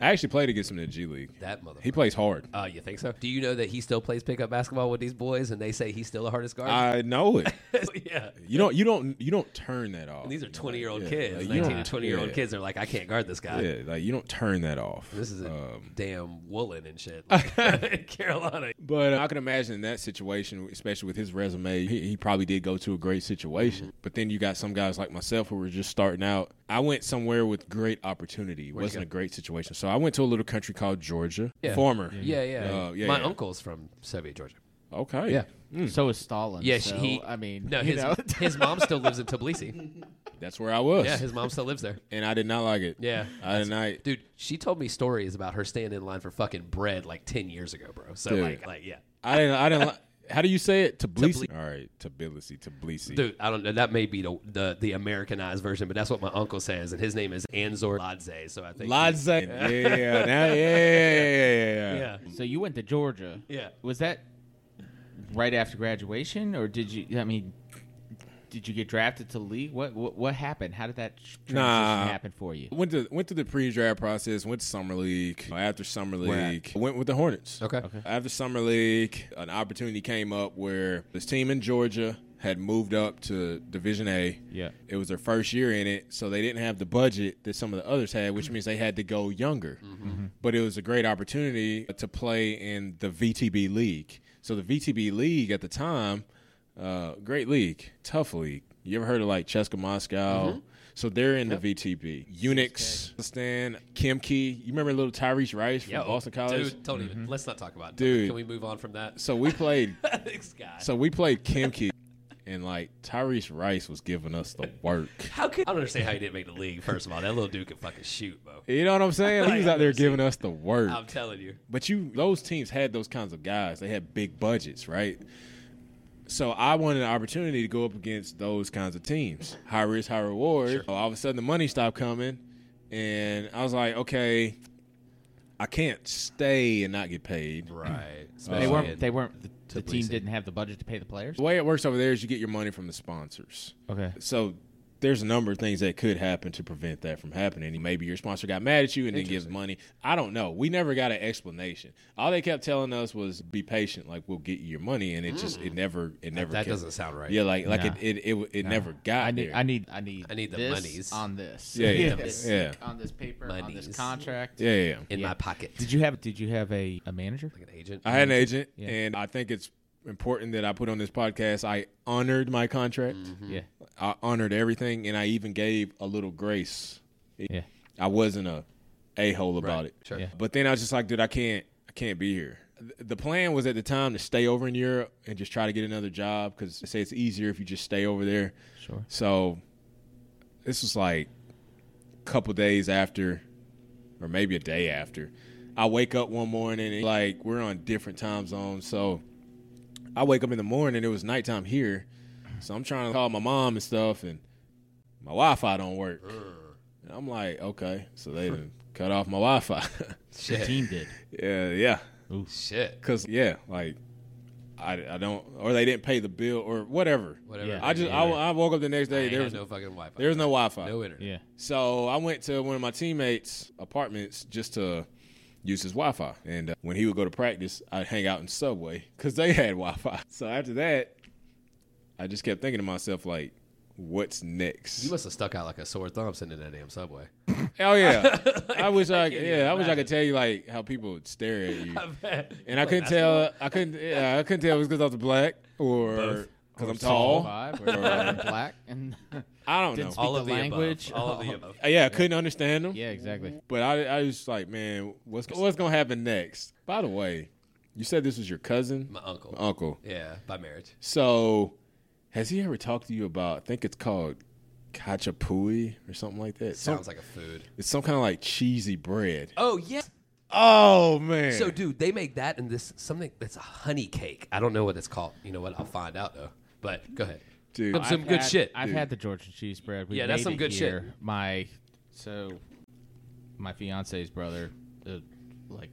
Speaker 1: I actually played against him in the G League.
Speaker 2: that motherfucker.
Speaker 1: He plays hard.
Speaker 2: Uh, you think so? Do you know that he still plays pickup basketball with these boys, and they say he's still the hardest guard?
Speaker 1: I know it. (laughs)
Speaker 2: (laughs) yeah.
Speaker 1: You don't. You don't. You don't turn that off.
Speaker 2: And these are
Speaker 1: You know,
Speaker 2: 20 year old
Speaker 1: yeah,
Speaker 2: kids,
Speaker 1: like, you
Speaker 2: 19
Speaker 1: don't-
Speaker 2: to 20 year old
Speaker 1: yeah,
Speaker 2: kids. They're like, I can't guard this guy.
Speaker 1: Yeah, like you don't turn that off.
Speaker 2: This is a
Speaker 1: Um,
Speaker 2: damn woolen
Speaker 1: (laughs)
Speaker 2: and shit. Like, (laughs) in Carolina.
Speaker 1: But uh, I can imagine in that situation, especially with his resume, he, he probably did go to a great situation.
Speaker 2: Mm-hmm.
Speaker 1: But then you got some guys like myself who were just starting out. I went somewhere with great opportunity. It wasn't a great situation. So I went to a little country called Georgia.
Speaker 2: Yeah.
Speaker 1: Former.
Speaker 2: Yeah, yeah.
Speaker 1: Uh, yeah,
Speaker 2: My
Speaker 1: yeah.
Speaker 2: uncle's from Soviet Georgia.
Speaker 1: Okay.
Speaker 2: Yeah.
Speaker 3: So is Stalin.
Speaker 2: Yeah,
Speaker 3: so,
Speaker 2: Mm. he.
Speaker 3: I mean,
Speaker 2: no,
Speaker 3: you
Speaker 2: his,
Speaker 3: know. (laughs)
Speaker 2: his mom still lives
Speaker 1: (laughs)
Speaker 2: in Tbilisi.
Speaker 1: That's where I was.
Speaker 2: Yeah, his mom still lives there.
Speaker 1: and I did not like it.
Speaker 2: Yeah.
Speaker 1: I did not.
Speaker 2: Dude, she told me stories about her standing in line for fucking bread like 10 years ago, bro. So,
Speaker 1: Dude.
Speaker 2: like, like, yeah.
Speaker 1: I didn't. I didn't. li- How do you say it? Tbilisi. All right, Tbilisi, Tbilisi.
Speaker 2: Dude, I don't know. That may be the, the the Americanized version, but that's what my uncle says, and his name is Anzor Ladze. So I think.
Speaker 1: Ladze. Yeah, yeah, now- yeah, yeah, yeah, yeah.
Speaker 2: (laughs) Yeah.
Speaker 3: So you went to Georgia.
Speaker 2: Yeah.
Speaker 3: Was that right after graduation, or did you? I mean, did you get drafted to league? What what, what happened? How did that tr- transition
Speaker 1: Nah.
Speaker 3: happen for you?
Speaker 1: Went to went through the pre-draft process. Went to summer league. After summer league, went with the Hornets.
Speaker 2: Okay.
Speaker 1: After summer league, an opportunity came up where this team in Georgia had moved up to Division A.
Speaker 3: Yeah.
Speaker 1: It was their first year in it, so they didn't have the budget that some of the others had, which means they had to go younger. But it was a great opportunity to play in the VTB league. So the VTB league at the time, uh, great league, tough league. You ever heard of like Cheska Moscow? So they're in the VTB. Unix, Stan, Kim Key. You remember little Tyrese Rice from
Speaker 2: Yeah,
Speaker 1: Boston College?
Speaker 2: Mm-hmm. Dude, don't even. Let's not talk about it.
Speaker 1: Dude.
Speaker 2: Can we move on from that?
Speaker 1: So we
Speaker 2: (laughs)
Speaker 1: played
Speaker 2: Thanks, God.
Speaker 1: So we played Kimki, and like Tyrese Rice was giving us the work.
Speaker 2: How could I don't understand how he didn't make the league? First of all, that little dude can fucking shoot, bro.
Speaker 1: You know what I'm saying? He was out there
Speaker 2: I've seen
Speaker 1: giving us the work.
Speaker 2: I'm telling you.
Speaker 1: But you, those teams had those kinds of guys. They had big budgets, right? So I wanted an opportunity to go up against those kinds of teams. High risk, high reward. All of a sudden, the money stopped coming, and I was like, okay, I can't stay and not get paid.
Speaker 2: Right.
Speaker 3: They
Speaker 2: Especially in-
Speaker 3: weren't. They weren't. The, the team
Speaker 2: Tbilisi.
Speaker 3: didn't have the budget to pay the players.
Speaker 1: The way it works over there is you get your money from the sponsors.
Speaker 3: Okay.
Speaker 1: So there's a number of things that could happen to prevent that from happening. Maybe your sponsor got mad at you and then gives money. I don't know. We never got an explanation. All they kept telling us was be patient, like we'll get you your money, and it just
Speaker 3: Mm.
Speaker 1: it never it never
Speaker 2: that
Speaker 1: kept-
Speaker 2: doesn't sound right.
Speaker 1: Yeah, like like
Speaker 3: Nah.
Speaker 1: it it it, it never got
Speaker 3: I need.
Speaker 1: there.
Speaker 3: I need. I need.
Speaker 2: I need the
Speaker 3: this
Speaker 2: monies.
Speaker 3: on this.
Speaker 1: Yeah, yeah,
Speaker 3: This
Speaker 1: yeah.
Speaker 3: On this paper. On this
Speaker 2: Monies.
Speaker 3: contract.
Speaker 1: yeah, yeah, yeah.
Speaker 2: in
Speaker 3: Yeah.
Speaker 2: my pocket.
Speaker 3: Did you have? Did you have a, a manager?
Speaker 2: like an agent?
Speaker 1: I had an agent,
Speaker 3: Yeah.
Speaker 1: and I think it's important that I put on this podcast. I honored my contract.
Speaker 2: Mm-hmm.
Speaker 3: Yeah.
Speaker 1: I honored everything, and I even gave a little grace.
Speaker 3: Yeah.
Speaker 1: I wasn't a a hole about it.
Speaker 2: Sure.
Speaker 3: Yeah.
Speaker 1: But then I was just like, dude, I can't, I can't be here. Th- The plan was at the time to stay over in Europe and just try to get another job because they say it's easier if you just stay over there.
Speaker 3: Sure.
Speaker 1: So this was like a couple days after, or maybe a day after. I wake up one morning and like we're on different time zones. So I wake up in the morning, it was nighttime here. So I'm trying to call my mom and stuff, and my Wi Fi don't work. And I'm like, okay. So they done (laughs) cut off my Wi (laughs) Fi.
Speaker 3: The
Speaker 2: Shit.
Speaker 3: team did.
Speaker 1: yeah, yeah.
Speaker 2: Shit.
Speaker 1: Cause yeah, like I, I don't or they didn't pay the bill or whatever.
Speaker 2: Whatever.
Speaker 3: Yeah.
Speaker 1: I just I, I woke up the next day
Speaker 2: ain't
Speaker 1: there
Speaker 2: had
Speaker 1: was
Speaker 2: no fucking Wi-Fi.
Speaker 1: there was no Wi Fi.
Speaker 2: no
Speaker 1: (laughs)
Speaker 2: internet.
Speaker 3: Yeah.
Speaker 1: So I went to one of my teammates' apartments just to use his Wi-Fi. And uh, when he would go to practice, I'd hang out in Subway because they had Wi-Fi. (laughs) So after that, I just kept thinking to myself, like, what's next?
Speaker 2: You must have stuck out like a sore thumb sitting in that damn subway.
Speaker 1: oh yeah, I wish I,
Speaker 2: can't
Speaker 1: yeah,
Speaker 2: even
Speaker 1: I wish I
Speaker 2: imagine.
Speaker 1: could tell you like how people would stare at you.
Speaker 2: and
Speaker 1: And I couldn't tell, I couldn't, yeah, I couldn't tell if it was because I was black or because I'm tall. (laughs)
Speaker 3: Five or, or black and (laughs)
Speaker 1: I don't know.
Speaker 3: Didn't speak
Speaker 2: all of
Speaker 3: the
Speaker 2: the
Speaker 3: language.
Speaker 2: above. All of the above.
Speaker 1: Uh, Yeah, I couldn't understand them.
Speaker 3: yeah, exactly.
Speaker 1: But I, I just like, man, what's what's gonna happen next? By the way, you said this was your cousin,
Speaker 2: My uncle.
Speaker 1: My uncle.
Speaker 2: Yeah, by marriage.
Speaker 1: So, has he ever talked to you about? I think it's called kachapui or something like that. Some-
Speaker 2: Sounds like a food.
Speaker 1: it's some kind of like cheesy bread.
Speaker 2: Oh yeah.
Speaker 1: Oh man!
Speaker 2: So, dude, they make that and this something that's a honey cake. I don't know what it's called. You know what? I'll find out though. But go ahead.
Speaker 1: Dude,
Speaker 2: Some-
Speaker 1: I-
Speaker 2: some good
Speaker 3: had-
Speaker 2: shit.
Speaker 3: I've had the Georgia cheese bread. We
Speaker 2: Yeah, that's
Speaker 3: made
Speaker 2: some
Speaker 3: it
Speaker 2: good shit.
Speaker 3: here. My so my fiance's brother uh, like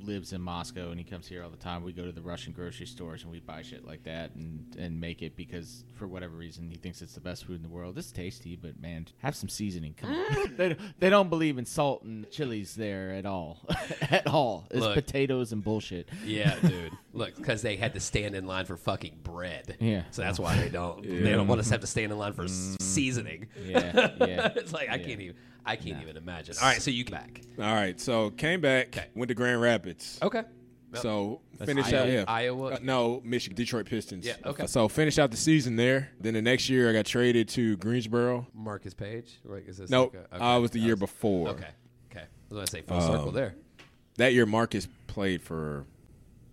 Speaker 3: lives in Moscow and he comes here all the time. We go to the Russian grocery stores and we buy shit like that and and make it because for whatever reason he thinks it's the best food in the world. It's tasty, but man, have some seasoning.
Speaker 2: (laughs)
Speaker 3: Come on. they don't- they don't believe in salt and chilies there at all. (laughs) at all. It's
Speaker 2: Look.
Speaker 3: potatoes
Speaker 2: (laughs)
Speaker 3: and bullshit.
Speaker 2: Yeah, dude. Look, because they had to stand in line for fucking bread.
Speaker 3: Yeah.
Speaker 2: So that's why they don't. They don't want us to have to stand in line for
Speaker 1: Mm.
Speaker 2: s seasoning.
Speaker 3: Yeah, yeah.
Speaker 2: (laughs) it's like I can't even. I can't even imagine. All right, so you back?
Speaker 1: all right. So came back,
Speaker 2: Okay.
Speaker 1: went to Grand Rapids.
Speaker 2: Okay. Yep.
Speaker 1: So finish
Speaker 2: Iowa-
Speaker 1: out yeah.
Speaker 2: Iowa?
Speaker 1: Uh, no, Michigan, Detroit Pistons.
Speaker 2: Yeah, okay.
Speaker 1: So finish out the season there. Then the next year, I got traded to Greensboro.
Speaker 2: Marcus Page. Right? Is this?
Speaker 1: Nope,
Speaker 2: okay,
Speaker 1: I was Um, the year before.
Speaker 2: Okay. Okay. I was gonna say full circle there.
Speaker 1: That year, Marcus played for,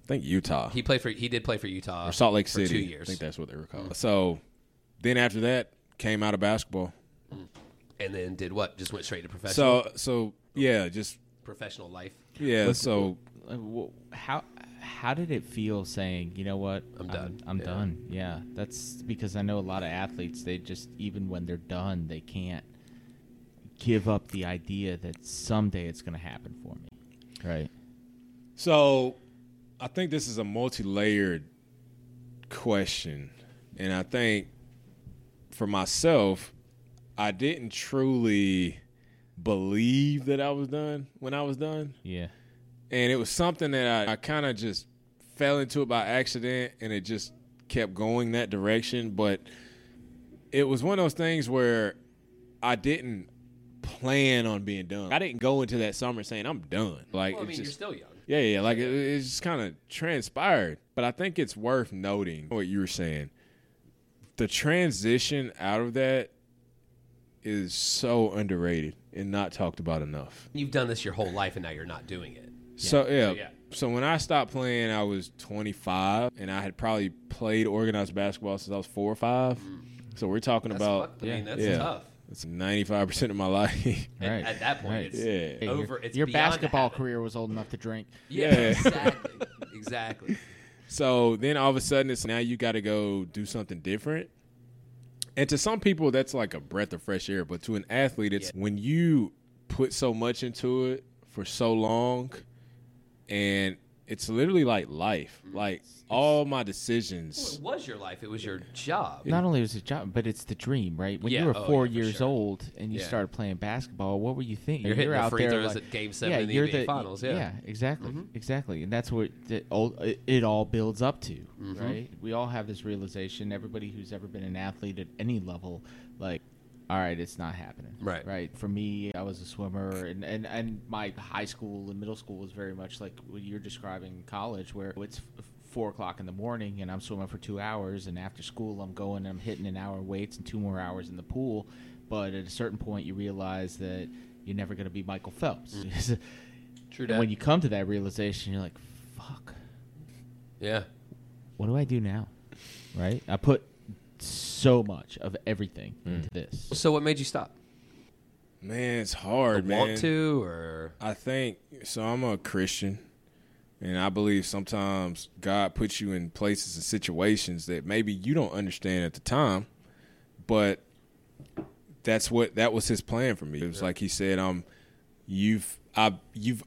Speaker 1: I think Utah
Speaker 2: He played for. He did play for Utah
Speaker 1: or Salt Lake
Speaker 2: for
Speaker 1: City.
Speaker 2: two
Speaker 1: I
Speaker 2: years. Mm-hmm.
Speaker 1: think that's what they were called. So, then after that, came out of basketball.
Speaker 2: and then did what? Just went straight to professional
Speaker 1: So, so yeah, just
Speaker 2: professional life.
Speaker 1: yeah. So
Speaker 3: Uh, wh- how how did it feel saying, you know what,
Speaker 2: I'm done."
Speaker 3: I'm,
Speaker 2: Yeah.
Speaker 3: done. Yeah, that's because I know a lot of athletes. They just even when they're done, they can't give up the idea that someday it's going to happen for me. Right.
Speaker 1: So I think this is a multi layered question. And I think for myself, I didn't truly believe that I was done when I was done.
Speaker 3: Yeah.
Speaker 1: And it was something that I, I kind of just fell into it by accident and it just kept going that direction. But it was one of those things where I didn't plan on being done. I didn't go into that summer saying I'm done. Like
Speaker 2: Well, I
Speaker 1: it
Speaker 2: mean,
Speaker 1: just,
Speaker 2: you're still young.
Speaker 1: yeah, yeah. Like it, it just kind of transpired. But I think it's worth noting what you were saying. The transition out of that is so underrated and not talked about enough.
Speaker 2: You've done this your whole life, and now you're not doing it.
Speaker 1: So yeah.
Speaker 2: yeah.
Speaker 1: So when I stopped playing, I was 25, and I had probably played organized basketball since I was four or five. So we're talking
Speaker 2: Mm. That's
Speaker 1: about
Speaker 2: fuck- I mean, that's
Speaker 1: yeah.
Speaker 2: tough.
Speaker 1: it's 95 percent of my (laughs) life.
Speaker 2: At-
Speaker 3: Right.
Speaker 2: At that point,
Speaker 3: Right.
Speaker 2: it's
Speaker 1: Yeah. Hey,
Speaker 3: Hey,
Speaker 2: over.
Speaker 3: your
Speaker 2: It's
Speaker 3: your
Speaker 2: beyond
Speaker 3: basketball
Speaker 2: habit.
Speaker 3: career was old enough to drink.
Speaker 2: Yeah,
Speaker 1: Yeah.
Speaker 3: (laughs)
Speaker 2: exactly. exactly.
Speaker 1: So then all of a sudden it's now you got to go do something different. And to some people that's like a breath of fresh air, but to an athlete it's when you put so much into it for so long and it's literally like life.
Speaker 2: Mm.
Speaker 1: Like all my
Speaker 2: Well,
Speaker 1: decisions.
Speaker 2: it was your life. It was your job.
Speaker 3: Not only was it a job, but it's the dream, right? When
Speaker 2: Yeah,
Speaker 3: you were
Speaker 2: oh,
Speaker 3: four
Speaker 2: yeah, for
Speaker 3: years
Speaker 2: sure.
Speaker 3: old and you
Speaker 2: Yeah.
Speaker 3: started playing basketball, what were you thinking?
Speaker 2: You're hitting
Speaker 3: You're
Speaker 2: the
Speaker 3: out
Speaker 2: free
Speaker 3: there
Speaker 2: throws
Speaker 3: like-
Speaker 2: at Game Seven in the NBA Finals. Yeah.
Speaker 3: exactly, exactly, and that's what the, all, it, it all builds up to, right? We all have this realization. Everybody who's ever been an athlete at any level, like, all right, it's not happening,
Speaker 2: Right.
Speaker 3: Right. For me, I was a swimmer, and and and my high school and middle school was very much like what you're describing in college, where it's. f- Four o'clock in the morning, and I'm swimming for two hours. And after school, I'm going and I'm hitting an hour weights and two more hours in the pool. But at a certain point, you realize that you're never going to be Michael Phelps. (laughs)
Speaker 2: True.
Speaker 3: And
Speaker 2: dat.
Speaker 3: when you come to that realization, you're like, fuck,
Speaker 2: yeah.
Speaker 3: what do I do now? Right? I put so much of everything into this.
Speaker 2: So what made you stop?
Speaker 1: Man, it's hard, man.
Speaker 2: Want to or
Speaker 1: I think so. I'm a Christian, and I believe sometimes God puts you in places and situations that maybe you don't understand at the time, but that's what that was His plan for me. It was like He said, "Um, you've I you've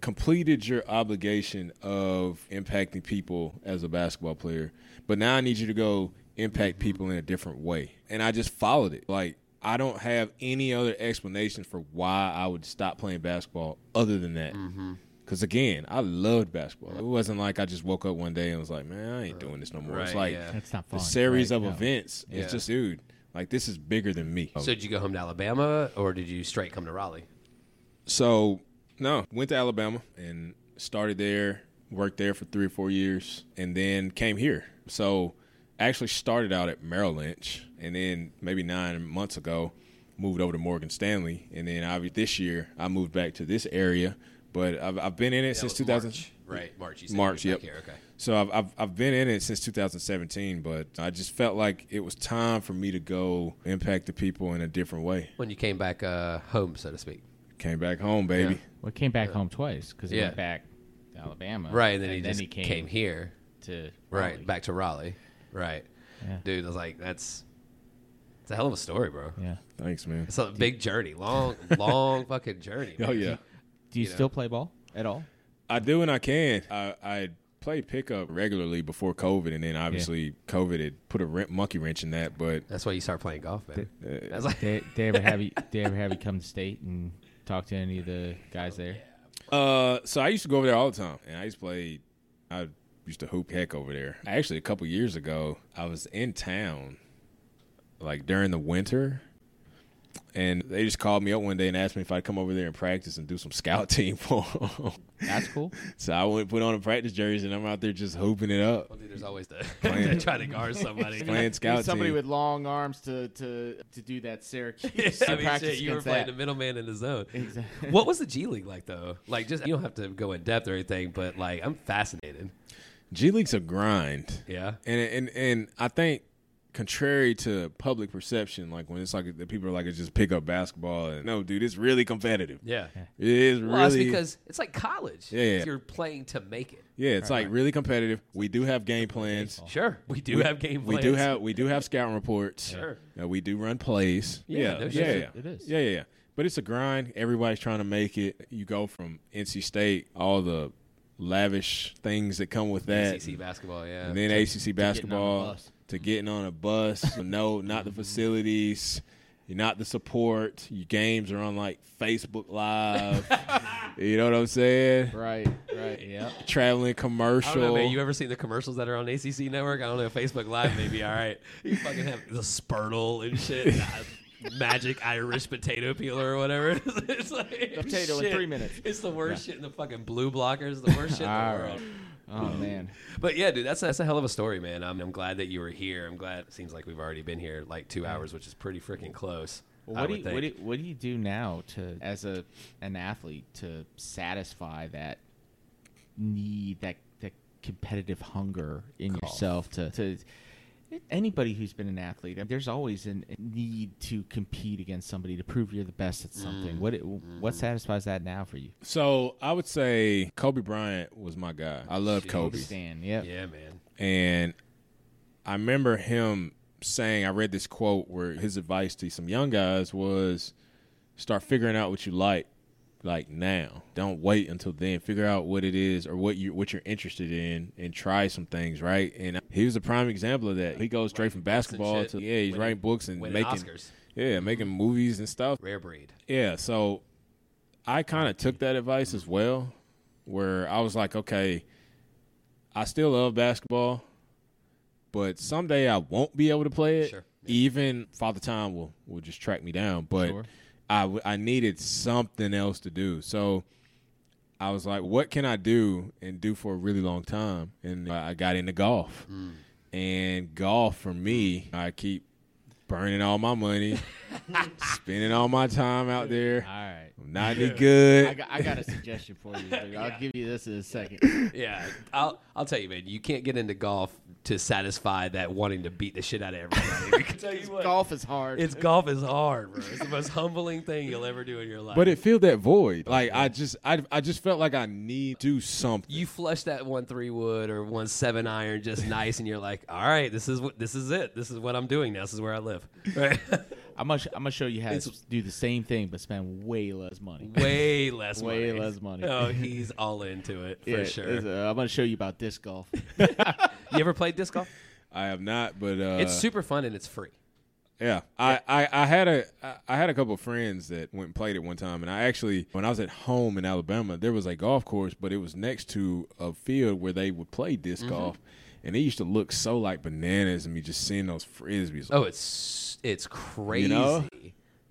Speaker 1: completed your obligation of impacting people as a basketball player, but now I need you to go impact
Speaker 2: Mm-hmm.
Speaker 1: people in a different way. And I just followed it. Like I don't have any other explanation for why I would stop playing basketball other than that.
Speaker 2: Mm-hmm.
Speaker 1: Because again, I loved basketball. It wasn't like I just woke up one day and was like, "Man, I ain't doing this no more." it's
Speaker 2: Right,
Speaker 1: like
Speaker 2: yeah.
Speaker 3: That's not
Speaker 1: the
Speaker 3: fun.
Speaker 1: series
Speaker 3: right?
Speaker 1: of
Speaker 3: No.
Speaker 1: events.
Speaker 2: Yeah. Oh.
Speaker 1: It's just, dude, like this is bigger than me.
Speaker 2: so did you go home to Alabama or did you straight come to Raleigh?
Speaker 1: So no, went to Alabama and started there, worked there for three or four years, and then came here. So actually started out at Merrill Lynch, and then maybe nine months ago, moved over to Morgan Stanley, and then obviously this year I moved back to this area. But I've, I've been in it
Speaker 2: That
Speaker 1: since
Speaker 2: was
Speaker 1: 2000.
Speaker 2: March, right? March. You said you
Speaker 1: March,
Speaker 2: moved
Speaker 1: yep.
Speaker 2: back Here. Okay.
Speaker 1: So I've, I've I've been in it since 2017, but I just felt like it was time for me to go impact the people in a different way.
Speaker 2: When you came back uh, home, so to speak.
Speaker 1: Came back home, baby.
Speaker 2: Yeah.
Speaker 3: Well, he came back home twice because he
Speaker 2: Yeah.
Speaker 3: went back to Alabama.
Speaker 2: Right, and then he
Speaker 3: then
Speaker 2: just
Speaker 3: he
Speaker 2: came,
Speaker 3: came,
Speaker 2: here.
Speaker 3: to
Speaker 2: Right,
Speaker 3: Raleigh.
Speaker 2: back to Raleigh. Right,
Speaker 3: Yeah.
Speaker 2: dude. I was like, that's it's a hell of a story, bro.
Speaker 3: Yeah.
Speaker 1: Thanks,
Speaker 2: (laughs)
Speaker 1: man.
Speaker 2: It's a big journey, long, long fucking journey.
Speaker 1: (laughs) Oh
Speaker 2: man.
Speaker 1: yeah.
Speaker 3: Do you,
Speaker 2: You know.
Speaker 3: still play ball at all?
Speaker 1: I do and I can. I, I played pickup regularly before COVID, and then obviously COVID had put a wren- monkey wrench in that. But
Speaker 2: That's why you start playing golf,
Speaker 1: (laughs)
Speaker 2: man. I was like,
Speaker 3: They, they ever have you? They ever have you come to state and talk to any of the guys there?
Speaker 1: uh, so I used to go over there all the time, and I used to play. I used to hoop heck over there. Actually, a couple years ago, I was in town, like during the winter. And they just called me up one day and asked me if I'd come over there and practice and do some scout (laughs) team for 'em.
Speaker 3: That's cool.
Speaker 1: so I went and put on a practice jersey and I'm out there just hooping it up,
Speaker 2: well, dude,
Speaker 1: (laughs)
Speaker 2: there's always the (laughs) trying to guard somebody. (laughs)
Speaker 1: playing scout
Speaker 4: somebody
Speaker 1: team.
Speaker 4: with long arms to to to do that
Speaker 2: (laughs)
Speaker 4: Syracuse.
Speaker 2: I mean,
Speaker 4: practice
Speaker 2: shit, you were
Speaker 4: against
Speaker 2: playing
Speaker 4: that.
Speaker 2: the middleman in the zone.
Speaker 4: Exactly.
Speaker 2: What was the G League like, though? Like, just you don't have to go in depth or anything, but like, I'm fascinated.
Speaker 1: G League's a grind.
Speaker 2: Yeah,
Speaker 1: and and and I think contrary to public perception, like when it's like the people are like it's just pick up basketball and no, dude, it's really competitive.
Speaker 2: Yeah.
Speaker 1: It is
Speaker 2: Well, that's
Speaker 1: really
Speaker 2: because it's like college.
Speaker 1: Yeah, yeah.
Speaker 2: You're playing to make it.
Speaker 1: yeah, it's like really competitive. We do have game plans.
Speaker 2: Sure. We do have game
Speaker 1: We
Speaker 2: plans.
Speaker 1: do have we do have scouting reports.
Speaker 2: Sure.
Speaker 1: Uh, we do run plays.
Speaker 2: Yeah,
Speaker 1: Yeah,
Speaker 2: no
Speaker 1: yeah,
Speaker 2: shit.
Speaker 1: yeah.
Speaker 3: It is.
Speaker 1: Yeah, yeah, yeah. But it's a grind. Everybody's trying to make it. You go from NC State, all the lavish things that come with that,
Speaker 2: ACC basketball. Yeah.
Speaker 1: and then ACC basketball
Speaker 3: bus.
Speaker 1: to getting on a bus.
Speaker 2: (laughs)
Speaker 1: no, not the facilities. You're not the support. Your games are on like Facebook
Speaker 2: (laughs)
Speaker 1: Live. you know what I'm saying?
Speaker 4: Right, right.
Speaker 3: Yeah.
Speaker 1: Traveling
Speaker 2: I
Speaker 1: commercial.
Speaker 2: don't know, man. You ever seen the commercials that are on ACC Network? I don't know. Facebook Live may be all right. (laughs) You fucking have the Spurtle and shit, (laughs) uh, magic Irish potato peeler or whatever. (laughs) it's like
Speaker 4: Potato in
Speaker 2: shit.
Speaker 4: three minutes.
Speaker 2: It's the worst shit in the fucking blue blockers. The worst shit in the
Speaker 3: All
Speaker 2: world.
Speaker 3: Oh (laughs) man.
Speaker 2: But yeah, dude, that's that's a hell of a story, man. I'm, I'm glad that you were here. I'm glad. It seems like we've already been here like two hours, which is pretty freaking close. I
Speaker 3: Well, what do
Speaker 2: would
Speaker 3: you
Speaker 2: think.
Speaker 3: what do you, what do you do now to as a an athlete to satisfy that need that that competitive hunger in yourself to to anybody who's been an athlete I mean, there's always an, a need to compete against somebody to prove you're the best at something what it, what satisfies that now for you
Speaker 1: So I would say Kobe Bryant was my guy. I love Kobe.
Speaker 3: Stan yep.
Speaker 2: Yeah, man.
Speaker 1: And I remember him saying, I read this quote where his advice to some young guys was start figuring out what you like like now. Don't wait until then. Figure out what it is or what you what you're interested in and try some things, right? And he was a prime example of that. He goes straight from basketball
Speaker 2: shit.
Speaker 1: to yeah, he's
Speaker 2: Winning-
Speaker 1: writing books and
Speaker 2: winning
Speaker 1: making
Speaker 2: Oscars.
Speaker 1: Yeah, making movies and stuff.
Speaker 2: Rare breed.
Speaker 1: Yeah, so I kind of took that advice as well, where I was like, okay, I still love basketball, but someday I won't be able to play it.
Speaker 2: Sure.
Speaker 1: Even Father Time will will just track me down, but
Speaker 3: Sure.
Speaker 1: I w- I needed something else to do. So I was like, what can I do and do for a really long time? And uh, I I got into golf. And golf for me, I keep burning all my money, spending all my time out there.
Speaker 3: all right
Speaker 1: I'm not any
Speaker 4: I
Speaker 1: good.
Speaker 4: got, I got a suggestion for you.
Speaker 3: (laughs)
Speaker 4: dude. I'll give you this in a second.
Speaker 2: Yeah, I'll I'll tell you, man. You can't get into golf to satisfy that wanting to beat the shit out of everybody. (laughs) I can tell you what,
Speaker 4: Golf is hard.
Speaker 2: it's golf is hard, bro. It's the most humbling thing you'll ever do in your life.
Speaker 1: But it filled that void. Like I just, I, I just felt like I need to do something.
Speaker 2: you flush that one three wood or one seven iron just nice, and you're like, all right, this is what this is it. This is what I'm doing now. This is where I live. Right?
Speaker 3: I'm gonna sh- I'm gonna show you how to
Speaker 2: It's-
Speaker 3: s- do the same thing but spend way less money
Speaker 2: (laughs) Way less money.
Speaker 3: Way less money.
Speaker 2: Oh, he's all into it for
Speaker 3: Yeah,
Speaker 2: sure.
Speaker 3: it's, uh, I'm gonna show you about this golf
Speaker 2: you ever played disc golf?
Speaker 1: I have not, but uh,
Speaker 2: it's super fun and it's free.
Speaker 1: Yeah, I, I, I had a I- I had a couple of friends that went and played it one time, and I actually when I was at home in Alabama, there was a golf course, but it was next to a field where they would play disk
Speaker 2: Mm-hmm.
Speaker 1: golf, and it used to look so like bananas, and me just seeing those frisbees.
Speaker 2: Oh, it's it's crazy.
Speaker 1: know?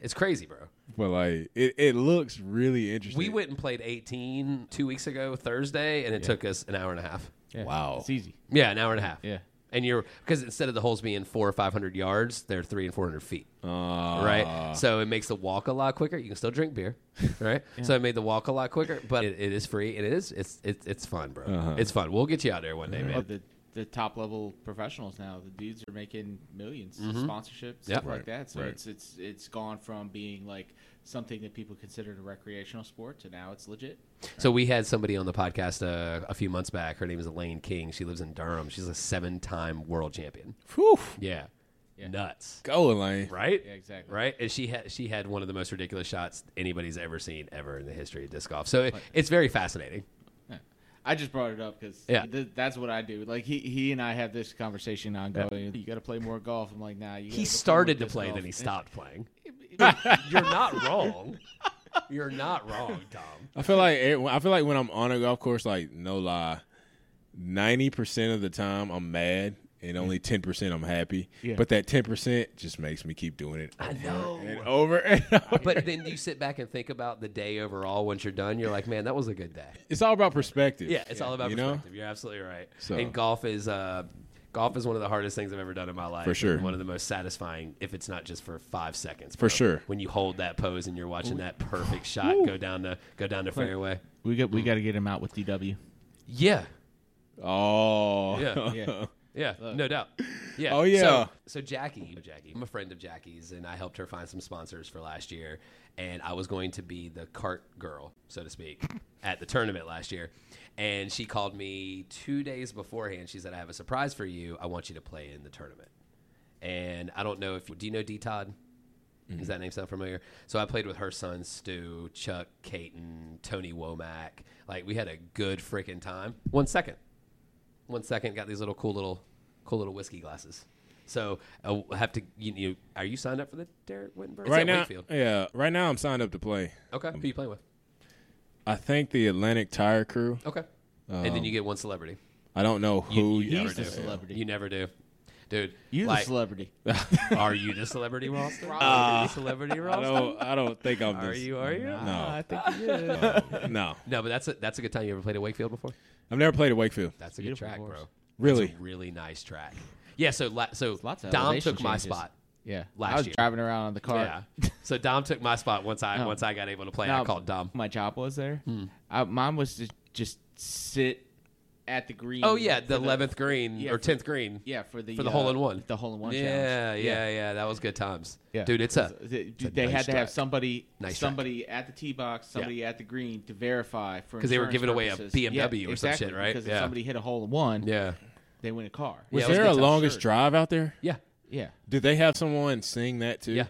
Speaker 2: It's crazy, bro.
Speaker 1: But like it, it looks really interesting.
Speaker 2: We went and played 18 two weeks ago Thursday, and it took us an hour and a half.
Speaker 3: Yeah,
Speaker 1: Wow.
Speaker 3: it's easy
Speaker 2: Yeah, an hour and a half.
Speaker 3: Yeah.
Speaker 2: And you're because instead of the holes being four or five hundred yards, they're three and four hundred feet.
Speaker 1: Uh,
Speaker 2: Ah. right. So it makes the walk a lot quicker. You can still drink (laughs) beer, right? So it made the walk a lot quicker, but Uh-huh. it, it is free and it is it's it's it's fun, bro. It's fun. We'll get you out there one day,
Speaker 3: Yeah.
Speaker 2: man.
Speaker 3: the the top level professionals now. The dudes are making 1000000s sponsorships,
Speaker 2: Mm-hmm. Yep.
Speaker 3: stuff like that. So
Speaker 1: right.
Speaker 3: it's it's it's gone from being like something that people considered a recreational sport to now it's legit.
Speaker 2: So we had somebody on the podcast uh, a few months back. Her name is Elaine King. She lives in Durham. She's a seven-time world champion.
Speaker 1: Whew.
Speaker 2: Yeah, nuts,
Speaker 1: Go Elaine.
Speaker 2: right?
Speaker 3: Yeah, exactly.
Speaker 2: Right, and she had she had one of the most ridiculous shots anybody's ever seen ever in the history of disc golf. So it, it's very fascinating.
Speaker 4: I just brought it up because
Speaker 2: Yeah.
Speaker 4: th- that's what I do. Like he, he and I have this conversation ongoing. You got to play more golf. I'm like, nah. You gotta go
Speaker 2: He
Speaker 4: more
Speaker 2: started to
Speaker 4: disc
Speaker 2: play,
Speaker 4: golf.
Speaker 2: then he stopped playing. (laughs) You're not wrong. You're not wrong, Tom.
Speaker 1: I feel like it- I feel like when I'm on a golf course, like no lie, ninety percent of the time I'm mad. And only
Speaker 2: Mm-hmm.
Speaker 1: ten percent I'm happy,
Speaker 4: Yeah.
Speaker 1: but that ten percent just makes me keep doing it
Speaker 2: I know.
Speaker 1: and over
Speaker 3: (laughs)
Speaker 1: and over.
Speaker 2: But then you sit back and think about the day overall once you're done. You're like, man, that was a good day.
Speaker 1: It's all about perspective.
Speaker 2: Yeah, it's all about
Speaker 1: you know?
Speaker 2: perspective. You're absolutely right.
Speaker 1: So-
Speaker 2: And golf is uh, golf is one of the hardest things I've ever done in my life.
Speaker 1: For sure.
Speaker 2: and one of the most satisfying, if it's not just for five seconds.
Speaker 1: For
Speaker 2: bro.
Speaker 1: sure.
Speaker 2: When you hold that pose and you're watching that perfect shot go down the go down the fairway.
Speaker 3: We got we got to get him out with DW.
Speaker 2: Yeah.
Speaker 1: Oh,
Speaker 2: Yeah.
Speaker 4: Yeah.
Speaker 1: (laughs)
Speaker 2: Yeah, no doubt. Yeah.
Speaker 1: Oh, yeah.
Speaker 2: So, so Jackie, Jackie, I'm a friend of Jackie's, and I helped her find some sponsors for last year. And I was going to be the cart girl, so to speak, at the tournament last year. And she called me two days beforehand. She said, "I have a surprise for you. I want you to play in the tournament." And I don't know if do you know D Todd? Does that name sound familiar? So I played with her sons, Stu, Chuck, Caton, Tony Womack. Like we had a good freaking time. One second one second got these little cool little cool little whiskey glasses. So I have to you, you are you signed up for the Derek Wittenberg? It's
Speaker 1: right
Speaker 2: at
Speaker 1: now,
Speaker 2: Wakefield.
Speaker 1: yeah. Right now, I'm signed up to play.
Speaker 2: Okay, who you playing with?
Speaker 1: I think the Atlantic Tire Crew.
Speaker 2: Okay, and then you get one celebrity.
Speaker 1: I don't know who.
Speaker 2: you
Speaker 3: He's the celebrity.
Speaker 2: You never do, dude.
Speaker 3: You're
Speaker 2: like,
Speaker 3: the celebrity.
Speaker 2: Are you the celebrity roster? are you the celebrity
Speaker 1: I
Speaker 2: roster?
Speaker 1: don't. I don't think I'm.
Speaker 2: Are
Speaker 1: this-
Speaker 2: you? Are you?
Speaker 1: No,
Speaker 3: Ah, think
Speaker 1: (laughs)
Speaker 3: you did.
Speaker 1: no.
Speaker 2: No, but that's a that's a good time. You ever played at Wakefield before?
Speaker 1: I've never played at Wakefield.
Speaker 2: That's a good
Speaker 3: Beautiful
Speaker 2: track,
Speaker 3: course.
Speaker 2: bro.
Speaker 1: Really?
Speaker 2: It's a really nice track. Yeah. So la- so
Speaker 3: Lots of
Speaker 2: Dom
Speaker 3: elevation
Speaker 2: took my
Speaker 3: changes.
Speaker 2: spot.
Speaker 3: Yeah.
Speaker 2: Last
Speaker 4: I was
Speaker 2: year.
Speaker 4: driving around on the car.
Speaker 2: Yeah. So Dom took my spot once I once I got able to play. I
Speaker 4: Now,
Speaker 2: called Dom. Hmm.
Speaker 3: My job was there.
Speaker 4: I, mine Uh, was to just sit at the green.
Speaker 2: Oh yeah, the
Speaker 4: for
Speaker 2: eleventh green
Speaker 4: yeah,
Speaker 2: or
Speaker 4: for-
Speaker 2: tenth green.
Speaker 4: Yeah, for the
Speaker 2: for the hole in
Speaker 4: uh,
Speaker 2: one.
Speaker 4: The hole in one.
Speaker 2: yeah, yeah,
Speaker 4: challenge.
Speaker 2: yeah, That was good times.
Speaker 4: Yeah.
Speaker 2: Dude, it's a
Speaker 4: They,
Speaker 2: a
Speaker 4: they
Speaker 2: nice
Speaker 4: had to have
Speaker 2: track.
Speaker 4: somebody,
Speaker 2: Nice track.
Speaker 4: somebody at the tee box, somebody at the green to verify for
Speaker 2: 'Cause they were
Speaker 4: insurance
Speaker 2: giving away a
Speaker 4: purposes.
Speaker 2: BMW or some
Speaker 4: exactly,
Speaker 2: shit, right?
Speaker 4: Because
Speaker 2: Yeah.
Speaker 4: if somebody hit a hole in one,
Speaker 2: yeah.
Speaker 4: they win a car.
Speaker 2: Yeah,
Speaker 1: Was
Speaker 2: it was
Speaker 1: there
Speaker 2: good
Speaker 1: a
Speaker 2: times.
Speaker 1: longest drive out there?
Speaker 2: Yeah.
Speaker 4: Yeah.
Speaker 1: Did they have someone sing that too?
Speaker 2: Yeah.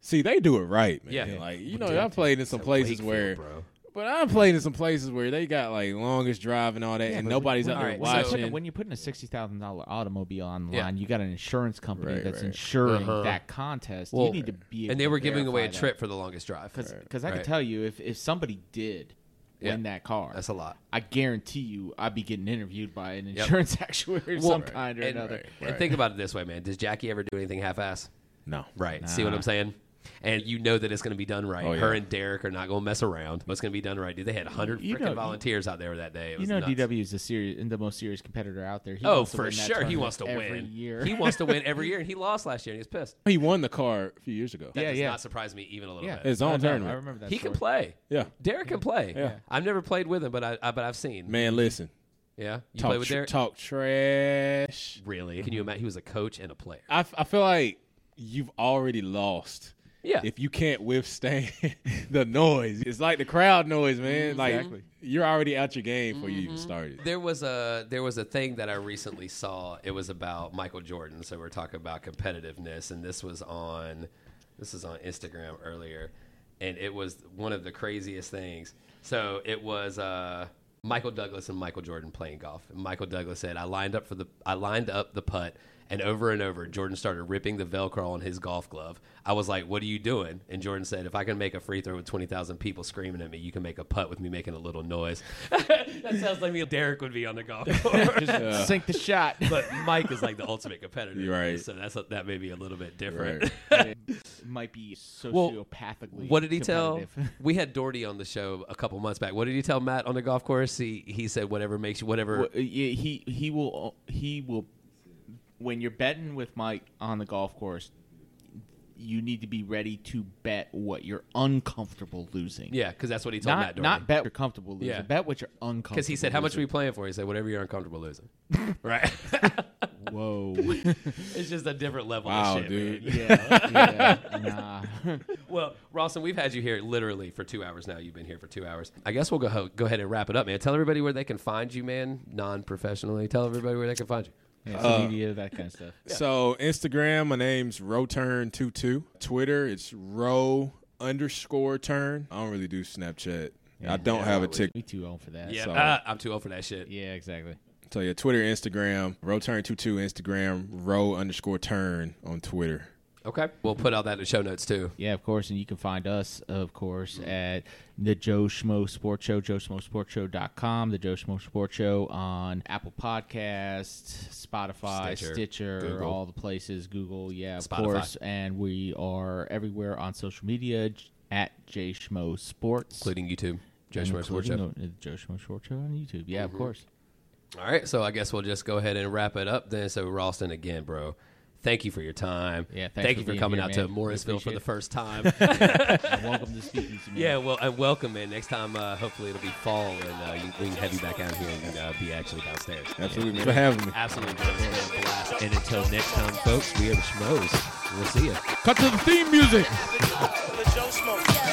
Speaker 1: See, they do it right, man.
Speaker 2: Yeah.
Speaker 1: Like you know, I played in some places
Speaker 2: Wakefield,
Speaker 1: where,
Speaker 2: bro.
Speaker 1: but I played in some places where they got like longest drive and all that, and nobody's out
Speaker 3: All
Speaker 1: there
Speaker 3: right, when, you're
Speaker 1: watching.
Speaker 3: putting, when you're putting a sixty thousand dollar automobile on the
Speaker 2: Yeah.
Speaker 3: line, you got an insurance company
Speaker 1: Right,
Speaker 3: that's
Speaker 1: right.
Speaker 3: insuring
Speaker 2: Uh-huh.
Speaker 3: that contest.
Speaker 2: Well,
Speaker 3: you need to be. Able
Speaker 2: And they
Speaker 3: to
Speaker 2: were giving away a
Speaker 3: verify that.
Speaker 2: trip for the longest drive.
Speaker 4: Because I
Speaker 2: Right.
Speaker 4: can tell you, if, if somebody did
Speaker 2: Yeah.
Speaker 4: win that car,
Speaker 2: That's a lot.
Speaker 4: I guarantee you, I'd be getting interviewed by an insurance (laughs) actuary of some kind or
Speaker 2: and,
Speaker 4: another.
Speaker 2: and think about it this way, man. Does Jackie ever do anything half ass?
Speaker 1: no,
Speaker 2: Right. See what I'm saying? And you know that it's going to be done right.
Speaker 1: Oh, yeah.
Speaker 2: Her and Derek are not going to mess around. It's going to be done right. Dude, they had 100
Speaker 3: You
Speaker 2: freaking
Speaker 3: know-
Speaker 2: volunteers out there that day. It
Speaker 3: You
Speaker 2: was
Speaker 3: know,
Speaker 2: nuts.
Speaker 3: DW is the serious, the most serious competitor out there. He
Speaker 2: Oh,
Speaker 3: wants to
Speaker 2: for
Speaker 3: win that
Speaker 2: sure. He
Speaker 3: tournament
Speaker 2: wins to
Speaker 3: every
Speaker 2: win.
Speaker 3: year.
Speaker 2: He wants to win
Speaker 3: (laughs)
Speaker 2: every year, and he lost last year, and he's pissed.
Speaker 1: he won the car a few years ago.
Speaker 4: (laughs)
Speaker 2: That
Speaker 3: Yeah,
Speaker 2: does
Speaker 3: yeah.
Speaker 2: not surprise me even a little
Speaker 3: yeah,
Speaker 2: bit.
Speaker 1: His own
Speaker 3: I know,
Speaker 1: tournament.
Speaker 3: I remember that.
Speaker 2: He can
Speaker 3: story.
Speaker 2: play.
Speaker 1: Yeah.
Speaker 2: Derek can play.
Speaker 1: Yeah.
Speaker 2: I've never played with him, but I, I but I've seen.
Speaker 1: Man, listen,
Speaker 2: Yeah, you play
Speaker 1: talk,
Speaker 2: with
Speaker 1: tr-
Speaker 2: Derek.
Speaker 1: talk trash.
Speaker 2: really? Can you imagine? He was a coach and a player.
Speaker 1: I, f- I feel like you've already lost.
Speaker 2: Yeah.
Speaker 1: If you can't withstand (laughs) the noise, it's like the crowd noise, man.
Speaker 2: Mm,
Speaker 1: Like you're already out your game before you even
Speaker 2: Mm-hmm.
Speaker 1: started.
Speaker 2: There was a there was a thing that I recently saw. It was about Michael Jordan. So we're talking about competitiveness, and this was on this is on Instagram earlier, and it was one of the craziest things. So it was uh, Michael Douglas and Michael Jordan playing golf. And Michael Douglas said, "I lined up for the I lined up the putt." And over and over, Jordan started ripping the Velcro on his golf glove. I was like, What are you doing? And Jordan said, If I can make a free throw with 20,000 people screaming at me, you can make a putt with me making a little (laughs) noise. that sounds like me and Derek would be on the (laughs) golf course.
Speaker 4: Sink the shot.
Speaker 2: (laughs) but Mike is like the ultimate competitor.
Speaker 1: Right.
Speaker 2: So that's that may be a little bit different. (laughs)
Speaker 1: Right.
Speaker 4: might be
Speaker 2: Well,
Speaker 4: sociopathically.
Speaker 2: What did he tell?
Speaker 4: competitive.
Speaker 2: (laughs) We had Doherty on the show a couple months back. What did he tell Matt on the golf course? He he said whatever makes you whatever.
Speaker 4: Well, yeah, he he will he will when you're betting with Mike on the golf course, you need to be ready to bet what you're uncomfortable losing.
Speaker 2: Yeah, because that's what he told Matt
Speaker 4: Not,
Speaker 2: Doherty. (laughs)
Speaker 4: not bet what you're comfortable losing.
Speaker 2: Yeah.
Speaker 4: Bet what you're uncomfortable.
Speaker 2: because he (laughs) said, "How much are we
Speaker 4: losing."
Speaker 2: playing for?" He said, "Whatever you're uncomfortable (laughs) losing." right. (laughs)
Speaker 3: Whoa.
Speaker 2: it's just a different level.
Speaker 1: Wow,
Speaker 2: of shit,
Speaker 1: dude.
Speaker 2: man.
Speaker 4: yeah, yeah, nah.
Speaker 2: (laughs) Well, Rawson, we've had you here literally for two hours now. You've been here for two hours. I guess we'll go ho- go ahead and wrap it up, man. Tell everybody where they can find you, man. Non professionally, tell everybody where they can find you.
Speaker 3: Yeah, so
Speaker 1: Uh,
Speaker 3: media, that kind of stuff.
Speaker 1: So Instagram, my name's Roturn22. Twitter, it's Ro underscore turn. I don't really do Snapchat. I
Speaker 2: Mm-hmm.
Speaker 1: don't have a tick.
Speaker 3: We too old for that.
Speaker 2: Yeah,
Speaker 1: So-
Speaker 2: ah, I'm too old for that shit.
Speaker 3: Yeah, exactly.
Speaker 1: So yeah, Twitter, Instagram, Roturn22, Instagram, Ro underscore turn on Twitter.
Speaker 2: Okay, we'll put all that in the show notes too.
Speaker 3: Yeah, of course, and you can find us, of course,
Speaker 2: Mm-hmm.
Speaker 3: at the Joe Schmo Sports Show, joeschmosportshow.com, the Joe Schmo Sports Show on Apple Podcasts, Spotify,
Speaker 2: Stitcher,
Speaker 3: Stitcher,
Speaker 2: Google.
Speaker 3: all the places, Google, yeah, of
Speaker 2: Spotify.
Speaker 3: course, and we are everywhere on social media j- at J Schmo Sports,
Speaker 2: including YouTube. Joe Schmo Sports Show. Mm-hmm.
Speaker 3: including the- the Joe Schmo Sports Show on YouTube. Yeah, of course.
Speaker 2: All right, so I guess we'll just go ahead and wrap it up then. So Ralston, again, bro, Thank you for your time.
Speaker 3: Yeah, thanks
Speaker 2: thank
Speaker 3: for
Speaker 2: you for
Speaker 3: being
Speaker 2: coming
Speaker 3: here,
Speaker 2: out
Speaker 3: man.
Speaker 2: to
Speaker 3: We
Speaker 2: Morrisville for
Speaker 3: appreciate
Speaker 2: the
Speaker 3: it.
Speaker 2: first
Speaker 3: (laughs)
Speaker 2: time.
Speaker 3: And welcome to Speakeasy. Man.
Speaker 2: (laughs) yeah, well, and welcome in next time. Uh, hopefully, it'll be fall, and uh, you, we can have you back out here and uh, be actually downstairs.
Speaker 1: Absolutely, man. For having me.
Speaker 2: Absolutely, bro. It's been a blast. And until next time, folks, we are the Schmoes. We'll see you.
Speaker 1: Cut to the theme music.
Speaker 5: The Joe Smoke.